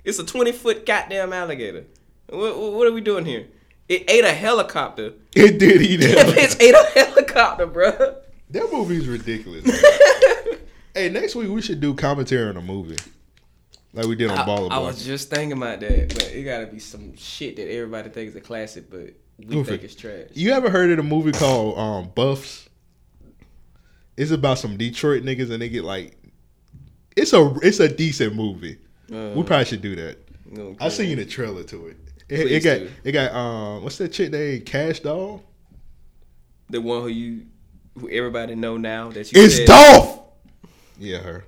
[SPEAKER 8] It's a twenty foot goddamn alligator. What, what what are we doing here? It ate a helicopter. <laughs>
[SPEAKER 5] It did eat <laughs>
[SPEAKER 8] That
[SPEAKER 5] that.
[SPEAKER 8] bitch ate a helicopter, bruh.
[SPEAKER 5] that movie's
[SPEAKER 8] <laughs>
[SPEAKER 5] ridiculous. hey, next week we should do commentary on a movie. Like we did on
[SPEAKER 8] I,
[SPEAKER 5] Baller
[SPEAKER 8] I
[SPEAKER 5] Oh, Boy.
[SPEAKER 8] was just thinking about that, but it gotta be some shit that everybody thinks is a classic, but we
[SPEAKER 5] Goofy.
[SPEAKER 8] think it's trash.
[SPEAKER 5] You ever heard of the movie called um, Buffs? It's about some Detroit niggas and they get like it's a it's a decent movie.
[SPEAKER 8] Uh,
[SPEAKER 5] we probably should do that.
[SPEAKER 8] No,
[SPEAKER 5] I seen the trailer to it. It, it
[SPEAKER 8] Please
[SPEAKER 5] got
[SPEAKER 8] do.
[SPEAKER 5] it got um what's that chick named Cash Doll?
[SPEAKER 8] the one who you who everybody know now that you
[SPEAKER 10] It's
[SPEAKER 8] said-
[SPEAKER 10] Dolph.
[SPEAKER 5] Yeah, her.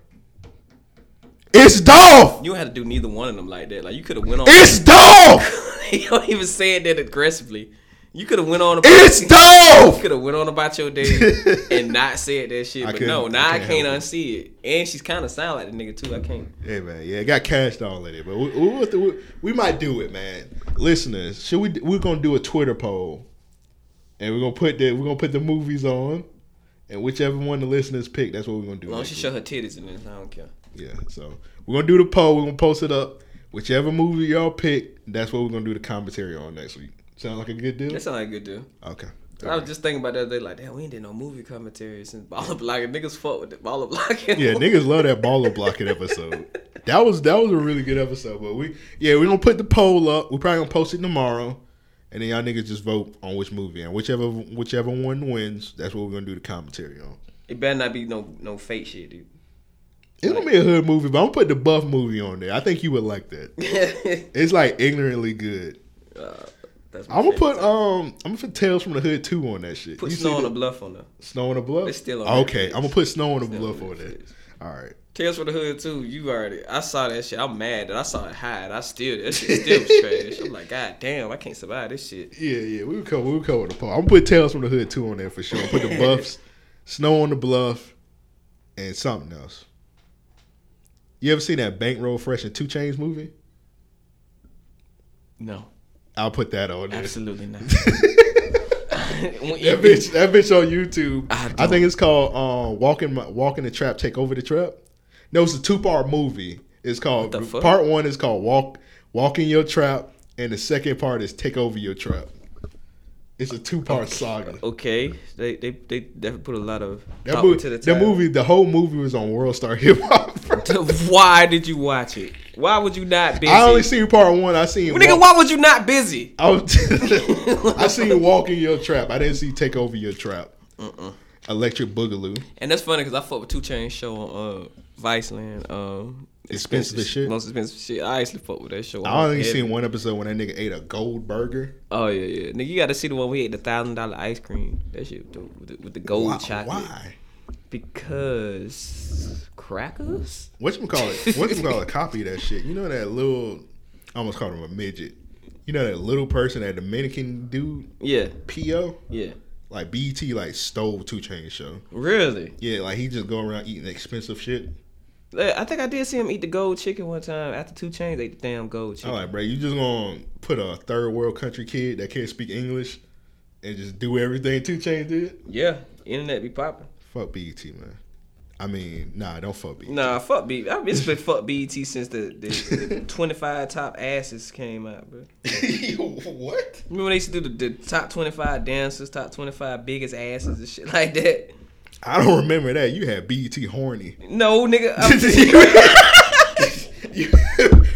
[SPEAKER 10] It's Dolph.
[SPEAKER 8] You don't have to do neither one of them like that. Like you could have went on.
[SPEAKER 10] It's
[SPEAKER 8] <laughs>
[SPEAKER 10] Dolph.
[SPEAKER 8] you don't even say it that aggressively. You could have went on. About,
[SPEAKER 10] It's
[SPEAKER 8] <laughs> You
[SPEAKER 10] Dolph.
[SPEAKER 8] could have went on about your day
[SPEAKER 5] <laughs>
[SPEAKER 8] and not said that shit.
[SPEAKER 5] I
[SPEAKER 8] But
[SPEAKER 5] couldn't-
[SPEAKER 8] no, now
[SPEAKER 5] I
[SPEAKER 8] I
[SPEAKER 5] can't
[SPEAKER 8] can't,
[SPEAKER 5] help
[SPEAKER 8] unsee it. And she's kind of sound like the nigga too. I can't.
[SPEAKER 5] Hey man, yeah, it got cashed all in it, but we, we, we'll do it. we might do it, man. Listeners, should we? We're gonna do a Twitter poll, and we're gonna put the we're gonna put the movies on, and whichever one the listeners pick, that's what we're gonna do.
[SPEAKER 8] As long as
[SPEAKER 5] next
[SPEAKER 8] she
[SPEAKER 5] week.
[SPEAKER 8] show her titties in this, I don't care.
[SPEAKER 5] Yeah, so we're gonna do the poll. We're gonna post it up. Whichever movie y'all pick, that's what we're gonna do the commentary on next week. Sound like a good deal?
[SPEAKER 8] That sounds like a good deal.
[SPEAKER 5] Okay.
[SPEAKER 8] I was just thinking about that. They like, damn, we ain't did no movie commentary since Baller Blocking. Niggas fuck with the Baller Blocking. <laughs>
[SPEAKER 5] Yeah, niggas love that baller blocking episode. That was that was a really good episode. But we yeah, we're gonna put the poll up. We're probably gonna post it tomorrow. And then y'all niggas just vote on which movie and whichever whichever one wins, that's what we're gonna do the commentary on.
[SPEAKER 8] It better not be no no fake shit, dude.
[SPEAKER 5] It's gonna be a hood movie, but I'm gonna put the buff movie on there. I think you would like
[SPEAKER 8] <laughs>
[SPEAKER 5] that. It's like ignorantly good.
[SPEAKER 8] That's my
[SPEAKER 5] I'm gonna
[SPEAKER 8] favorite.
[SPEAKER 5] put um I'm gonna put Tales from the Hood two on that shit.
[SPEAKER 8] put
[SPEAKER 5] You see
[SPEAKER 8] snow on
[SPEAKER 5] the-
[SPEAKER 8] a bluff on her.
[SPEAKER 5] Snow on the Bluff.
[SPEAKER 8] It's still on
[SPEAKER 5] okay.
[SPEAKER 8] Netflix.
[SPEAKER 5] I'm gonna put Snow on the
[SPEAKER 8] Still on
[SPEAKER 5] Bluff on there.
[SPEAKER 8] Netflix.
[SPEAKER 5] All right.
[SPEAKER 8] Tales for the Hood too. You already. I saw that shit. I'm mad that I saw it high. and I still that shit still was trash. I'm like, god damn, I can't survive this shit.
[SPEAKER 5] Yeah, yeah, we would cover, we would cover the poll. I'm gonna put Tales from the Hood two on there for sure. Put
[SPEAKER 8] <laughs>
[SPEAKER 5] the Buffs, Snow on the Bluff, and something else. You ever seen that Bankroll Fresh and Two Chains movie?
[SPEAKER 8] No,
[SPEAKER 5] I'll put that on there.
[SPEAKER 8] absolutely not.
[SPEAKER 5] That bitch, that bitch on YouTube.
[SPEAKER 8] I
[SPEAKER 5] I, think it's called um, "Walking My, Walking the Trap, Take Over the Trap." No, it's a two part movie. It's called
[SPEAKER 8] What the fuck?
[SPEAKER 5] Part One is called "Walk Walking Your Trap," and the second part is "Take Over Your Trap." It's a two part saga.
[SPEAKER 8] Okay, they they they definitely put a lot of
[SPEAKER 5] That
[SPEAKER 8] thought
[SPEAKER 5] movie,
[SPEAKER 8] into the,
[SPEAKER 5] that
[SPEAKER 8] title.
[SPEAKER 5] movie, the whole movie was on World Star <laughs> Hip Hop.
[SPEAKER 8] <laughs> Why did you watch it? Why would you not busy?
[SPEAKER 5] I only seen part one. I seen.
[SPEAKER 8] Nigga,
[SPEAKER 5] walk,
[SPEAKER 8] why would you not busy?
[SPEAKER 5] I, was, <laughs>
[SPEAKER 8] <laughs>
[SPEAKER 5] I seen walking your trap. I didn't see take over your trap. Electric Boogaloo.
[SPEAKER 8] And that's funny because I fuck with Two Chainz show on uh, Viceland. Um,
[SPEAKER 5] Expensive as shit.
[SPEAKER 8] Most expensive shit. I actually fuck with that show.
[SPEAKER 5] I only
[SPEAKER 8] Heavy.
[SPEAKER 5] seen one episode when that nigga ate a gold burger.
[SPEAKER 8] Oh yeah, yeah. Nigga, you gotta see the one we ate the thousand dollar ice cream. That shit with the, with the, with the gold
[SPEAKER 5] Why?
[SPEAKER 8] chocolate.
[SPEAKER 5] why?
[SPEAKER 8] Because crackers.
[SPEAKER 5] What you call it? What you
[SPEAKER 8] <laughs>
[SPEAKER 5] call it? Copy that shit. You know that little. I almost called him a midget. You know that little person, that Dominican dude,
[SPEAKER 8] Yeah,
[SPEAKER 5] PO,
[SPEAKER 8] yeah.
[SPEAKER 5] like BT, like stole Two Chain Show.
[SPEAKER 8] Really?
[SPEAKER 5] Yeah, like he just go around eating expensive shit.
[SPEAKER 8] Uh, I think I did see him eat the gold chicken one time after two chains ate the damn gold chicken.
[SPEAKER 5] I'm like, bro, you just gonna put a third world country kid that can't speak English and just do everything Two Chainz did?
[SPEAKER 8] Yeah, internet be popping.
[SPEAKER 5] Fuck BET, man. I mean, nah, don't fuck E BET.
[SPEAKER 8] Nah, fuck B. I've been spit fuck BET since the, the,
[SPEAKER 5] <laughs>
[SPEAKER 8] the 25 top asses came out, bro. <laughs>
[SPEAKER 5] what?
[SPEAKER 8] Remember when they used to do the, the top 25 dancers, top 25 biggest asses and shit like that?
[SPEAKER 5] I don't remember that. You had BET
[SPEAKER 8] <laughs>
[SPEAKER 5] horny, <laughs>
[SPEAKER 8] No, nigga. I'm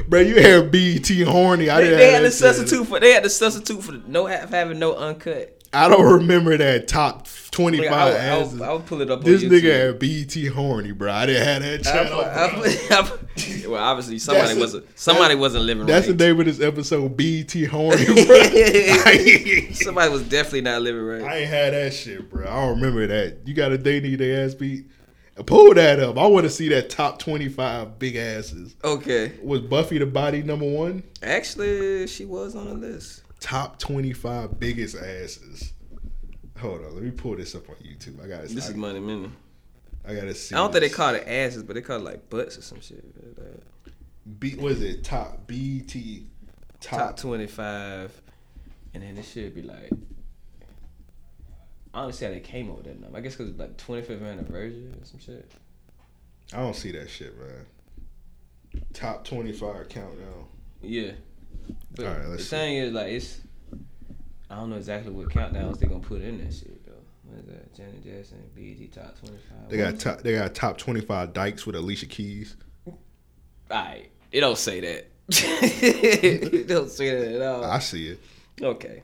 [SPEAKER 5] bro. You had BET horny. I
[SPEAKER 8] They,
[SPEAKER 5] didn't.
[SPEAKER 8] they
[SPEAKER 5] have that
[SPEAKER 8] had to
[SPEAKER 5] shit.
[SPEAKER 8] substitute for they had to substitute for no have, having no uncut.
[SPEAKER 5] I don't remember that top twenty
[SPEAKER 8] Nigga,
[SPEAKER 5] five
[SPEAKER 8] I, would, I,
[SPEAKER 5] asses.
[SPEAKER 8] would, E I would pull it up.
[SPEAKER 5] this
[SPEAKER 8] on
[SPEAKER 5] nigga
[SPEAKER 8] YouTube.
[SPEAKER 5] had BET horny, bro. I didn't have that
[SPEAKER 8] I
[SPEAKER 5] channel.
[SPEAKER 8] put- <laughs> I
[SPEAKER 5] bro.
[SPEAKER 8] put- I
[SPEAKER 5] <laughs>
[SPEAKER 8] put- <laughs> well, obviously somebody
[SPEAKER 5] That's a-
[SPEAKER 8] wasn't somebody wasn't living
[SPEAKER 5] That's the
[SPEAKER 8] right.
[SPEAKER 5] name of this episode, BET
[SPEAKER 8] <laughs>
[SPEAKER 5] horny, <laughs> bro.
[SPEAKER 8] somebody was definitely not living right.
[SPEAKER 5] I ain't had that shit, bro. I don't remember that. You got a day need their ass beat. Pull that up. I want to see that top twenty five big asses.
[SPEAKER 8] Okay,
[SPEAKER 5] Was Buffy the body number one?
[SPEAKER 8] actually, she was on the list.
[SPEAKER 5] Top twenty five biggest asses. Hold on, let me pull this up on YouTube. I gotta.
[SPEAKER 8] This
[SPEAKER 5] I,
[SPEAKER 8] is money minute.
[SPEAKER 5] I gotta see.
[SPEAKER 8] I don't think they
[SPEAKER 5] this.
[SPEAKER 8] called it asses, but they called it like butts or some shit. Like,
[SPEAKER 5] B, what is it top BT
[SPEAKER 8] top
[SPEAKER 5] top,
[SPEAKER 8] twenty five, and then it should be like. I don't see how they came up with that number. I guess because it's like 25th anniversary or some shit.
[SPEAKER 5] I don't see that shit, man. Top twenty five countdown.
[SPEAKER 8] Yeah. But
[SPEAKER 5] Alright,
[SPEAKER 8] the
[SPEAKER 5] let's see.
[SPEAKER 8] thing is, like, it's I don't know exactly what countdowns they're gonna put in that shit though. What is that? Janet Jackson, BG Top Twenty Five.
[SPEAKER 5] They got top. They got top twenty five dykes with Alicia Keys.
[SPEAKER 8] Alright, it don't
[SPEAKER 5] <laughs>
[SPEAKER 8] say that. it don't say that at all.
[SPEAKER 5] I see it.
[SPEAKER 8] Okay,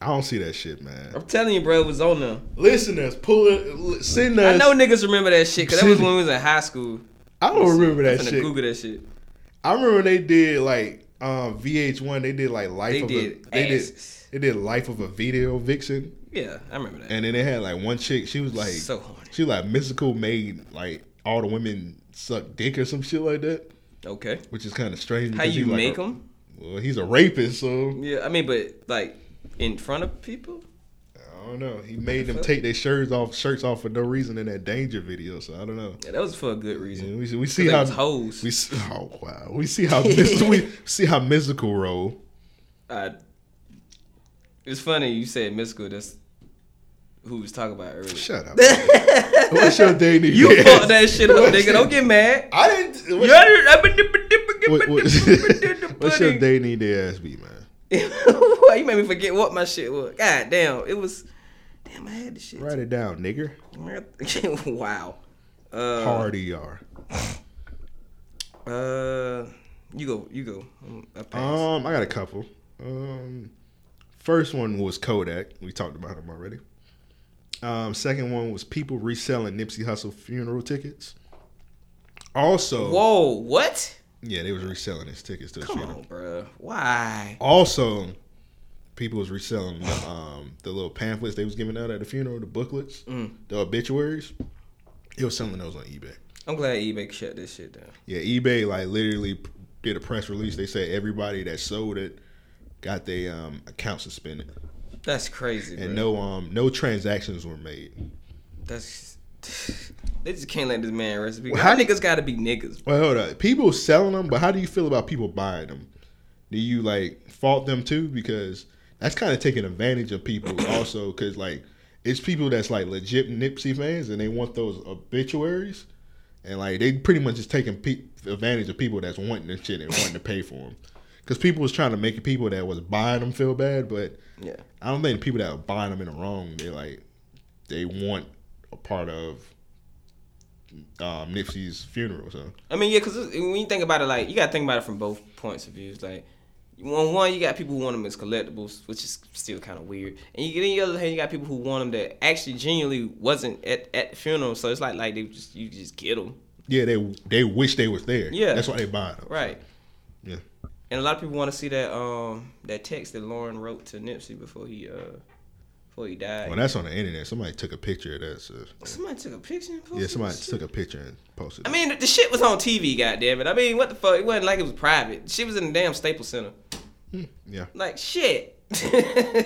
[SPEAKER 5] I don't see that shit, man.
[SPEAKER 8] I'm telling you, bro, it was on them.
[SPEAKER 5] Listeners, pull it. Send us.
[SPEAKER 8] I know niggas remember that shit because that was when we was in high school.
[SPEAKER 5] I don't remember that
[SPEAKER 8] I'm finna
[SPEAKER 5] shit.
[SPEAKER 8] Google that shit.
[SPEAKER 5] I remember they did like um, VH1. They did like Life
[SPEAKER 8] They
[SPEAKER 5] of
[SPEAKER 8] did.
[SPEAKER 5] a. They
[SPEAKER 8] asses.
[SPEAKER 5] It did Life of a Video Vixen.
[SPEAKER 8] Yeah, I remember that.
[SPEAKER 5] And then they had like one chick. She was like,
[SPEAKER 8] So horny.
[SPEAKER 5] she like mystical made like all the women suck dick or some shit like that,
[SPEAKER 8] Okay.
[SPEAKER 5] which is kind of strange.
[SPEAKER 8] How
[SPEAKER 5] because
[SPEAKER 8] you
[SPEAKER 5] he, like,
[SPEAKER 8] make
[SPEAKER 5] a-
[SPEAKER 8] them?
[SPEAKER 5] Well, he's a rapist, so
[SPEAKER 8] Yeah, I mean, but like in front of people.
[SPEAKER 5] I don't know. He made them take their shirts off, shirts off for no reason in that danger video. So I don't know.
[SPEAKER 8] Yeah, that was for a good reason.
[SPEAKER 5] Yeah, we see, we see
[SPEAKER 8] they
[SPEAKER 5] how
[SPEAKER 8] was hoes.
[SPEAKER 5] We see, oh wow, we see
[SPEAKER 8] <laughs>
[SPEAKER 5] how mis- we see how mystical roll.
[SPEAKER 8] I, it's funny you said mystical. That's who we was talking about earlier.
[SPEAKER 5] Shut
[SPEAKER 8] <laughs>
[SPEAKER 5] up. man. What's your day nigga?
[SPEAKER 8] You fucked that shit up, nigga. Don't get mad.
[SPEAKER 5] I didn't.
[SPEAKER 8] You
[SPEAKER 5] What, what,
[SPEAKER 8] <laughs>
[SPEAKER 5] what, <laughs> what's your day need to ass be, man?
[SPEAKER 8] <laughs> Why you made me forget what my shit was? God damn, it was. Damn, I had the shit.
[SPEAKER 5] Write it down, nigger.
[SPEAKER 8] <laughs> wow. Uh,
[SPEAKER 5] Party E R.
[SPEAKER 8] Uh, you go, you go. I'm- I pass.
[SPEAKER 5] Um, I got a couple. Um, first one was Kodak. We talked about him already. Um, second one was people reselling Nipsey Hussle funeral tickets. Also,
[SPEAKER 8] Whoa, what?
[SPEAKER 5] yeah, they was reselling his tickets to his
[SPEAKER 8] Come
[SPEAKER 5] funeral.
[SPEAKER 8] on, bruh. Why?
[SPEAKER 5] Also, people was reselling the, um, the little pamphlets they was giving out at the funeral, the booklets, the obituaries. It was selling those on eBay.
[SPEAKER 8] I'm glad eBay shut this shit down.
[SPEAKER 5] Yeah, eBay like literally p- did a press release. They said everybody that sold it got their um, account suspended,
[SPEAKER 8] That's crazy,
[SPEAKER 5] and
[SPEAKER 8] bruh.
[SPEAKER 5] no um no transactions were made.
[SPEAKER 8] That's. <sighs> They just can't let this man rest. in peace.
[SPEAKER 5] Well, how
[SPEAKER 8] Y'all niggas gotta be niggas.
[SPEAKER 5] Well, hold up, people selling them, but how do you feel about people buying them? Do you like fault them too? Because that's kind of taking advantage of people also. Because like it's people that's like legit Nipsey fans, and they want those obituaries, and like they pretty much just taking pe- advantage of people that's wanting this shit and wanting to pay for them. Because people was trying to make people that was buying them feel bad, but
[SPEAKER 8] Yeah.
[SPEAKER 5] I don't think people that are buying them in the wrong, they like they want a part of um, Nipsey's funeral. So
[SPEAKER 8] I mean, yeah, because when you think about it, like you gotta think about it from both points of views. Like, on one, you got people who want them as collectibles, which is still kind of weird, and you get on the other hand, you got people who want them that actually genuinely wasn't at at the funeral. So it's like like they just you just get them,
[SPEAKER 5] Yeah, they they wish they was there.
[SPEAKER 8] Yeah.
[SPEAKER 5] that's why they buying them.
[SPEAKER 8] right?
[SPEAKER 5] Yeah.
[SPEAKER 8] And a lot of people want to see that um that text that Lauren wrote to Nipsey before he uh before he died.
[SPEAKER 5] Well, that's on the internet. Somebody took a picture of that. So.
[SPEAKER 8] somebody took a picture. And posted
[SPEAKER 5] Yeah, somebody
[SPEAKER 8] this shit?
[SPEAKER 5] took a picture and posted.
[SPEAKER 8] I mean, the- the shit was on TV, goddamn it. I mean, what the fuck? It wasn't like it was private. She was in the damn Staples Center.
[SPEAKER 5] it. yeah.
[SPEAKER 8] Like shit.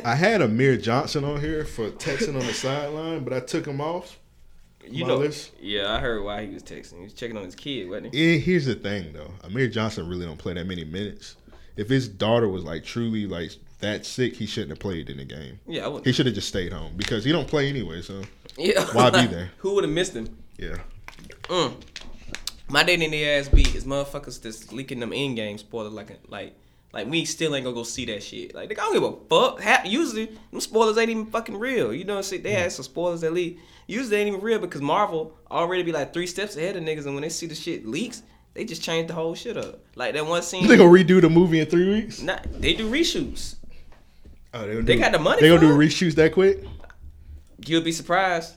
[SPEAKER 5] I had Amir Johnson on here for texting on the sideline, but I took him off.
[SPEAKER 8] <laughs> you
[SPEAKER 5] my
[SPEAKER 8] know,
[SPEAKER 5] list.
[SPEAKER 8] yeah, I heard why he was texting. He was checking on his kid, wasn't he?
[SPEAKER 5] Yeah, here's the thing though, Amir Johnson really don't play that many minutes. If his daughter was like truly like that sick, he shouldn't have played in the game.
[SPEAKER 8] Yeah, I
[SPEAKER 5] He
[SPEAKER 8] would.
[SPEAKER 5] should have just stayed home because he don't play anyway. So
[SPEAKER 8] Yeah,
[SPEAKER 5] Why
[SPEAKER 8] <laughs>
[SPEAKER 5] be there?
[SPEAKER 8] Who would have missed him?
[SPEAKER 5] yeah,
[SPEAKER 8] Mm. My day in the ass beat is motherfuckers that's leaking them in game spoiler like a- like like we still ain't gonna go see that shit. Like nigga, I don't give a fuck. Ha- usually them spoilers ain't even fucking real. You know what I'm saying? They had some spoilers that leak. Usually they ain't even real because Marvel already be like three steps ahead of niggas, and when they see the shit leaks, they just change the whole shit up. Like that one scene.
[SPEAKER 5] they gonna redo the movie in three weeks.
[SPEAKER 8] Nah, they do reshoots.
[SPEAKER 5] Oh, they, gonna
[SPEAKER 8] They
[SPEAKER 5] do-
[SPEAKER 8] got the money
[SPEAKER 5] They gonna
[SPEAKER 8] for
[SPEAKER 5] do
[SPEAKER 8] it.
[SPEAKER 5] reshoots that quick.
[SPEAKER 8] You'll be surprised.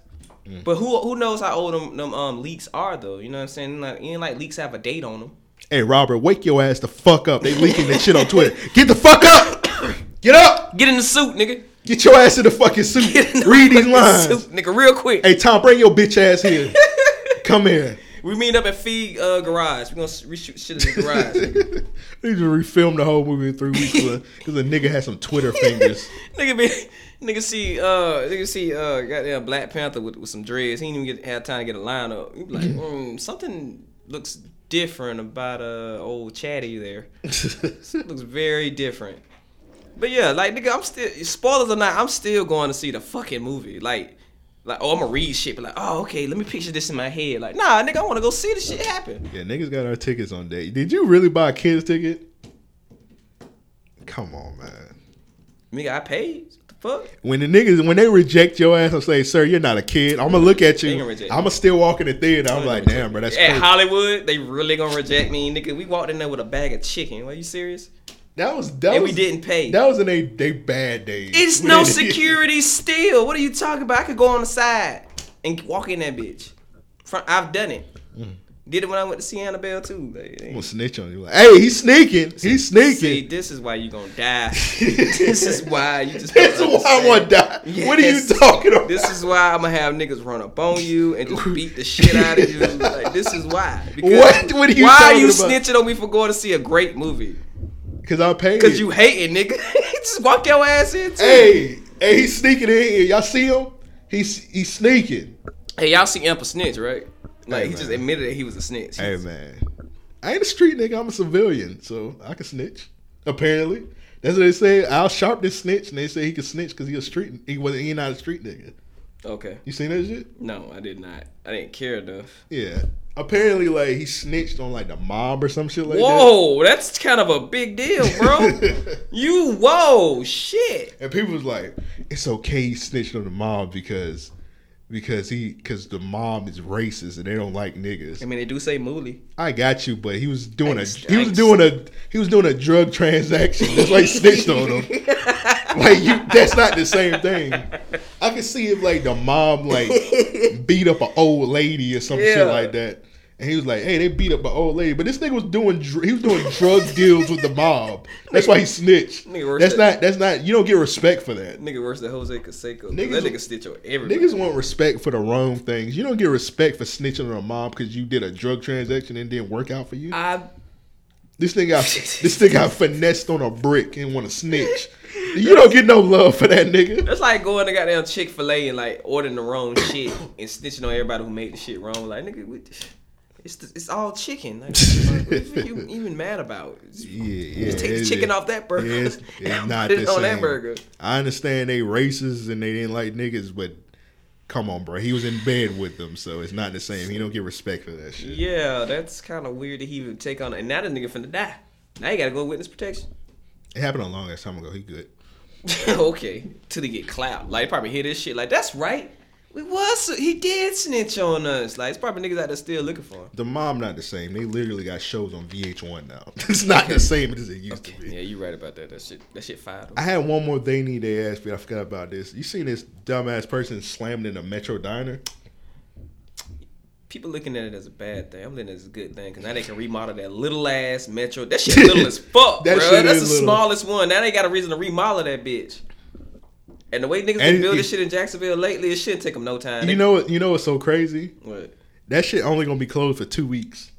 [SPEAKER 8] But who who knows how old them, them um, leaks are though? You know what I'm saying? Like, ain't like leaks have a date on them.
[SPEAKER 5] Hey Robert, wake your ass the fuck up. They leaking that shit on Twitter. Get the fuck up. <coughs> Get up.
[SPEAKER 8] Get in the suit, nigga.
[SPEAKER 5] Get your ass in the fucking suit.
[SPEAKER 8] Get in the
[SPEAKER 5] Read these
[SPEAKER 8] fucking
[SPEAKER 5] lines.
[SPEAKER 8] suit, nigga, real quick.
[SPEAKER 5] Hey Tom, bring your bitch ass
[SPEAKER 8] <laughs>
[SPEAKER 5] here. Come here.
[SPEAKER 8] We meet up at Feed uh, Garage. We gonna s- reshoot shit in the garage.
[SPEAKER 5] <laughs> they
[SPEAKER 8] nigga.
[SPEAKER 5] just refilmed the whole movie in three weeks because a nigga had some Twitter fingers.
[SPEAKER 8] <laughs> nigga be nigga see uh nigga see uh goddamn Black Panther with, with some dreads. He ain't even get have time to get a line up. He be like, mm, something looks different about uh old Chatty there. It looks very different. But yeah, like nigga, I'm still spoilers or not, I'm still going to see the fucking movie. Like, like oh, I'm gonna read shit, but like, oh okay, let me picture this in my head. Like, nah, nigga, I want to go see the shit happen.
[SPEAKER 5] yeah, niggas got our tickets on day. Did you really buy a kid's ticket? Come on, man.
[SPEAKER 8] Nigga, I paid. What the fuck?
[SPEAKER 5] When the niggas when they reject your ass, I'm saying, sir, you're not a kid. I'm gonna look at
[SPEAKER 8] They
[SPEAKER 5] you.
[SPEAKER 8] gonna reject
[SPEAKER 5] I'm gonna still walk in the theater. I'm like, damn, bro, that's
[SPEAKER 8] At
[SPEAKER 5] crazy.
[SPEAKER 8] Hollywood, they really gonna reject me, nigga. We walked in there with a bag of chicken. Are you serious?
[SPEAKER 5] That was that
[SPEAKER 8] And we
[SPEAKER 5] was,
[SPEAKER 8] didn't pay.
[SPEAKER 5] That was in a they bad days. <laughs>
[SPEAKER 8] It's no security still. What are
[SPEAKER 5] Mm.
[SPEAKER 8] you talking about? I could go on the side and walk in that bitch. Front, I've done it. Did it when I went to see Annabelle too. Like, it
[SPEAKER 5] I'm
[SPEAKER 8] ain't-
[SPEAKER 5] gonna snitch on you. Like, hey, he's sneaking. He's
[SPEAKER 8] See,
[SPEAKER 5] sneaking.
[SPEAKER 8] this is why you gonna
[SPEAKER 5] <laughs>
[SPEAKER 8] die. this is why you just.
[SPEAKER 5] This is
[SPEAKER 8] don't
[SPEAKER 5] why I want to die.
[SPEAKER 8] understand.
[SPEAKER 5] What are you
[SPEAKER 8] Yes.
[SPEAKER 5] talking about?
[SPEAKER 8] This is why I'm gonna have niggas run up on you and just beat the shit out of you. Like this is why.
[SPEAKER 5] <laughs> What? What are you
[SPEAKER 8] Why are
[SPEAKER 5] talking
[SPEAKER 8] you
[SPEAKER 5] about?
[SPEAKER 8] snitching on me for going to see a great movie?
[SPEAKER 5] Cause I paid.
[SPEAKER 8] Cause you hating, nigga.
[SPEAKER 5] <laughs>
[SPEAKER 8] just walk your ass in. Too.
[SPEAKER 5] Hey, hey, he's sneaking in here. Y'all see him? He's he's sneaking.
[SPEAKER 8] Hey, y'all see Imp a snitch, right? Like
[SPEAKER 5] Hey,
[SPEAKER 8] he
[SPEAKER 5] man.
[SPEAKER 8] just admitted that he was a snitch.
[SPEAKER 5] Hey man, I ain't a street nigga. I'm a civilian, so I can snitch. Apparently, that's what they say. Al Sharpton snitch, and they say he can snitch because he a street. He wasn't. He not a street nigga.
[SPEAKER 8] Okay.
[SPEAKER 5] You seen that shit?
[SPEAKER 8] No, I did not. I didn't care enough.
[SPEAKER 5] Yeah. Apparently, like he snitched on like the mob or some shit like
[SPEAKER 8] Whoa, that's kind of a big deal,
[SPEAKER 5] <laughs>
[SPEAKER 8] bro.
[SPEAKER 5] that.
[SPEAKER 8] you whoa, shit.
[SPEAKER 5] and people was like, "It's okay, he snitched on the mob because." Because he, because the mob is racist and they don't like niggas.
[SPEAKER 8] I mean, they do say Mooley.
[SPEAKER 5] I got you, but he was doing a
[SPEAKER 8] Thanks,
[SPEAKER 5] he was
[SPEAKER 8] thanks.
[SPEAKER 5] doing a he was doing a drug transaction. That's why he snitched on
[SPEAKER 8] <laughs>
[SPEAKER 5] him. Like you, that's not the same thing. I can see if like the mom like
[SPEAKER 8] <laughs>
[SPEAKER 5] beat up an old lady or some
[SPEAKER 8] Yeah.
[SPEAKER 5] shit like that, and he was like, "Hey, they beat up an old lady," but this nigga was doing dr- he was doing drug deals with the mob. That's why he snitched.
[SPEAKER 8] Nigga worse
[SPEAKER 5] That's
[SPEAKER 8] than-
[SPEAKER 5] not that's not you don't get respect for that.
[SPEAKER 8] Nigga worse than Jose Canseco.
[SPEAKER 5] Niggas
[SPEAKER 8] that
[SPEAKER 5] wa-
[SPEAKER 8] nigga snitch on everybody.
[SPEAKER 5] Niggas want respect for the wrong things. You don't get respect for snitching on a mob because you did a drug transaction and it didn't work out for you.
[SPEAKER 8] I
[SPEAKER 5] This thing
[SPEAKER 8] <laughs>
[SPEAKER 5] got this thing got finessed on a brick and want to
[SPEAKER 8] <laughs>
[SPEAKER 5] snitch. You don't get no love for that nigga.
[SPEAKER 8] that's like going to goddamn Chick Fil A and like ordering
[SPEAKER 5] <coughs>
[SPEAKER 8] the wrong shit and snitching on everybody who made the shit wrong. Like nigga, we, it's the, it's all chicken.
[SPEAKER 5] <laughs>
[SPEAKER 8] Like, what are you even mad about?
[SPEAKER 5] <laughs> Yeah, yeah.
[SPEAKER 8] Just take the
[SPEAKER 5] it-
[SPEAKER 8] chicken off that burger.
[SPEAKER 5] yeah, it's,
[SPEAKER 8] <laughs>
[SPEAKER 5] it's
[SPEAKER 8] and
[SPEAKER 5] not
[SPEAKER 8] put it
[SPEAKER 5] the
[SPEAKER 8] on that
[SPEAKER 5] same.
[SPEAKER 8] burger.
[SPEAKER 5] I understand they racist and they didn't like niggas, but come on, bro. He was in bed with them, so it's not the same. He don't get respect for that shit.
[SPEAKER 8] Yeah, that's kind of weird that he would take on. And now the nigga finna die. Now you gotta go witness protection. <laughs>
[SPEAKER 5] It happened a long ass time ago. He good.
[SPEAKER 8] okay, till they get clapped. Like they probably hear this shit. Like that's right. We was he did snitch on us. Like it's probably niggas out there still looking for him.
[SPEAKER 5] The mom not the same. They literally got shows on VH1 now. <laughs> it's not the same as it used to be.
[SPEAKER 8] Yeah, you right about that. That shit. That shit fired.
[SPEAKER 5] I had one more they need they asked me. I forgot about this. You seen this dumbass person slammed in a Metro diner?
[SPEAKER 8] People looking at it as a bad thing. I'm looking at it as a good thing because now they can remodel that little ass metro. That shit little <laughs> as fuck,
[SPEAKER 5] That
[SPEAKER 8] bro.
[SPEAKER 5] shit
[SPEAKER 8] That's
[SPEAKER 5] is
[SPEAKER 8] the
[SPEAKER 5] little.
[SPEAKER 8] smallest one. Now they got a reason to remodel that bitch. And the way niggas
[SPEAKER 5] And
[SPEAKER 8] been building
[SPEAKER 5] it-
[SPEAKER 8] shit in Jacksonville lately, it shouldn't take them no time. They-
[SPEAKER 5] You know what? You know what's so crazy?
[SPEAKER 8] what?
[SPEAKER 5] That shit only gonna be closed for two weeks,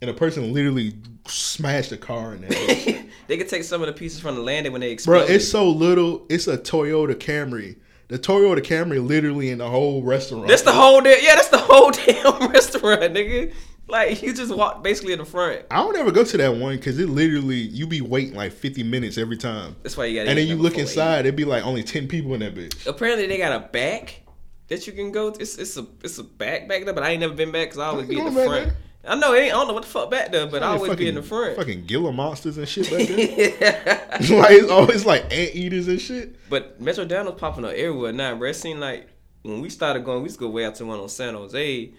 [SPEAKER 5] and a person literally smashed a car in
[SPEAKER 8] <laughs>
[SPEAKER 5] there.
[SPEAKER 8] <coughs> they could take some of the pieces from the landing when they
[SPEAKER 5] Bro,
[SPEAKER 8] explode.
[SPEAKER 5] it's so little. It's a Toyota Camry. The Toyota Camry literally in the whole restaurant.
[SPEAKER 8] That's the whole damn yeah. That's the whole <laughs> damn restaurant, nigga. Like you just walk basically in the front.
[SPEAKER 5] I don't ever go to that one because it literally you be waiting like fifty minutes every time,
[SPEAKER 8] That's why you got.
[SPEAKER 5] and then you look inside. It'd be like only ten people in that bitch.
[SPEAKER 8] Apparently they got a back that you can go. To. It's it's a it's a back back there, but I ain't never been back because I always be in the
[SPEAKER 5] going back
[SPEAKER 8] front.
[SPEAKER 5] there.
[SPEAKER 8] I know it ain't, I don't know what the fuck back there, but I
[SPEAKER 5] Probably
[SPEAKER 8] always be in the front.
[SPEAKER 5] Fucking Gila monsters and shit back
[SPEAKER 8] <laughs>
[SPEAKER 5] there. <laughs> like it's always like anteaters and shit.
[SPEAKER 8] But Metro Down was popping up everywhere now. Bro, it seemed like when we started going, we used to go way out to one on San Jose, and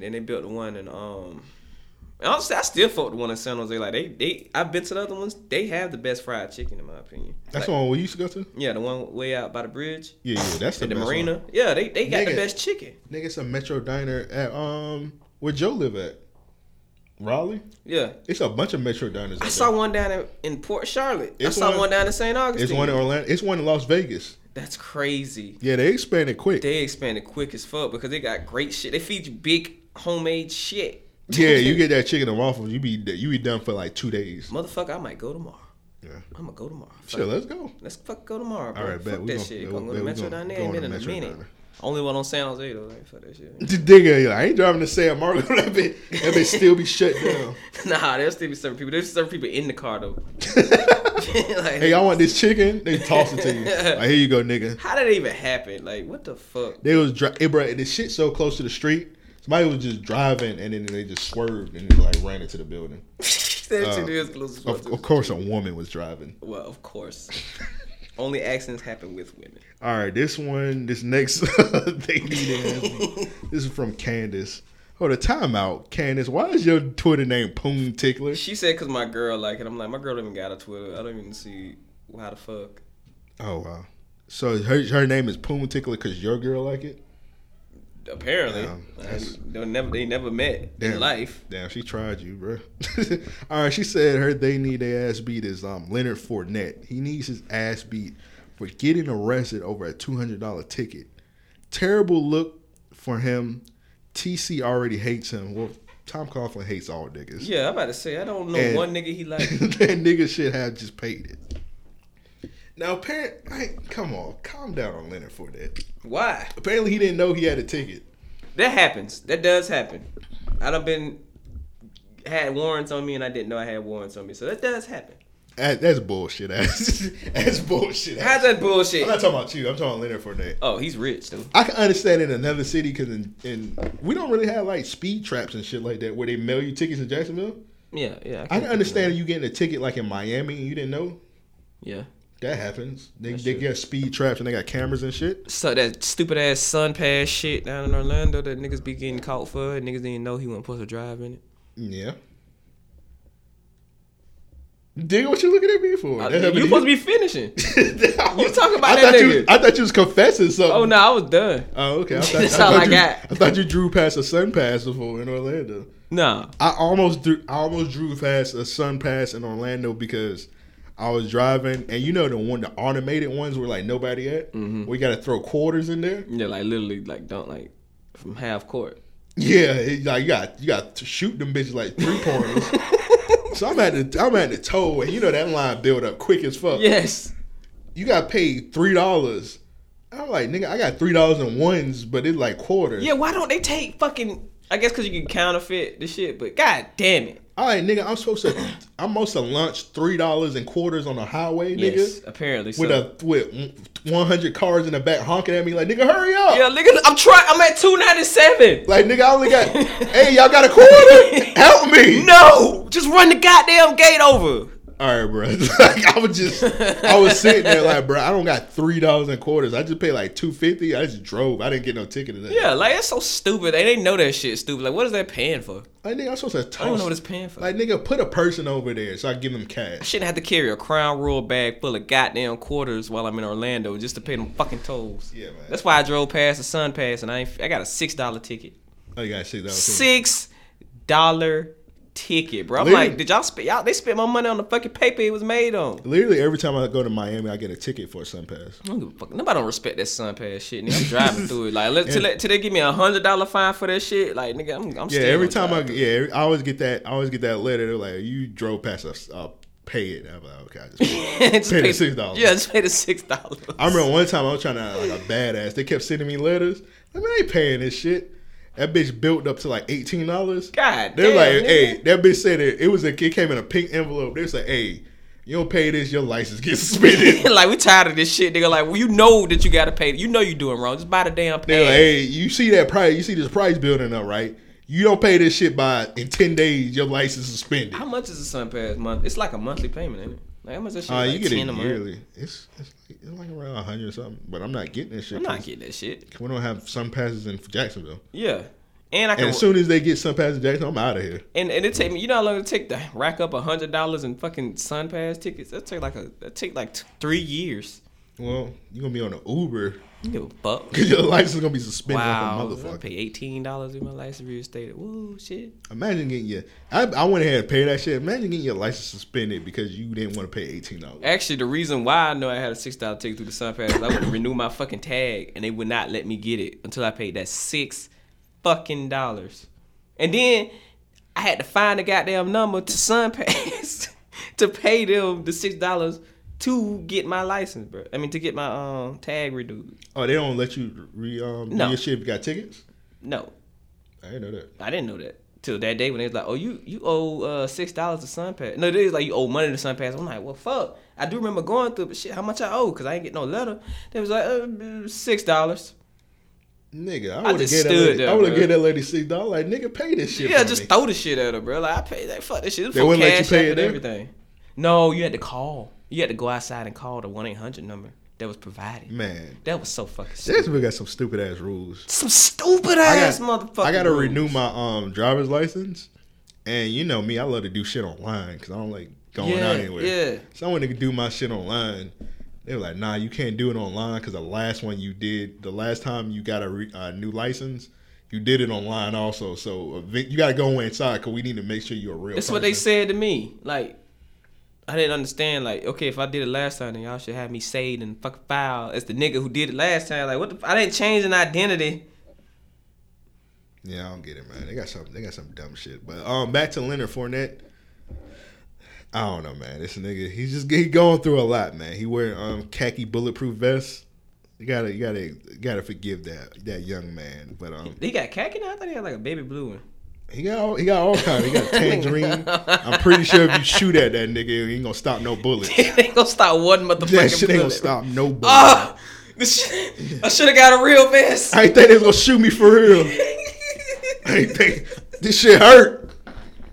[SPEAKER 8] then they built the one in um. And honestly, I still fuck the one in San Jose. Like they, they, I've been to the other ones. They have the best fried chicken in my opinion.
[SPEAKER 5] That's
[SPEAKER 8] like,
[SPEAKER 5] the one we used to go to.
[SPEAKER 8] Yeah, the one way out by the bridge.
[SPEAKER 5] Yeah, yeah, that's the,
[SPEAKER 8] the
[SPEAKER 5] best one.
[SPEAKER 8] marina. Yeah, they, they got the
[SPEAKER 5] Nigga.
[SPEAKER 8] best chicken.
[SPEAKER 5] Nigga, it's a Metro Diner at um where Joe live at. Raleigh?
[SPEAKER 8] Yeah.
[SPEAKER 5] It's a bunch of Metro Diners.
[SPEAKER 8] I saw one down in, in Port Charlotte.
[SPEAKER 5] It's
[SPEAKER 8] I saw
[SPEAKER 5] one-
[SPEAKER 8] one, down in St. Augustine.
[SPEAKER 5] It's one in Orlando. It's one in Las Vegas.
[SPEAKER 8] That's crazy.
[SPEAKER 5] Yeah, they expanded quick.
[SPEAKER 8] They expanded quick as fuck because they got great shit. They feed you big homemade shit.
[SPEAKER 5] yeah, you get that chicken and waffles, you be you be done for like two days.
[SPEAKER 8] Motherfucker, I might go tomorrow.
[SPEAKER 5] Yeah.
[SPEAKER 8] I'm gonna go tomorrow. Fuck
[SPEAKER 5] Sure,
[SPEAKER 8] it.
[SPEAKER 5] let's go. <laughs>
[SPEAKER 8] Let's fuck go tomorrow, bro.
[SPEAKER 5] All right,
[SPEAKER 8] fuck
[SPEAKER 5] bet.
[SPEAKER 8] that
[SPEAKER 5] We gonna-
[SPEAKER 8] shit.
[SPEAKER 5] bet-
[SPEAKER 8] Gonna go
[SPEAKER 5] bet
[SPEAKER 8] to
[SPEAKER 5] we
[SPEAKER 8] Metro
[SPEAKER 5] gonna-
[SPEAKER 8] down there.
[SPEAKER 5] going
[SPEAKER 8] Ain't
[SPEAKER 5] to
[SPEAKER 8] been in a
[SPEAKER 5] Metro
[SPEAKER 8] minute.
[SPEAKER 5] Diner.
[SPEAKER 8] Only one on San Jose though. Like, fuck that shit.
[SPEAKER 5] <laughs> The nigga, I ain't driving to San Marco. <laughs> That bitch, that bitch still be shut down.
[SPEAKER 8] nah, there'll still be certain people. There's certain people in the
[SPEAKER 5] <laughs>
[SPEAKER 8] car though. like,
[SPEAKER 5] Hey, I want this chicken. They toss it to
[SPEAKER 8] <laughs>
[SPEAKER 5] you. Like, here you go, nigga.
[SPEAKER 8] How did it even happen? Like, what the fuck?
[SPEAKER 5] They was dri- it, bro. The shit so close to the street. Somebody was just driving, and then they just swerved and just, like ran into the building.
[SPEAKER 8] <laughs> that shit is close as
[SPEAKER 5] Uh, Of,
[SPEAKER 8] well.
[SPEAKER 5] of course, a woman was driving.
[SPEAKER 8] Well,
[SPEAKER 5] <laughs>
[SPEAKER 8] of course. Only accidents happen with women.
[SPEAKER 5] All right, this one, this next <laughs> they need to <laughs> ask me. This is from Candace. Hold a timeout, Candace. Why is your Twitter name Poon Tickler?
[SPEAKER 8] She said, "Cause my girl like it." I'm like, my girl don't even got a Twitter. I don't even see how the fuck.
[SPEAKER 5] Oh wow. So her her name is Poon Tickler because your girl like it.
[SPEAKER 8] Apparently,
[SPEAKER 5] Yeah, that's-
[SPEAKER 8] Like, they never they never met in life.
[SPEAKER 5] Damn, she tried you, bro. <laughs> All right, she said her they need their ass beat is um Leonard Fournette. He needs his ass beat for getting arrested over a two hundred dollar ticket. Terrible look for him. TC already hates him. Well, Tom Coughlin hates all niggas.
[SPEAKER 8] Yeah, I'm about to say I don't know
[SPEAKER 5] And-
[SPEAKER 8] one nigga he like.
[SPEAKER 5] <laughs> that nigga should have just paid it. Now, apparent, like, come on, calm down on Leonard for that.
[SPEAKER 8] Why?
[SPEAKER 5] Apparently, he didn't know he had a ticket.
[SPEAKER 8] That happens. That does happen. I done been had warrants on me and I didn't know I had warrants on me. So that does happen.
[SPEAKER 5] That- that's bullshit. Ass. <laughs> that's bullshit.
[SPEAKER 8] How's that bullshit?
[SPEAKER 5] I'm not talking about you. I'm talking about Leonard Fournette.
[SPEAKER 8] Oh, he's rich though.
[SPEAKER 5] I can understand in another city because in, in we don't really have like speed traps and shit like that where they mail you tickets in Jacksonville.
[SPEAKER 8] Yeah, yeah.
[SPEAKER 5] I can understand you getting a ticket like in Miami and you didn't know.
[SPEAKER 8] Yeah.
[SPEAKER 5] That happens. They, they get speed traps and they got cameras and shit.
[SPEAKER 8] So that stupid ass sun pass shit down in Orlando that niggas be getting caught for. and Niggas didn't know he wasn't supposed to drive in it.
[SPEAKER 5] Yeah. Dig what you looking at me for?
[SPEAKER 8] I-
[SPEAKER 5] That happened
[SPEAKER 8] Uh, you
[SPEAKER 5] to
[SPEAKER 8] supposed to be finishing. <laughs>
[SPEAKER 5] <laughs> you
[SPEAKER 8] talking about
[SPEAKER 5] I
[SPEAKER 8] that
[SPEAKER 5] thought You,
[SPEAKER 8] nigga.
[SPEAKER 5] I thought you was confessing something.
[SPEAKER 8] Oh no, I was done.
[SPEAKER 5] Oh, okay.
[SPEAKER 8] <laughs>
[SPEAKER 5] I thought,
[SPEAKER 8] That's
[SPEAKER 5] I
[SPEAKER 8] all
[SPEAKER 5] thought
[SPEAKER 8] I
[SPEAKER 5] you,
[SPEAKER 8] got.
[SPEAKER 5] I thought you drew past a sun pass before in Orlando.
[SPEAKER 8] No.
[SPEAKER 5] I almost drew, I almost drew past a sun pass in Orlando because I was driving, and you know the one, the automated ones where like nobody at.
[SPEAKER 8] Mm-hmm.
[SPEAKER 5] We got to throw quarters in there.
[SPEAKER 8] Yeah, like literally, like don't like from half court.
[SPEAKER 5] Yeah, it, like you got you got to shoot them bitches like three pointers.
[SPEAKER 8] <laughs>
[SPEAKER 5] so I'm at the I'm at the toe, and you know that line build up quick as fuck.
[SPEAKER 8] Yes.
[SPEAKER 5] you got paid three dollars. I'm like, nigga, I got three dollars in ones, but it's like quarters.
[SPEAKER 8] Yeah. Why don't they take fucking? I guess because you can counterfeit the shit. But god damn it.
[SPEAKER 5] All right, nigga, I'm supposed to I'm supposed to lunch three dollars in quarters on the highway,
[SPEAKER 8] Yes.
[SPEAKER 5] nigga.
[SPEAKER 8] Apparently. So.
[SPEAKER 5] With a with 100 cars in the back honking at me like, nigga, hurry up!
[SPEAKER 8] yeah, nigga, I'm trying. I'm at two ninety seven.
[SPEAKER 5] Like, nigga, I only
[SPEAKER 8] <laughs>
[SPEAKER 5] got. hey, y'all got a quarter? Help me!
[SPEAKER 8] No, just run the goddamn gate over.
[SPEAKER 5] All right, bro. <laughs> like I was just, I was sitting there like, bro, I don't got three dollars in quarters. I just paid like two fifty. I just drove. I didn't get no ticket. Or nothing.
[SPEAKER 8] Yeah, like it's so stupid. They they know that shit stupid. Like, what is that paying for?
[SPEAKER 5] like nigga, I'm supposed to. Toss.
[SPEAKER 8] I don't know what it's paying for.
[SPEAKER 5] Like nigga, put a person over there so I give them
[SPEAKER 8] I
[SPEAKER 5] cash.
[SPEAKER 8] shouldn't have to carry a Crown Royal bag full of goddamn quarters while I'm in Orlando just to pay them fucking tolls.
[SPEAKER 5] Yeah, man.
[SPEAKER 8] That's why I drove past the Sun Pass and I ain't, I got a six dollar ticket.
[SPEAKER 5] Oh, you got shit that was
[SPEAKER 8] Six dollar ticket, bro. I'm
[SPEAKER 5] Literally-
[SPEAKER 8] like, did y'all spend y'all? They spent my money on the fucking paper it was made on.
[SPEAKER 5] Literally every time I go to Miami, I get a ticket for a Sun Pass.
[SPEAKER 8] I don't give a fuck. Nobody don't respect that Sun Pass shit. Nigga, I'm
[SPEAKER 5] <laughs>
[SPEAKER 8] driving through it. Like, let, till, they, till they give me a hundred dollar fine for that shit, like nigga, I'm, I'm
[SPEAKER 5] Yeah,
[SPEAKER 8] still
[SPEAKER 5] every
[SPEAKER 8] gonna
[SPEAKER 5] time I
[SPEAKER 8] <laughs> drive.
[SPEAKER 5] yeah, every- I always get that. I always get that letter. They're like, you drove past us. I'll pay it. I'm like, okay, I just. Pay it.
[SPEAKER 8] Just
[SPEAKER 5] pay the
[SPEAKER 8] pay-
[SPEAKER 5] $6.
[SPEAKER 8] Yeah, just pay the six dollars.
[SPEAKER 5] I
[SPEAKER 8] <laughs>
[SPEAKER 5] remember one time I was trying to act like a badass. They kept sending me letters. I mean, I ain't paying this shit. That bitch built up to like eighteen dollars.
[SPEAKER 8] God
[SPEAKER 5] They're
[SPEAKER 8] damn,
[SPEAKER 5] like,
[SPEAKER 8] nigga.
[SPEAKER 5] hey, that bitch said it. It was a it came in a pink envelope. They was like, hey, you don't pay this, your license gets <laughs> suspended.
[SPEAKER 8] <laughs> like we tired of this shit, nigga. Like well, you know that you gotta pay. You know you doing wrong. Just buy the damn
[SPEAKER 5] They're like,
[SPEAKER 8] pants.
[SPEAKER 5] hey, you see that price? You see this price building up, right? You don't pay this shit by in ten days, your license suspended.
[SPEAKER 8] How much is a sun pass month? It's like a monthly payment, ain't it? Like how much that shit?
[SPEAKER 5] Uh,
[SPEAKER 8] like
[SPEAKER 5] you get
[SPEAKER 8] 10
[SPEAKER 5] it
[SPEAKER 8] a month?
[SPEAKER 5] yearly. It's it's like, it's like around hundred or something. But I'm not getting this shit.
[SPEAKER 8] I'm not
[SPEAKER 5] 'cause
[SPEAKER 8] getting that shit.
[SPEAKER 5] We don't have sun passes in Jacksonville.
[SPEAKER 8] Yeah, and I
[SPEAKER 5] And
[SPEAKER 8] can.
[SPEAKER 5] as soon as they get sun passes in Jacksonville, I'm out of here.
[SPEAKER 8] And, and it take me, you know how long it take to rack up a hundred dollars in fucking sun pass tickets? That take like a, that take like t- three years.
[SPEAKER 5] Well, you gonna be on an Uber
[SPEAKER 8] You give a fuck.
[SPEAKER 5] because your <laughs> license is gonna be suspended
[SPEAKER 8] Wow,
[SPEAKER 5] like a
[SPEAKER 8] I
[SPEAKER 5] motherfucker.
[SPEAKER 8] pay eighteen dollars in my license reinstated. Woo, shit.
[SPEAKER 5] Imagine getting your I, I went ahead and paid that shit. Imagine getting your license suspended because you didn't want to pay eighteen dollars.
[SPEAKER 8] Actually, the reason why I know I had a six dollar ticket through the Sun Pass, is I would renew my fucking tag, and they would not let me get it until I paid that six fucking dollars. And then I had to find the goddamn number to Sun Pass <laughs> to pay them the six dollars to get my license, bro. I mean, to get my um tag renewed.
[SPEAKER 5] Oh, they don't let you re um
[SPEAKER 8] No.
[SPEAKER 5] do your shit if you got tickets.
[SPEAKER 8] No,
[SPEAKER 5] I didn't know that.
[SPEAKER 8] I didn't know that till that day when they was like, "Oh, you you owe uh, six dollars to Sun Pass." No, they was like, "You owe money to Sun Pass." I'm like, "Well, fuck." I do remember going through, but shit, how much I owe? Cause I ain't get no letter. They was like, uh, six dollars.
[SPEAKER 5] Nigga,
[SPEAKER 8] I
[SPEAKER 5] I would have
[SPEAKER 8] just
[SPEAKER 5] gave that
[SPEAKER 8] stood
[SPEAKER 5] lady.
[SPEAKER 8] there,
[SPEAKER 5] I would have
[SPEAKER 8] bro.
[SPEAKER 5] gave that lady six dollars. Like nigga, pay this shit.
[SPEAKER 8] Yeah,
[SPEAKER 5] for
[SPEAKER 8] just
[SPEAKER 5] me.
[SPEAKER 8] throw the shit at her, bro. Like I paid like fuck this shit. This
[SPEAKER 5] They
[SPEAKER 8] for
[SPEAKER 5] wouldn't let you
[SPEAKER 8] cash
[SPEAKER 5] pay
[SPEAKER 8] App
[SPEAKER 5] it
[SPEAKER 8] and
[SPEAKER 5] there?
[SPEAKER 8] everything. No, you had to call. You had to go outside and call the one eight hundred number that was provided.
[SPEAKER 5] man.
[SPEAKER 8] That was so fucking stupid.
[SPEAKER 5] Jacksonville got some stupid ass rules.
[SPEAKER 8] Some stupid
[SPEAKER 5] I
[SPEAKER 8] ass
[SPEAKER 5] got,
[SPEAKER 8] motherfucker.
[SPEAKER 5] I gotta renew my um driver's license, and you know me, I love to do shit online because I don't like going
[SPEAKER 8] Yeah,
[SPEAKER 5] out anywhere.
[SPEAKER 8] yeah.
[SPEAKER 5] So I went to do my shit online. They were like, nah, you can't do it online because the last one you did, the last time you got a re- uh, new license, you did it online also. So event, you got to go inside because we need to make sure you're a real.
[SPEAKER 8] That's what they
[SPEAKER 5] person.
[SPEAKER 8] said to me. Like, I didn't understand. Like, okay, if I did it last time, then y'all should have me saved and fucking file as the nigga who did it last time. Like, what? The, I didn't change an identity.
[SPEAKER 5] Yeah, I don't get it, man. They got some. They got some dumb shit. But um, back to Leonard Fournette. I don't know, man. This nigga, he's just he going through a lot, man. He wearing um khaki bulletproof vests. You gotta, you gotta, gotta forgive that that young man. But um,
[SPEAKER 8] He got khaki now. I thought he had like a baby blue one. <laughs>
[SPEAKER 5] he got all, he got all kind. He got tangerine. I'm pretty sure if you shoot at that nigga, he ain't gonna stop no bullets.
[SPEAKER 8] <laughs> they ain't gonna stop one motherfucking.
[SPEAKER 5] That shit ain't gonna
[SPEAKER 8] bullet.
[SPEAKER 5] stop no bullets.
[SPEAKER 8] Ah, <laughs> this shit, I should have got a real vest. <laughs>
[SPEAKER 5] I ain't think they was gonna shoot me for real. I ain't think this shit hurt.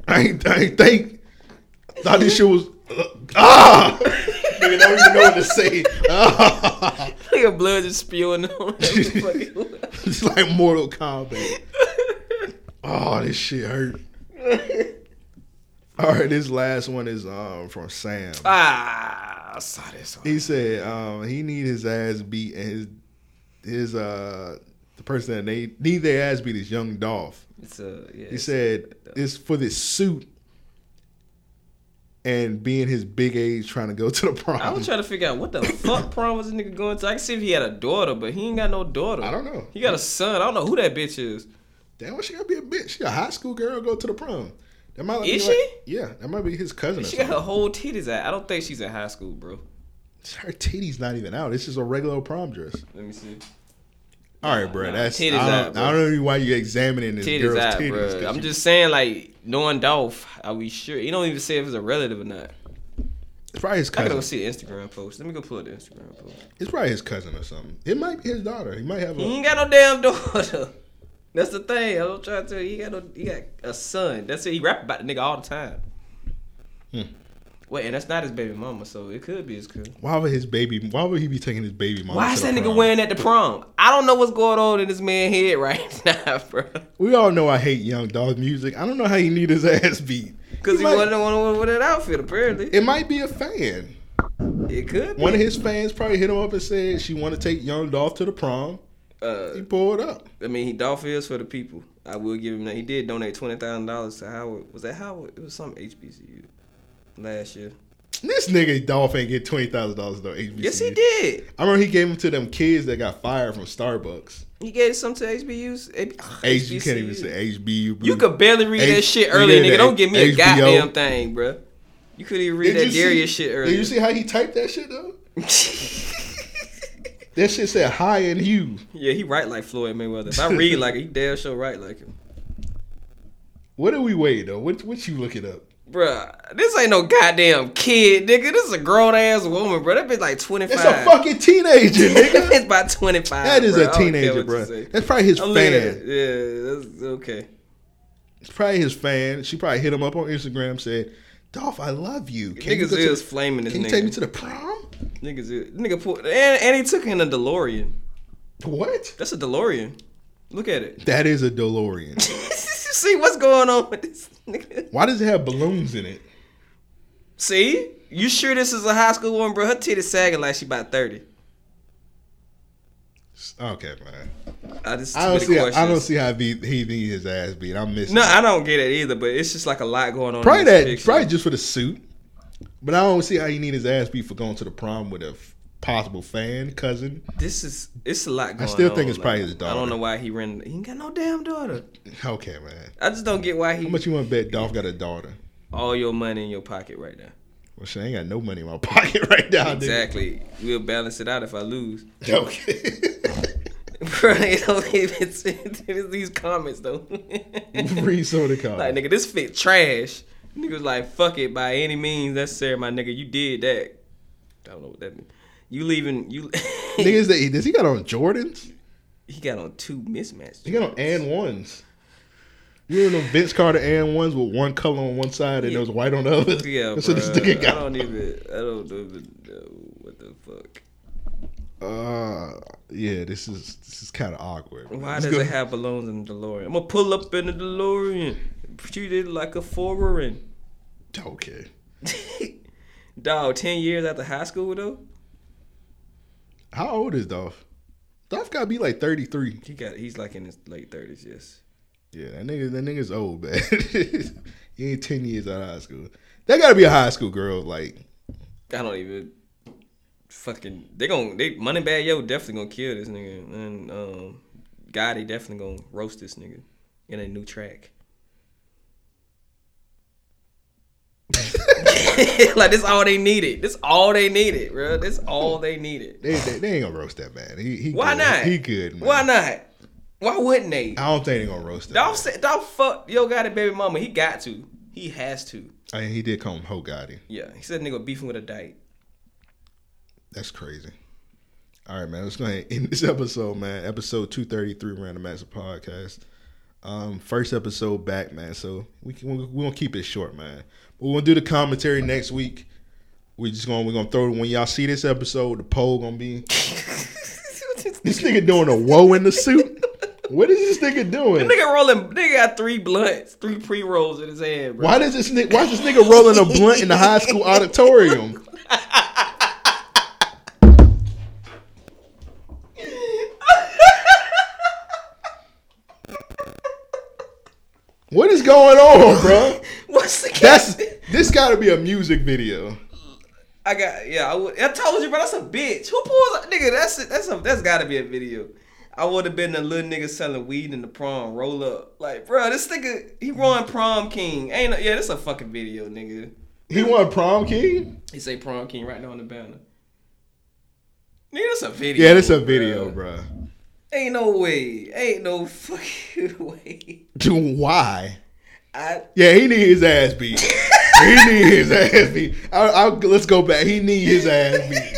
[SPEAKER 5] I ain't, I ain't think. I thought this shit was ah. <laughs> Nigga don't even know what to say. Ah. <laughs>
[SPEAKER 8] Like a blood just spewing on that
[SPEAKER 5] it's like Mortal Kombat. Oh, this shit hurt.
[SPEAKER 8] motherfucking-
[SPEAKER 5] All right, this last one is um from Sam.
[SPEAKER 8] Uh, ah, I saw this one.
[SPEAKER 5] He said um, he need his ass beat and his his uh the person that they need their ass beat is Young Dolph.
[SPEAKER 8] It's a yeah.
[SPEAKER 5] He
[SPEAKER 8] it's-
[SPEAKER 5] said it's for this suit and being his big age trying to go to the <laughs> prom.
[SPEAKER 8] I was trying to figure out
[SPEAKER 5] <laughs>
[SPEAKER 8] what the fuck prom was this nigga going to. I can see if he had a daughter, but he ain't got no daughter.
[SPEAKER 5] I don't know.
[SPEAKER 8] He got a son. I don't know who that bitch is.
[SPEAKER 5] Damn, why she gotta be a bitch? She a high school girl go to the prom. That might be
[SPEAKER 8] Is
[SPEAKER 5] like-
[SPEAKER 8] she?
[SPEAKER 5] yeah, that might be his cousin. Or
[SPEAKER 8] She got her
[SPEAKER 5] something.
[SPEAKER 8] whole titties out. I don't think she's in high school, bro.
[SPEAKER 5] Her titty's not even out. It's just a regular prom dress.
[SPEAKER 8] Let me see.
[SPEAKER 5] All right, bro. That's
[SPEAKER 8] titties
[SPEAKER 5] I, don't,
[SPEAKER 8] out, bro.
[SPEAKER 5] I don't know why you examining this
[SPEAKER 8] Titties
[SPEAKER 5] girl's
[SPEAKER 8] out,
[SPEAKER 5] titties.
[SPEAKER 8] bruh.
[SPEAKER 5] 'cause
[SPEAKER 8] I'm
[SPEAKER 5] you-
[SPEAKER 8] just saying, like, knowing Dolph, are we sure? He don't even say if it's a relative or not.
[SPEAKER 5] it's probably his
[SPEAKER 8] I gotta go
[SPEAKER 5] cousin.
[SPEAKER 8] see the Instagram post. Let me go pull up the Instagram post.
[SPEAKER 5] It's probably his cousin or something. It might be his daughter. He might have
[SPEAKER 8] He
[SPEAKER 5] a.
[SPEAKER 8] ain't got no damn daughter. <laughs> That's the thing. I'm trying to tell you, he got no, he got a son. That's it. He rap about the nigga all the time.
[SPEAKER 5] Hmm.
[SPEAKER 8] Wait, and that's not his baby mama, so it could be his cousin.
[SPEAKER 5] Why would his baby? Why would he be taking his baby mom?
[SPEAKER 8] Why
[SPEAKER 5] to
[SPEAKER 8] is
[SPEAKER 5] the
[SPEAKER 8] that nigga
[SPEAKER 5] prom?
[SPEAKER 8] wearing at the prom? I don't know what's going on in this man's head right <laughs> now, bro.
[SPEAKER 5] We all know I hate Young Dog music. I don't know how he need his ass beat.
[SPEAKER 8] Because he,
[SPEAKER 5] might-
[SPEAKER 8] wasn't the one with that outfit, apparently.
[SPEAKER 5] It might be a fan.
[SPEAKER 8] It could be.
[SPEAKER 5] One of his fans probably hit him up and said she want to take Young Dolph to the prom.
[SPEAKER 8] Uh,
[SPEAKER 5] He pulled up.
[SPEAKER 8] I mean, he Dolph is for the people. I will give him that. He did donate twenty thousand dollars to Howard. Was that Howard? It was some HBCU last year.
[SPEAKER 5] This nigga Dolph ain't get twenty thousand dollars though. HBCU.
[SPEAKER 8] Yes, he did.
[SPEAKER 5] I remember he gave them to them kids that got fired from Starbucks.
[SPEAKER 8] He gave some to HBUs.
[SPEAKER 5] H, you can't even say HBU.
[SPEAKER 8] You could barely read that
[SPEAKER 5] H-
[SPEAKER 8] shit
[SPEAKER 5] you
[SPEAKER 8] earlier,
[SPEAKER 5] did
[SPEAKER 8] nigga.
[SPEAKER 5] that
[SPEAKER 8] Don't give me a
[SPEAKER 5] HBO.
[SPEAKER 8] goddamn thing, bro. You couldn't even read
[SPEAKER 5] Did you
[SPEAKER 8] that Darius
[SPEAKER 5] see-
[SPEAKER 8] shit
[SPEAKER 5] Did
[SPEAKER 8] earlier.
[SPEAKER 5] you see how he typed that shit though? That shit said high and Hugh.
[SPEAKER 8] <laughs> yeah, he write like Floyd Mayweather. If I read like it, he damn sure write like him.
[SPEAKER 5] What are we waiting though? What what you looking up?
[SPEAKER 8] Bruh, this ain't no goddamn kid, nigga. This is a grown ass woman, bro. That bitch like 25.
[SPEAKER 5] It's a fucking teenager,
[SPEAKER 8] <laughs>
[SPEAKER 5] nigga.
[SPEAKER 8] it's about 25.
[SPEAKER 5] That is
[SPEAKER 8] bruh. I
[SPEAKER 5] a
[SPEAKER 8] don't care what
[SPEAKER 5] teenager,
[SPEAKER 8] you
[SPEAKER 5] bro.
[SPEAKER 8] say.
[SPEAKER 5] That's probably his
[SPEAKER 8] I'm looking at it.
[SPEAKER 5] fan.
[SPEAKER 8] Yeah, that's okay.
[SPEAKER 5] It's probably his fan. She probably hit him up on Instagram, said, "Dolph, I love you. Can you
[SPEAKER 8] Niggas
[SPEAKER 5] go to-
[SPEAKER 8] is flaming this
[SPEAKER 5] Can you
[SPEAKER 8] nigga.
[SPEAKER 5] take me to the prom?
[SPEAKER 8] Niggas is. Nigga pulled. And, and he took in a DeLorean.
[SPEAKER 5] What?
[SPEAKER 8] That's a DeLorean. Look at it. <laughs>
[SPEAKER 5] That is a DeLorean.
[SPEAKER 8] See what's going on with this nigga.
[SPEAKER 5] Why does it have balloons in it?
[SPEAKER 8] See? You sure this is a high school woman, bro? Her titties sagging like she about 30.
[SPEAKER 5] Okay, man.
[SPEAKER 8] I just
[SPEAKER 5] I don't see.
[SPEAKER 8] questions.
[SPEAKER 5] I don't see how he he need his ass beat. I'm missing.
[SPEAKER 8] No,
[SPEAKER 5] it.
[SPEAKER 8] I don't get it either, but it's just like a lot going on. in
[SPEAKER 5] probably
[SPEAKER 8] this
[SPEAKER 5] that.
[SPEAKER 8] picture.
[SPEAKER 5] Probably just for the suit. But I don't see how he need his ass beat for going to the prom with a f- possible fan cousin.
[SPEAKER 8] This is it's a lot going on.
[SPEAKER 5] still think it's probably
[SPEAKER 8] like,
[SPEAKER 5] his daughter.
[SPEAKER 8] I don't know why he ran he ain't got no damn daughter.
[SPEAKER 5] Okay, man.
[SPEAKER 8] I just don't get why
[SPEAKER 5] How
[SPEAKER 8] he
[SPEAKER 5] much you want to bet Dolph got a daughter?
[SPEAKER 8] all your money in your pocket right now.
[SPEAKER 5] Well, shit, I ain't got no money in my <laughs> pocket right now. nigga.
[SPEAKER 8] Exactly. We'll balance it out if I lose. <laughs>
[SPEAKER 5] Okay. <laughs>
[SPEAKER 8] Bro, they don't even it's <laughs> these comments
[SPEAKER 5] <laughs>
[SPEAKER 8] though.
[SPEAKER 5] Read some of the comments.
[SPEAKER 8] Like nigga, this fit trash. Nigga was like, fuck it by any means necessary, my nigga. You did that. I don't know what that means. You leaving you
[SPEAKER 5] Niggas, that, does he got on Jordans?
[SPEAKER 8] <laughs> He got on two mismatches.
[SPEAKER 5] He got on and ones. You remember them Vince Carter and ones with one color on one side and it was white on the other?
[SPEAKER 8] Yeah,
[SPEAKER 5] <laughs> That's
[SPEAKER 8] bro.
[SPEAKER 5] what this nigga
[SPEAKER 8] I
[SPEAKER 5] got.
[SPEAKER 8] don't even. I don't even know what the fuck.
[SPEAKER 5] Uh, yeah, this is this is kind of awkward. man.
[SPEAKER 8] Why
[SPEAKER 5] Let's
[SPEAKER 8] does
[SPEAKER 5] go-
[SPEAKER 8] it have balloons in the DeLorean? I'm gonna pull up in the DeLorean, treat it like a foreign.
[SPEAKER 5] Okay.
[SPEAKER 8] Dog, ten years after high school though.
[SPEAKER 5] How old is Dolph? Dolph gotta be like 33.
[SPEAKER 8] He got he's like in his late thirties, yes.
[SPEAKER 5] Yeah, that nigga, that nigga's old, <laughs> man. he ain't 10 years out of high school. That gotta be a high school girl. Like,
[SPEAKER 8] I don't even fucking they gon' they money bad yo definitely gonna kill this nigga. And um God they definitely gonna roast this nigga in a new track. <laughs> like this all they needed. This all they needed, bro. This all they needed.
[SPEAKER 5] they, they, they ain't gonna roast that man. He, he
[SPEAKER 8] Why
[SPEAKER 5] good.
[SPEAKER 8] not?
[SPEAKER 5] He good, man.
[SPEAKER 8] Why not? Why wouldn't they?
[SPEAKER 5] I don't think they gonna roast that.
[SPEAKER 8] Dolph said Dolph fuck yo got it baby mama. He got to. He has to.
[SPEAKER 5] I mean, Oh, he did call him Ho Gotti.
[SPEAKER 8] Yeah. He said nigga beefing with a dyke.
[SPEAKER 5] That's crazy. All right, man. Let's go ahead and end this <laughs> episode, man. Episode 233, Random Master Podcast. Um, first episode back, man. So we can we gonna keep it short, man. But we're gonna do the commentary next week. We're just gonna we're gonna throw when y'all see this episode, the poll gonna be this nigga doing a woe in the suit. What is this nigga doing?
[SPEAKER 8] Nigga rolling nigga got three blunts, three pre rolls in his hand, bro.
[SPEAKER 5] Why does this nigga why is this nigga rolling a blunt in the high school auditorium? What is going on, bro?
[SPEAKER 8] What's the
[SPEAKER 5] That's
[SPEAKER 8] case?
[SPEAKER 5] this got to be a music video.
[SPEAKER 8] I got yeah. I, would, I told you, bro. That's a bitch. Who pulls a nigga? That's a, that's a, that's gotta be a video. I would have been a little nigga selling weed in the prom roll up. Like, bro, this nigga he run prom king. Ain't no, yeah, this a fucking video, nigga.
[SPEAKER 5] He won prom king.
[SPEAKER 8] He say prom king right now on the banner. Nigga, that's a video.
[SPEAKER 5] Yeah, this a video, bro.
[SPEAKER 8] Ain't no way. Ain't no <laughs> fucking way.
[SPEAKER 5] Dude, <laughs> why?
[SPEAKER 8] I
[SPEAKER 5] Yeah, he need his ass beat. he need his ass beat. I, I, let's go back. He need his ass beat.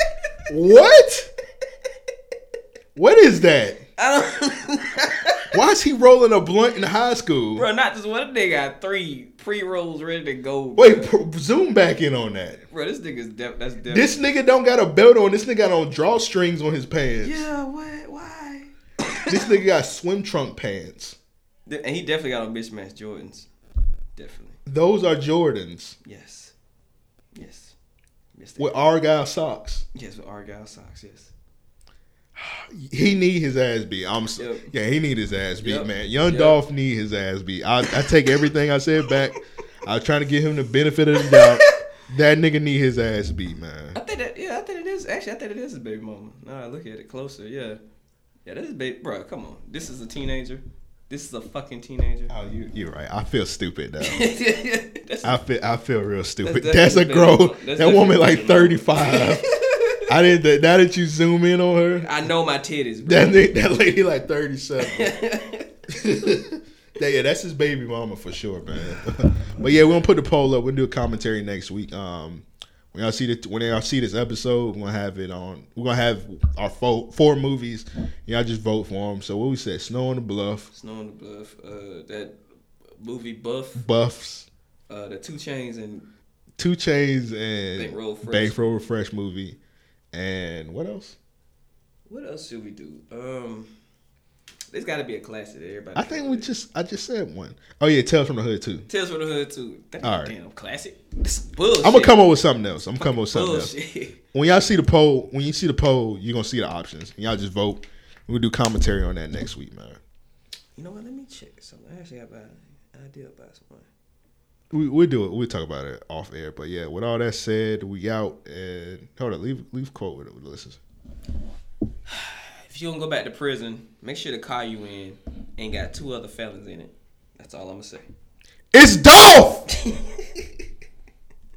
[SPEAKER 5] What? What is that?
[SPEAKER 8] I don't. <laughs>
[SPEAKER 5] Why is he rolling a blunt in high school?
[SPEAKER 8] bro, not just one. They got three pre rolls ready to go. Bro.
[SPEAKER 5] Wait, pr- zoom back in on that.
[SPEAKER 8] bro, this nigga's def- that's def-
[SPEAKER 5] This nigga don't got a belt on. This nigga got on drawstrings on his pants.
[SPEAKER 8] Yeah, what? Why?
[SPEAKER 5] This nigga got swim trunk pants.
[SPEAKER 8] Th- And he definitely got on mismatched Jordans. Definitely.
[SPEAKER 5] Those are Jordans
[SPEAKER 8] Yes. Yes. Yes. they-
[SPEAKER 5] with Argyle socks.
[SPEAKER 8] yes, with Argyle socks. Yes.
[SPEAKER 5] He need his ass beat. I'm s
[SPEAKER 8] Yep.
[SPEAKER 5] yeah, he need his ass beat,
[SPEAKER 8] Yep.
[SPEAKER 5] man. Young
[SPEAKER 8] Yep.
[SPEAKER 5] Dolph need his ass beat. I, I take everything I said back. I was trying to give him the benefit of the doubt. that nigga need his ass beat, man.
[SPEAKER 8] I think that. Yeah, I think it is. Actually, I think it is his baby mama. Now I look at it closer. Yeah. Yeah, that is baby. Bro, come on. This is a teenager. This is a fucking teenager.
[SPEAKER 5] Oh, you you're right. I feel stupid now.
[SPEAKER 8] <laughs> That's-
[SPEAKER 5] I feel I feel real stupid.
[SPEAKER 8] That's
[SPEAKER 5] That's, a
[SPEAKER 8] definitely
[SPEAKER 5] grown.
[SPEAKER 8] been- that's
[SPEAKER 5] that woman
[SPEAKER 8] definitely
[SPEAKER 5] like thirty five. I didn't. That, now that you zoom in on her,
[SPEAKER 8] <laughs> I know my titties. Bro.
[SPEAKER 5] that ni- that lady like thirty <laughs> seven. yeah, yeah, that's his baby mama for sure, man. <laughs> but yeah, we're gonna put the poll up. We'll do a commentary next week. Um, when y'all see the when y'all see this episode, we're gonna have it on. We're gonna have our four, four movies. Y'all just vote for them. So what we said: Snow on the Bluff,
[SPEAKER 8] Snow on the Bluff. Uh, that movie Buff.
[SPEAKER 5] Buffs,
[SPEAKER 8] Uh, the Two Chains and
[SPEAKER 5] Two Chains, and
[SPEAKER 8] Bankroll Fresh.
[SPEAKER 5] Bankroll Fresh movie, and what else?
[SPEAKER 8] what else should we do? Um, there's got to be a classic that everybody.
[SPEAKER 5] I think we just I just said one. Oh yeah, Tales from the Hood too.
[SPEAKER 8] Tales from the Hood too. That
[SPEAKER 5] All
[SPEAKER 8] All
[SPEAKER 5] right.
[SPEAKER 8] right. damn classic. This is bullshit.
[SPEAKER 5] I'm gonna come up with something else. I'm gonna come up with something else.
[SPEAKER 8] bullshit. <laughs>
[SPEAKER 5] When y'all see the poll, when you see the poll, you're gonna see the options. And y'all just vote. We'll do commentary on that next week, man.
[SPEAKER 8] You know what? Let me check something. I actually have an idea about something.
[SPEAKER 5] We we'll do it. We'll talk about it off air. But yeah, with all that said, we out and hold on, leave leave quote with it with the listeners.
[SPEAKER 8] If you don't go back to prison, make sure the car you in ain't got two other felons in it. That's all I'm gonna say.
[SPEAKER 5] It's Dolph!